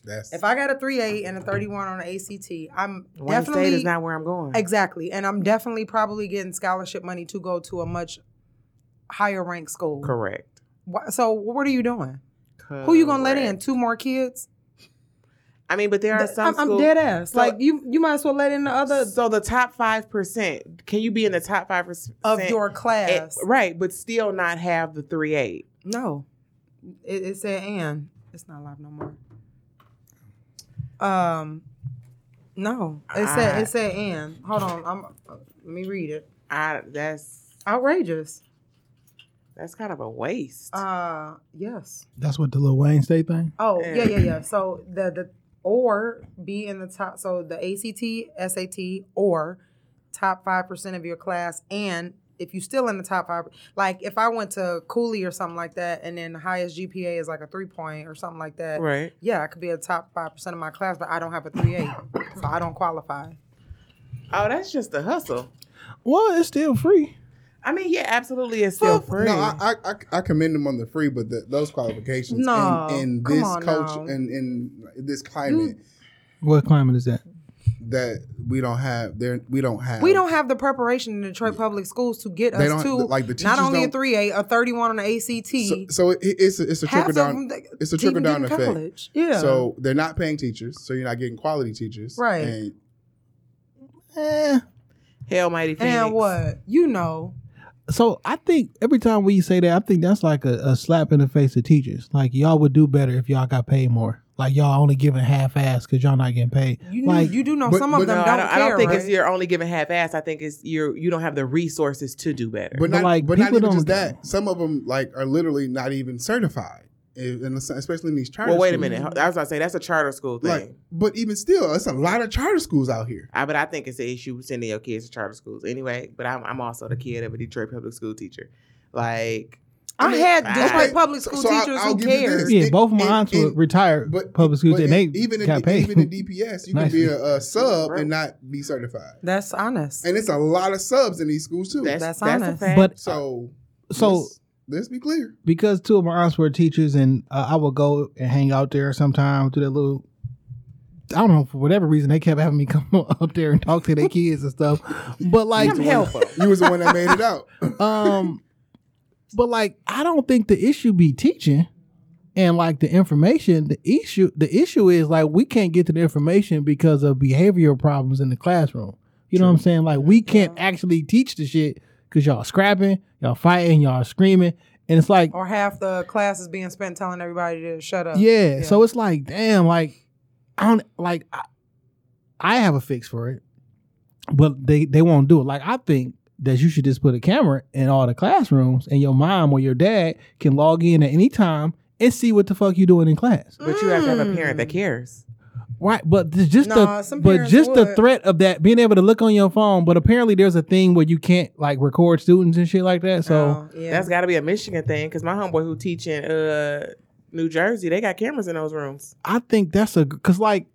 Speaker 1: That's
Speaker 2: If I got a three eight and a 31 on the ACT, I'm
Speaker 3: Wayne State
Speaker 2: definitely
Speaker 3: is not where I'm going.
Speaker 2: exactly, and I'm definitely probably getting scholarship money to go to a much higher ranked school.
Speaker 3: Correct.
Speaker 2: Wh- So what are you doing? Who
Speaker 3: Oh,
Speaker 2: you gonna let in?
Speaker 3: Correct.
Speaker 2: Two more kids?
Speaker 3: I mean, but there are
Speaker 2: Th-
Speaker 3: some.
Speaker 2: I'm, I'm
Speaker 3: schools-
Speaker 2: dead ass.
Speaker 3: So-
Speaker 2: like you, you might as well let in the other
Speaker 3: So the top five percent. Can you be in the top five percent
Speaker 2: of your
Speaker 3: Eh,
Speaker 2: class.
Speaker 3: right? But still not have the three eight.
Speaker 2: No, it, it said and it's not live no more. Um, no, it said
Speaker 3: I-
Speaker 2: it said and. Hold on, I'm uh, let me read it.
Speaker 3: I that's
Speaker 2: Outrageous.
Speaker 3: that's kind of a waste.
Speaker 2: Uh, yes.
Speaker 4: That's what the Lil Wayne State thing.
Speaker 2: Oh
Speaker 3: Yeah.
Speaker 2: yeah, yeah, yeah. So the the or be in the top. So the ACT, SAT, or top five percent of your class, and if you still in the top five, like if I went to Cooley or something like that, and then the highest GPA is like a three point or something like that.
Speaker 3: right.
Speaker 2: Yeah, I could be a top five percent of my class, but I don't have a three eight, so I don't qualify.
Speaker 3: Oh, that's just a hustle.
Speaker 4: Well, it's still free.
Speaker 3: I mean, yeah, absolutely, it's still free.
Speaker 1: No, I, I I- I commend them on the free, but the, those qualifications
Speaker 2: No,
Speaker 1: in, in
Speaker 2: come
Speaker 1: this
Speaker 2: on
Speaker 1: culture
Speaker 2: now.
Speaker 1: and in this climate
Speaker 4: What climate is that?
Speaker 1: that we don't have there we don't have
Speaker 2: We don't have the preparation in Detroit public schools to get
Speaker 1: They don't-
Speaker 2: us to
Speaker 1: like, the
Speaker 2: not
Speaker 1: teachers
Speaker 2: only a
Speaker 1: don't-
Speaker 2: three eight, a thirty one on the ACT.
Speaker 1: so, so it, it's a, it's a
Speaker 2: half
Speaker 1: trickle
Speaker 2: of
Speaker 1: down
Speaker 2: them, they-
Speaker 1: it's a trickle
Speaker 2: didn't
Speaker 1: down
Speaker 2: get in
Speaker 1: effect.
Speaker 2: college. Yeah.
Speaker 1: So they're not paying teachers, so you're not getting quality teachers.
Speaker 2: Right.
Speaker 1: And Eh.
Speaker 3: Hail mighty Phoenix.
Speaker 2: and what you know,
Speaker 4: So I think every time we say that, I think that's like a, a slap in the face of teachers. Like y'all would do better if y'all got paid more. Like y'all only giving half ass because y'all not getting paid.
Speaker 2: you
Speaker 4: like
Speaker 2: you do know
Speaker 1: But-
Speaker 2: some of
Speaker 1: but
Speaker 2: them
Speaker 3: No,
Speaker 2: don't,
Speaker 3: I don't, I
Speaker 2: care.
Speaker 3: don't think
Speaker 2: right?
Speaker 3: it's you're only giving half ass. I think it's you're you don't have the resources to do better.
Speaker 1: but not
Speaker 4: like,
Speaker 1: but not
Speaker 4: people
Speaker 1: even just
Speaker 4: don't get-
Speaker 1: that. Some of them like are literally not even certified, and and especially in these charter.
Speaker 3: well, wait a
Speaker 1: schools.
Speaker 3: minute. I was about to say that's a charter school thing.
Speaker 1: Like, but even still, it's a lot of charter schools out here.
Speaker 3: I, but I think it's an issue sending your kids to charter schools anyway. But I'm, I'm also the kid of a Detroit public school teacher. Like,
Speaker 2: I,
Speaker 1: I mean,
Speaker 2: had
Speaker 3: I-
Speaker 2: Detroit
Speaker 1: okay,
Speaker 2: public
Speaker 1: so-
Speaker 2: school
Speaker 1: so I'll-
Speaker 2: teachers
Speaker 1: I'll
Speaker 2: who
Speaker 1: give you
Speaker 2: cared.
Speaker 1: this.
Speaker 4: yeah,
Speaker 1: in-
Speaker 4: both of my
Speaker 1: in-
Speaker 4: aunts were
Speaker 1: in-
Speaker 4: retired
Speaker 1: But
Speaker 4: public schools,
Speaker 1: but
Speaker 4: and
Speaker 1: in-
Speaker 4: they
Speaker 1: even
Speaker 4: got
Speaker 1: in,
Speaker 4: paid.
Speaker 1: even in
Speaker 4: (laughs)
Speaker 1: DPS, you
Speaker 4: Nicely.
Speaker 1: can be a, a sub
Speaker 3: Right.
Speaker 1: and not be certified,
Speaker 2: That's honest.
Speaker 1: and it's a lot of subs in these schools too.
Speaker 3: that's
Speaker 2: That's
Speaker 3: that's, a
Speaker 2: honest.
Speaker 3: fact.
Speaker 4: But
Speaker 1: so
Speaker 4: (laughs) so
Speaker 1: let's, let's be clear.
Speaker 4: because two of my aunts were teachers, and uh, I would go and hang out there sometimes, do that little. I don't know for whatever reason they kept having me (laughs) come up there and talk to their kids and stuff, but like
Speaker 3: Come help 'em.
Speaker 1: (laughs) You was the one that made it out.
Speaker 4: (laughs) Um, but like, I don't think the issue be teaching and like the information. The issue, the issue is like we can't get to the information because of behavioral problems in the classroom. You know what I'm saying? Like we can't actually teach the shit because y'all scrapping, y'all fighting, y'all screaming, and it's like,
Speaker 2: or half the class is being spent telling everybody to shut up.
Speaker 4: yeah. So it's like, damn, like I don't like I, I have a fix for it, but they they won't do it. Like I think that you should just put a camera in all the classrooms, and your mom or your dad can log in at any time and see what the fuck you doing in class.
Speaker 3: But you have to have a parent that
Speaker 2: Mm.
Speaker 3: cares.
Speaker 4: Right, but th- just
Speaker 2: Nah,
Speaker 4: the
Speaker 2: some
Speaker 4: but
Speaker 2: parents
Speaker 4: just the
Speaker 2: would.
Speaker 4: threat of that being able to look on your phone. But apparently, there's a thing where you can't like record students and shit like that. So.
Speaker 2: Oh, yeah.
Speaker 3: That's got to be a Michigan thing because my homeboy who teaching uh New Jersey, they got cameras in those rooms.
Speaker 4: I think that's a because like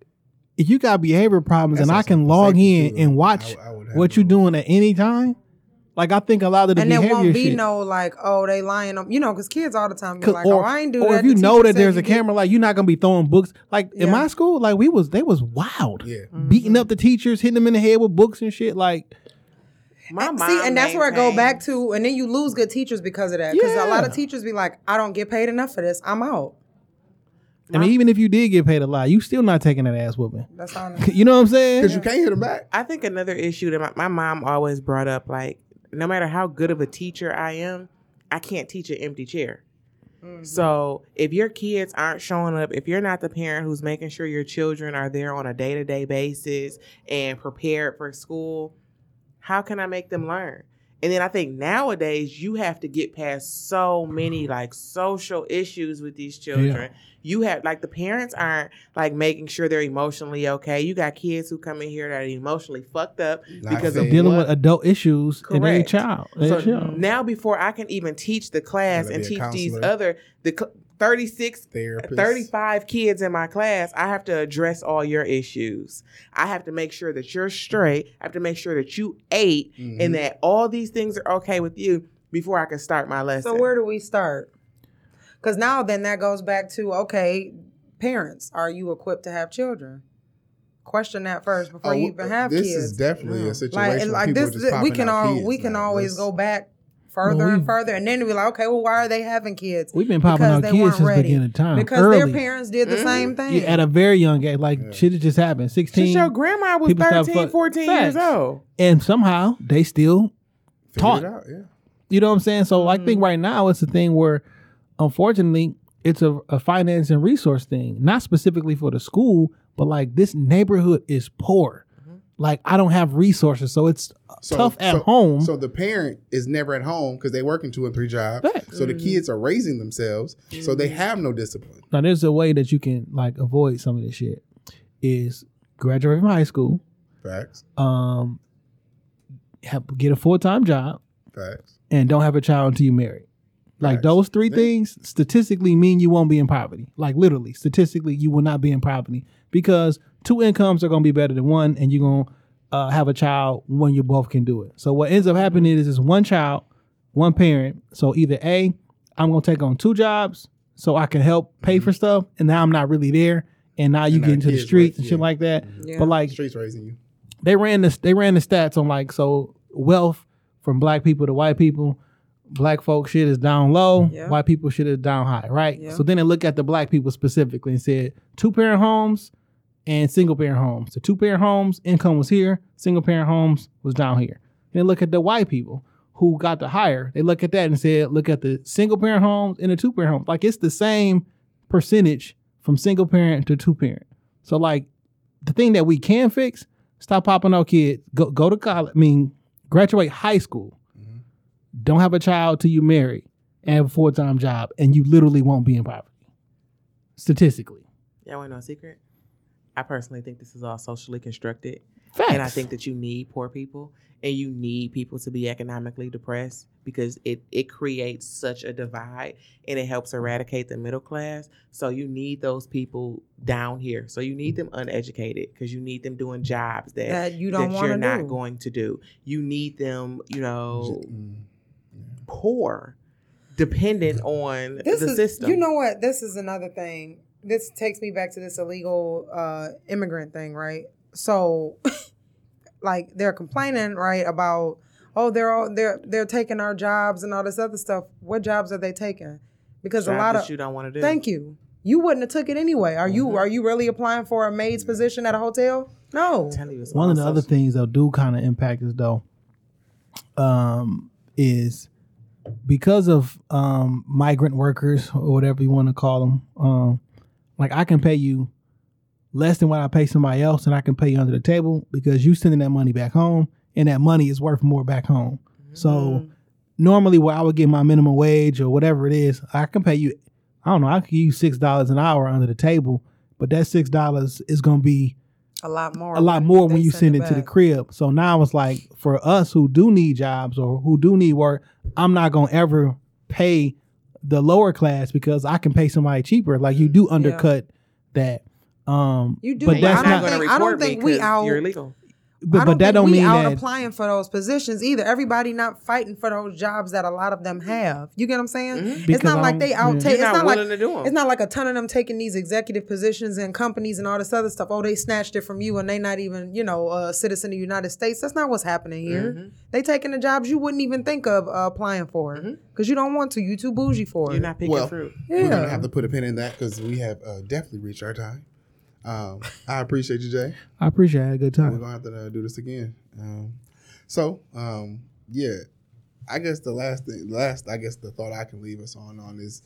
Speaker 4: if you got behavior problems
Speaker 1: That's
Speaker 4: and I
Speaker 1: also
Speaker 4: can
Speaker 1: for
Speaker 4: log
Speaker 1: safety,
Speaker 4: in
Speaker 1: too.
Speaker 4: and watch
Speaker 1: I- I would have
Speaker 4: what you
Speaker 1: those.
Speaker 4: doing at any time. Like I think a lot of the
Speaker 2: and there
Speaker 4: behavior
Speaker 2: won't be
Speaker 4: shit,
Speaker 2: no like, oh, they lying on you know, because kids all the time be
Speaker 4: 'Cause-
Speaker 2: like,
Speaker 4: or,
Speaker 2: oh, I ain't do
Speaker 4: or
Speaker 2: that.
Speaker 4: if you
Speaker 2: The
Speaker 4: know
Speaker 2: teacher
Speaker 4: that
Speaker 2: said
Speaker 4: there's
Speaker 2: you
Speaker 4: a
Speaker 2: did-
Speaker 4: camera, like you're not gonna be throwing books. Like in
Speaker 2: Yeah.
Speaker 4: my school, like we was they was wild,
Speaker 1: Yeah.
Speaker 2: Mm-hmm.
Speaker 4: beating up the teachers, hitting them in the head with books and shit. Like
Speaker 3: My
Speaker 2: And-
Speaker 3: mom
Speaker 2: See, and that's where I go back
Speaker 3: maintains-
Speaker 2: to, and then you lose good teachers because of that. Because a lot of
Speaker 4: Yeah.
Speaker 2: teachers be like, I don't get paid enough for this. I'm out.
Speaker 4: I mean, even if you did get paid a lot, you still not taking that ass whooping. (laughs)
Speaker 2: That's honest.
Speaker 4: You know what I'm saying?
Speaker 1: Because you can't hit them back.
Speaker 3: I think another issue that my, my mom always brought up, like, no matter how good of a teacher I am, I can't teach an empty chair. So if your kids aren't showing up, if you're not the parent who's making sure your children are there on a day to day basis and prepared for school, how can I make them learn? And then I think nowadays you have to get past so many like social issues with these children. You have like the parents aren't like making sure they're emotionally okay. You got kids who come in here that are emotionally fucked up
Speaker 1: Not
Speaker 3: because
Speaker 1: fed.
Speaker 3: of
Speaker 4: Dealing
Speaker 3: what-
Speaker 4: with adult issues in their
Speaker 3: Correct.
Speaker 4: child. their
Speaker 3: so
Speaker 4: child.
Speaker 3: now before I can even teach the class
Speaker 1: Gotta
Speaker 3: and
Speaker 1: be a
Speaker 3: teach these
Speaker 1: counselor.
Speaker 3: other the cl- 36
Speaker 1: Therapist.
Speaker 3: 35 kids in my class, I have to address all your issues. I have to make sure that you're straight. I have to make sure that you ate
Speaker 1: Mhm.
Speaker 3: and that all these things are okay with you before I can start my lesson.
Speaker 2: So where do we start? Because now then that goes back to okay, parents, are you equipped to have children? Question that first before
Speaker 1: Oh,
Speaker 2: you
Speaker 4: uh,
Speaker 2: even have
Speaker 1: this
Speaker 2: kids.
Speaker 1: is definitely
Speaker 4: Yeah.
Speaker 1: a situation
Speaker 2: like,
Speaker 1: where
Speaker 2: like
Speaker 1: people
Speaker 2: this,
Speaker 1: are just
Speaker 2: th- we
Speaker 1: popping
Speaker 2: can
Speaker 1: out
Speaker 2: all
Speaker 1: kids
Speaker 2: we can
Speaker 1: now.
Speaker 2: always
Speaker 1: Let's-
Speaker 2: go back further
Speaker 4: Well, we-
Speaker 2: and further, and then we're like, okay, well, why are they having kids?
Speaker 4: We've been popping
Speaker 2: Because
Speaker 4: out
Speaker 2: they
Speaker 4: kids
Speaker 2: weren't
Speaker 4: since
Speaker 2: ready.
Speaker 4: beginning of time.
Speaker 2: Because
Speaker 4: early.
Speaker 2: their parents did the
Speaker 3: Mhm.
Speaker 2: same thing.
Speaker 4: Yeah, at a very young age, like
Speaker 1: Yeah.
Speaker 4: shit had just happened.
Speaker 3: Since
Speaker 4: Sixteen,
Speaker 3: your grandma was
Speaker 4: people stop
Speaker 3: 13,
Speaker 4: fuck-
Speaker 3: 14 years
Speaker 4: Facts.
Speaker 3: old.
Speaker 4: and somehow they still
Speaker 1: Figure it
Speaker 4: taught.
Speaker 1: out, yeah.
Speaker 4: You know what I'm saying? So I think right now it's a thing where, unfortunately, it's a, a finance and resource thing, not specifically for the school, but like this neighborhood is poor. Like I don't have resources, so it's
Speaker 1: So-
Speaker 4: tough at
Speaker 1: so-
Speaker 4: home.
Speaker 1: So the parent is never at home because they working two and three jobs.
Speaker 4: Facts.
Speaker 1: So
Speaker 2: Mm.
Speaker 1: the kids are raising themselves, so they have no discipline.
Speaker 4: now there's a way that you can like avoid some of this shit. Is graduate from high school,
Speaker 1: Facts.
Speaker 4: um, have, get a full time job,
Speaker 1: Facts.
Speaker 4: and don't have a child until you marry. Like
Speaker 1: Facts.
Speaker 4: those three
Speaker 1: Yeah.
Speaker 4: things statistically mean you won't be in poverty. Like literally, statistically, you will not be in poverty because two incomes are going to be better than one, and you're going to uh, have a child when you both can do it. So what ends up happening is it's one child, one parent. So either a, I'm going to take on two jobs so I can help pay for stuff, and now I'm not really there, and now
Speaker 1: Mm-hmm.
Speaker 4: you
Speaker 1: And
Speaker 4: get
Speaker 1: our
Speaker 4: into the
Speaker 1: kids
Speaker 4: streets
Speaker 1: raised-
Speaker 4: and
Speaker 1: yeah.
Speaker 4: shit like that.
Speaker 2: Yeah.
Speaker 4: But like
Speaker 1: Streets raising you.
Speaker 4: they ran this they ran the stats on like so wealth from black people to white people black folk shit is down low
Speaker 2: Yeah.
Speaker 4: white people shit is down high right
Speaker 2: Yeah.
Speaker 4: so then they look at the black people specifically and said two parent homes and single parent homes the two parent homes income was here single parent homes was down here then look at the white people who got the higher they look at that and said look at the single parent homes and the two parent homes like it's the same percentage from single parent to two parent so like the thing that we can fix stop popping out kids go go to college i mean graduate high school
Speaker 2: Mm-hmm.
Speaker 1: Mhm.
Speaker 4: don't have a child till you marry and have a full-time job and you literally won't be in poverty statistically
Speaker 3: Y'all want to know a secret? I personally think this is all socially constructed.
Speaker 4: Facts.
Speaker 3: And I think that you need poor people and you need people to be economically depressed because it, it creates such a divide and it helps
Speaker 2: Mm-hmm.
Speaker 3: eradicate the middle class. So you need those people down here. So you need them uneducated because you need them doing jobs that,
Speaker 2: that you
Speaker 3: that
Speaker 2: don't want
Speaker 3: you're
Speaker 2: to
Speaker 3: not
Speaker 2: do.
Speaker 3: going to do. You need them, you
Speaker 4: oh,
Speaker 3: know,
Speaker 1: Mm.
Speaker 3: poor, dependent on
Speaker 2: Mm. this
Speaker 3: the
Speaker 2: is,
Speaker 3: system.
Speaker 2: You know what? This is another thing. This takes me back to this illegal uh, immigrant thing, right? So, (laughs) like, they're complaining, right, about oh, they're all, they're they're taking our jobs and all this other stuff. What jobs are they taking? Because
Speaker 3: Job
Speaker 2: a lot
Speaker 3: that
Speaker 2: of
Speaker 3: you don't want to do.
Speaker 2: thank you. You wouldn't have took it anyway. Are you
Speaker 4: Mm-hmm.
Speaker 2: are you really applying for a maid's position at a hotel? No.
Speaker 3: Tell you, it's
Speaker 4: one
Speaker 3: all
Speaker 4: of the other
Speaker 3: social-
Speaker 4: things that do kind of impact us though um is because of um migrant workers or whatever you want to call them um like i can pay you less than what i pay somebody else and i can pay you under the table because you sending that money back home and that money is worth more back home so
Speaker 2: Mhm.
Speaker 4: normally where i would get my minimum wage or whatever it is i can pay you i don't know i could use six dollars an hour under the table but that six dollars is going to be
Speaker 2: a lot more.
Speaker 4: a lot more when
Speaker 2: they
Speaker 4: you send it to the
Speaker 2: back.
Speaker 4: crib. So now it's like for us who do need jobs or who do need work, I'm not gonna ever pay the lower class because I can pay somebody cheaper. Like you do undercut that. Um
Speaker 2: Mm, You do,
Speaker 4: but
Speaker 2: but
Speaker 4: that's
Speaker 2: I don't
Speaker 4: not
Speaker 2: think-
Speaker 3: gonna
Speaker 2: I don't
Speaker 3: report me
Speaker 2: think we
Speaker 3: 'cause
Speaker 2: out-
Speaker 3: You're illegal.
Speaker 4: but,
Speaker 2: I
Speaker 4: but that
Speaker 2: think
Speaker 4: don't
Speaker 2: we
Speaker 4: mean
Speaker 2: out
Speaker 4: that
Speaker 2: applying for those positions either. Everybody not fighting for those jobs that a lot of them have. You get what I'm saying?
Speaker 1: Mm-hmm.
Speaker 4: because
Speaker 2: it's not
Speaker 4: I
Speaker 2: like
Speaker 4: don't-
Speaker 2: they out
Speaker 4: yeah.
Speaker 2: take.
Speaker 3: Mm-hmm. You're
Speaker 2: It's
Speaker 3: not,
Speaker 2: not,
Speaker 3: willing
Speaker 2: like
Speaker 3: to do them.
Speaker 2: it's not like a ton of them taking these executive positions in companies and all this other stuff. Oh, they snatched it from you, and they not even you know a citizen of the United States. That's not what's happening here.
Speaker 1: Mm-hmm.
Speaker 3: Mm-hmm.
Speaker 2: They taking the jobs you wouldn't even think of uh, applying for
Speaker 1: Mm-hmm.
Speaker 2: because you don't want to. You too bougie for
Speaker 3: You're
Speaker 2: it.
Speaker 3: not picking
Speaker 1: Well,
Speaker 3: fruit.
Speaker 1: We're gonna
Speaker 2: Yeah.
Speaker 1: have to put a pin in that because we have uh, definitely reached our time. Um, I appreciate you, Jay.
Speaker 4: I appreciate I had a good
Speaker 1: We're
Speaker 4: time.
Speaker 1: gonna have to uh, do this again. Um, so um, yeah, I guess the last thing, last I guess the thought I can leave us on on is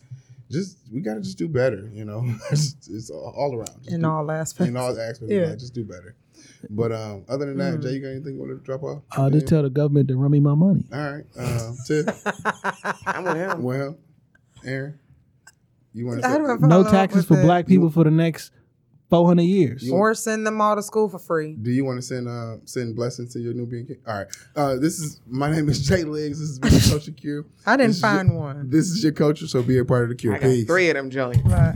Speaker 1: just we gotta just do better. You know, (laughs) it's, it's all- all around. Just
Speaker 2: (laughs) In
Speaker 1: do-
Speaker 2: all aspects. (laughs)
Speaker 1: in all aspects, of
Speaker 2: Yeah. Mm.
Speaker 1: life, just do better. But um, other than that, Jay, you got anything you want to drop off?
Speaker 4: Uh just tell the government to run me my money.
Speaker 1: all right, um, (laughs) Tiff,
Speaker 3: I'm with him.
Speaker 1: well, Aaron, you want to
Speaker 2: I
Speaker 1: say,
Speaker 2: don't follow
Speaker 4: No
Speaker 2: up
Speaker 4: taxes
Speaker 2: with
Speaker 4: for
Speaker 2: it.
Speaker 4: black people for the next four hundred years.
Speaker 2: Or send them all to school for free.
Speaker 1: Do you want to send uh, send blessings to your Nubian king? All right. Uh, this is my name is Jay Legs.
Speaker 3: (laughs)
Speaker 1: This is Mr. Culture Q.
Speaker 2: I didn't
Speaker 1: This is your-
Speaker 2: find one.
Speaker 1: This is your culture, so be a part of the Q.
Speaker 3: I got
Speaker 1: Peace.
Speaker 3: three of them joints.
Speaker 2: But-